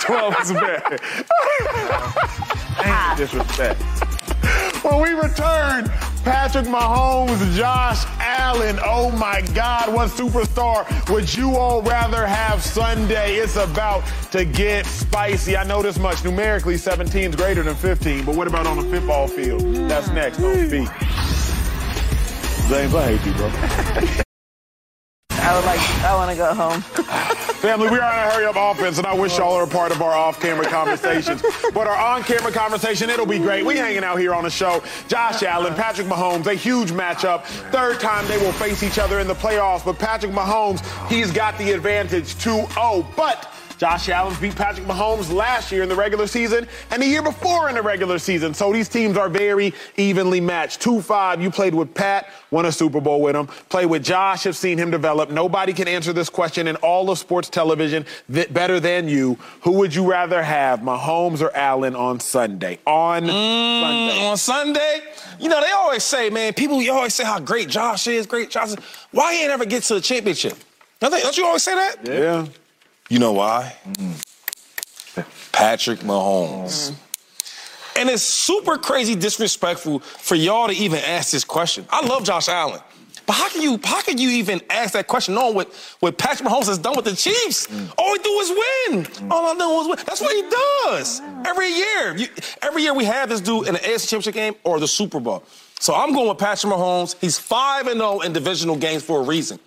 [SPEAKER 2] 12 is a bet. Damn, disrespect.
[SPEAKER 6] When we return, Patrick Mahomes, Josh Allen. Oh my God, what superstar would you all rather have Sunday? It's about to get spicy. I know this much. Numerically, 17 is greater than 15, but what about on the football field? That's next on feet. James, I hate you, bro.
[SPEAKER 3] I would like. I want to go home.
[SPEAKER 6] Family, we are on a hurry up offense, and I wish y'all are a part of our off camera conversations. but our on camera conversation, it'll be great. We hanging out here on the show. Josh Allen, Patrick Mahomes, a huge matchup. Third time they will face each other in the playoffs, oh. but Patrick Mahomes, he's got the advantage 2 0. But Josh Allen's beat Patrick Mahomes last year in the regular season and the year before in the regular season. So these teams are very evenly matched. 2 5, you played with Pat, won a Super Bowl with him. Play with Josh, have seen him develop. Nobody can answer this question in all of sports television th- better than you. Who would you rather have, Mahomes or Allen, on Sunday? On Sunday.
[SPEAKER 5] on Sunday. You know, they always say, man, people you always say how great Josh is, great Josh is. Why he ain't ever get to the championship? Don't, they- don't you always say that?
[SPEAKER 6] Yeah. Mm-hmm.
[SPEAKER 5] You know why? Patrick Mahomes. And it's super crazy disrespectful for y'all to even ask this question. I love Josh Allen. But how can you how can you even ask that question knowing what, what Patrick Mahomes has done with the Chiefs? All he do is win. All I know is win. That's what he does. Every year. You- every year we have this dude in the AFC Championship game or the Super Bowl. So I'm going with Patrick Mahomes. He's 5 and 0 in divisional games for a reason.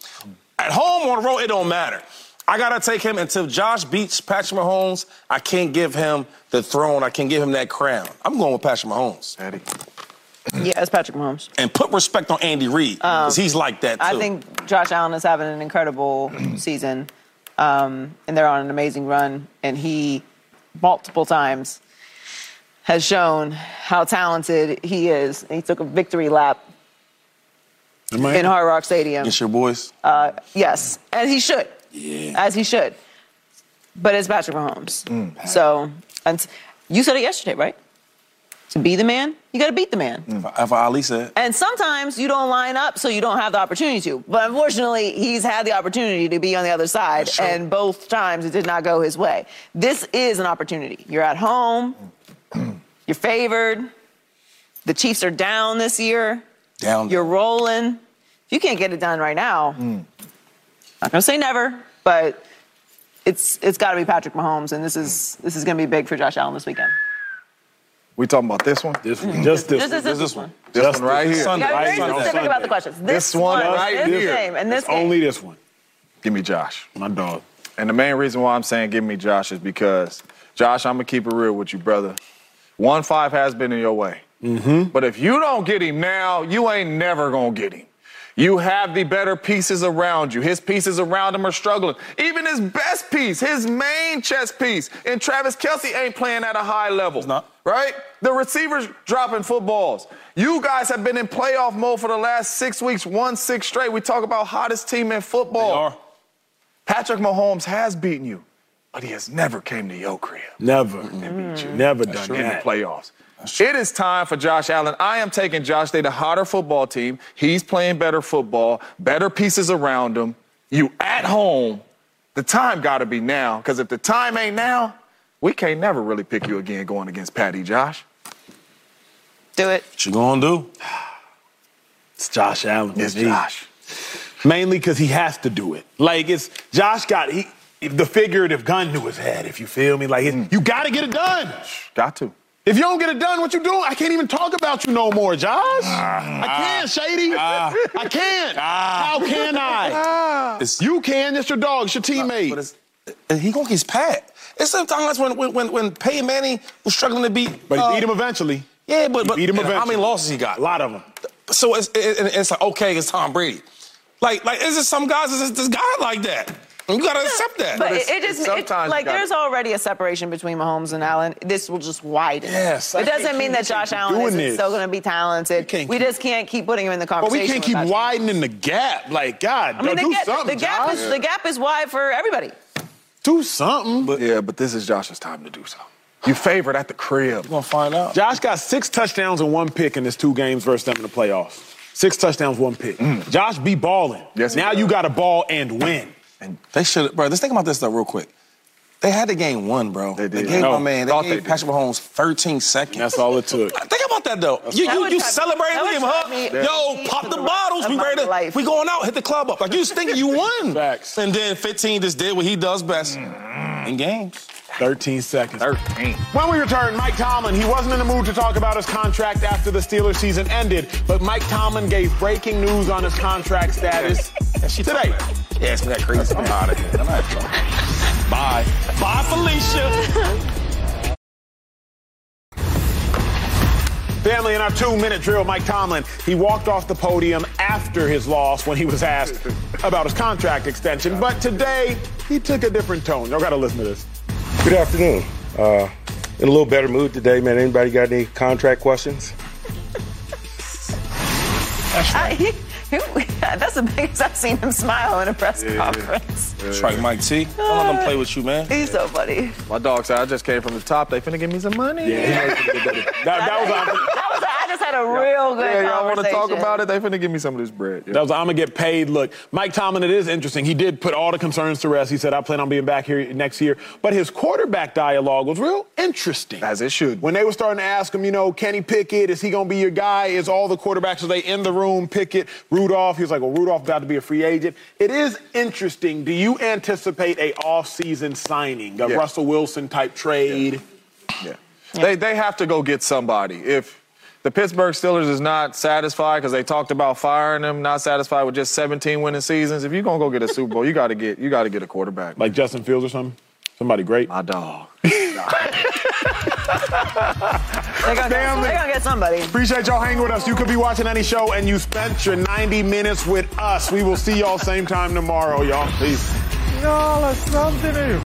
[SPEAKER 5] At home on the road, it don't matter. I gotta take him until Josh beats Patrick Mahomes. I can't give him the throne. I can't give him that crown. I'm going with Patrick Mahomes.
[SPEAKER 3] Yeah, it's Patrick Mahomes.
[SPEAKER 5] And put respect on Andy Reid because he's like that too.
[SPEAKER 3] I think Josh Allen is having an incredible season, um, and they're on an amazing run. And he, multiple times, has shown how talented he is. And he took a victory lap in Hard Rock Stadium.
[SPEAKER 5] it's your boys.
[SPEAKER 3] Yes, as he should. As he should. But it's Patrick Mahomes. So, and you said it yesterday, right? To be the man, you got to beat the man.
[SPEAKER 5] If Ali said,
[SPEAKER 3] And sometimes you don't line up, so you don't have the opportunity to. But unfortunately, he's had the opportunity to be on the other side, and both times it did not go his way. This is an opportunity. You're at home, you're favored, the Chiefs are down this year,
[SPEAKER 5] down.
[SPEAKER 3] you're rolling. If you can't get it done right now, not gonna say never, but it's it's got to be Patrick Mahomes, and this is this is gonna be big for Josh Allen this weekend.
[SPEAKER 2] We talking about this one? This,
[SPEAKER 6] Just this.
[SPEAKER 3] This is this, this one.
[SPEAKER 2] one right here.
[SPEAKER 3] You gotta be very
[SPEAKER 6] Right, on
[SPEAKER 3] specific
[SPEAKER 6] Sunday.
[SPEAKER 3] about the questions. This,
[SPEAKER 2] This one right
[SPEAKER 3] this
[SPEAKER 2] here.
[SPEAKER 3] game, and this
[SPEAKER 6] It's
[SPEAKER 3] game.
[SPEAKER 6] only this one.
[SPEAKER 2] Give me Josh.
[SPEAKER 6] My dog.
[SPEAKER 2] And the main reason why I'm saying give me Josh is because, Josh, I'm going to keep it real with you, brother. 1 5 has been in your way.
[SPEAKER 5] Mm-hmm.
[SPEAKER 2] But if you don't get him now, you ain't never going to get him. You have the better pieces around you. His pieces around him are struggling. Even his best piece, his main chess piece, and Travis Kelsey ain't playing at a high level.
[SPEAKER 5] not.
[SPEAKER 2] Right? The receivers dropping footballs. You guys have been in playoff mode for the last six weeks, one six straight. We talk about hottest team in football.
[SPEAKER 5] They are.
[SPEAKER 2] Patrick Mahomes has beaten you, but he has never came to your crib
[SPEAKER 6] Never.
[SPEAKER 2] and beat you
[SPEAKER 6] Never done
[SPEAKER 2] in the
[SPEAKER 6] that.
[SPEAKER 2] playoffs. It is time for Josh Allen. I am taking Josh. They the hotter football team. He's playing better football, better pieces around him. You at home. The time got to be now, because if the time ain't now, we can't never really pick you again going against Patty, Josh.
[SPEAKER 3] Do it.
[SPEAKER 5] What you gonna do?
[SPEAKER 6] It's Josh Allen.
[SPEAKER 2] It's
[SPEAKER 6] He-
[SPEAKER 2] Josh.
[SPEAKER 6] Mainly because he has to do it. Like it's Josh got he the figurative gun to his head. If you feel me, like it, you got to get it done.
[SPEAKER 2] Got to.
[SPEAKER 6] If you don't get it done, what you doing? I can't even talk about you no more, Josh. I can't, Shady. I can't. How can
[SPEAKER 3] Ah.
[SPEAKER 6] I?
[SPEAKER 5] It's-
[SPEAKER 6] you can. It's your dog. It's your teammate.
[SPEAKER 5] But it's, uh, he gonna get pat. It's sometimes when when when, when Peyton Manning was struggling to beat.
[SPEAKER 6] But he
[SPEAKER 5] uh,
[SPEAKER 6] beat him eventually.
[SPEAKER 5] Yeah, but, but
[SPEAKER 6] beat him
[SPEAKER 5] and how
[SPEAKER 6] eventually.
[SPEAKER 5] many losses he got?
[SPEAKER 6] A lot of them.
[SPEAKER 5] So it's it, it- it's like okay, it's Tom Brady. Like like is it some guys is this guy like that? And you gotta accept that.
[SPEAKER 3] But
[SPEAKER 2] But
[SPEAKER 3] it,
[SPEAKER 2] it's-
[SPEAKER 3] it
[SPEAKER 2] it's
[SPEAKER 3] just, it,
[SPEAKER 2] sometimes
[SPEAKER 3] like,
[SPEAKER 2] gotta-
[SPEAKER 3] there's already a separation between Mahomes and Allen. This will just widen. it.
[SPEAKER 5] Yes, I
[SPEAKER 3] It doesn't
[SPEAKER 5] can't
[SPEAKER 3] mean that
[SPEAKER 5] keep-
[SPEAKER 3] Josh Allen
[SPEAKER 6] doing
[SPEAKER 3] isn't
[SPEAKER 6] this.
[SPEAKER 3] still going to be talented.
[SPEAKER 6] can't
[SPEAKER 3] we
[SPEAKER 6] keep-
[SPEAKER 3] just can't keep putting him in the
[SPEAKER 6] But
[SPEAKER 3] conversation.
[SPEAKER 6] we can't
[SPEAKER 3] with
[SPEAKER 6] keep
[SPEAKER 3] Patrick.
[SPEAKER 6] widening the gap. Like God,
[SPEAKER 3] I mean,
[SPEAKER 6] do
[SPEAKER 3] the, gap, the,
[SPEAKER 6] something,
[SPEAKER 3] gap
[SPEAKER 6] Josh.
[SPEAKER 3] is, the gap is wide for everybody.
[SPEAKER 6] Do something.
[SPEAKER 2] yeah, but this is Josh's time to do so. You favored at the crib.
[SPEAKER 5] We're gonna find out.
[SPEAKER 6] Josh got six touchdowns and one pick in his two games versus them in the playoffs. Six touchdowns, one pick. Josh be balling.
[SPEAKER 2] Yes, he
[SPEAKER 6] now
[SPEAKER 2] does.
[SPEAKER 6] you got to ball and win.
[SPEAKER 5] They should, bro. Let's think about this though, real quick. They had the game won, bro. They
[SPEAKER 2] did.
[SPEAKER 5] gave
[SPEAKER 2] No,
[SPEAKER 5] my man. They
[SPEAKER 2] thought
[SPEAKER 5] gave
[SPEAKER 2] they did.
[SPEAKER 5] Patrick Mahomes 13 seconds.
[SPEAKER 6] That's all it took.
[SPEAKER 5] Think about that though. You,
[SPEAKER 3] That
[SPEAKER 5] you,
[SPEAKER 3] would drive me-
[SPEAKER 5] you celebrating,
[SPEAKER 3] that
[SPEAKER 5] we
[SPEAKER 3] would
[SPEAKER 5] give him a hug.
[SPEAKER 3] drive me
[SPEAKER 5] Yo,
[SPEAKER 3] crazy
[SPEAKER 5] pop
[SPEAKER 3] for
[SPEAKER 5] the
[SPEAKER 3] the
[SPEAKER 5] bottles.
[SPEAKER 3] rest
[SPEAKER 5] We
[SPEAKER 3] of my
[SPEAKER 5] ready. To,
[SPEAKER 3] life.
[SPEAKER 5] we going out. Hit the club up. Like you was thinking you won.
[SPEAKER 6] Facts.
[SPEAKER 5] And then 15 just did what he does best
[SPEAKER 2] Mm.
[SPEAKER 5] in games.
[SPEAKER 6] 13 seconds.
[SPEAKER 2] 13.
[SPEAKER 6] When we return, Mike Tomlin, he wasn't in the mood to talk about his contract after the Steelers season ended, but Mike Tomlin gave breaking news on his contract status today.
[SPEAKER 5] Yeah, it's that crazy. I'm out of here. I'm out of trouble. Bye. Bye, Felicia.
[SPEAKER 6] Family, in our two minute drill, Mike Tomlin, he walked off the podium after his loss when he was asked about his contract extension. But today, he took a different tone. Y'all got to listen to this.
[SPEAKER 1] Good afternoon. Uh, in a little better mood today, man. Anybody got any contract questions?
[SPEAKER 3] I, he, he- that's the biggest I've seen him smile in a press conference.
[SPEAKER 5] That's right, Mike T. I'll let them play with you, man.
[SPEAKER 3] He's so funny.
[SPEAKER 2] My dog said I just came from the top. They finna give me some money.
[SPEAKER 6] That, that was a-
[SPEAKER 3] That was. I just had a real
[SPEAKER 2] Yeah,
[SPEAKER 3] good
[SPEAKER 2] y'all want to
[SPEAKER 3] conversation.
[SPEAKER 2] talk about it? They finna give me some of this bread. Yeah.
[SPEAKER 6] That was I'm gonna get paid. Look, Mike Tomlin, it is interesting. He did put all the concerns to rest. He said, I plan on being back here next year. But his quarterback dialogue was real interesting.
[SPEAKER 2] As it should be.
[SPEAKER 6] When they were starting to ask him, you know, can he pick it? Is he gonna be your guy? Is all the quarterbacks are they in the room? Pickett, Rudolph. He was like, Well, Rudolph about to be a free agent. It is interesting. Do you anticipate a off-season signing, a
[SPEAKER 2] Yeah.
[SPEAKER 6] Russell Wilson type trade?
[SPEAKER 2] Yeah. They they have to go get somebody. If the Pittsburgh Steelers is not satisfied because they talked about firing him, not satisfied with just 17 winning seasons. If you're gonna go get a Super Bowl, you gotta get you gotta get a quarterback.
[SPEAKER 6] Like Justin Fields or something? Somebody great.
[SPEAKER 2] my dog.
[SPEAKER 3] They're gonna, get,
[SPEAKER 6] Family.
[SPEAKER 3] they're gonna get somebody.
[SPEAKER 6] Appreciate y'all hanging with us. You could be watching any show and you spent your 90 minutes with us. We will see y'all same time tomorrow, y'all. Peace.
[SPEAKER 2] Y'all are something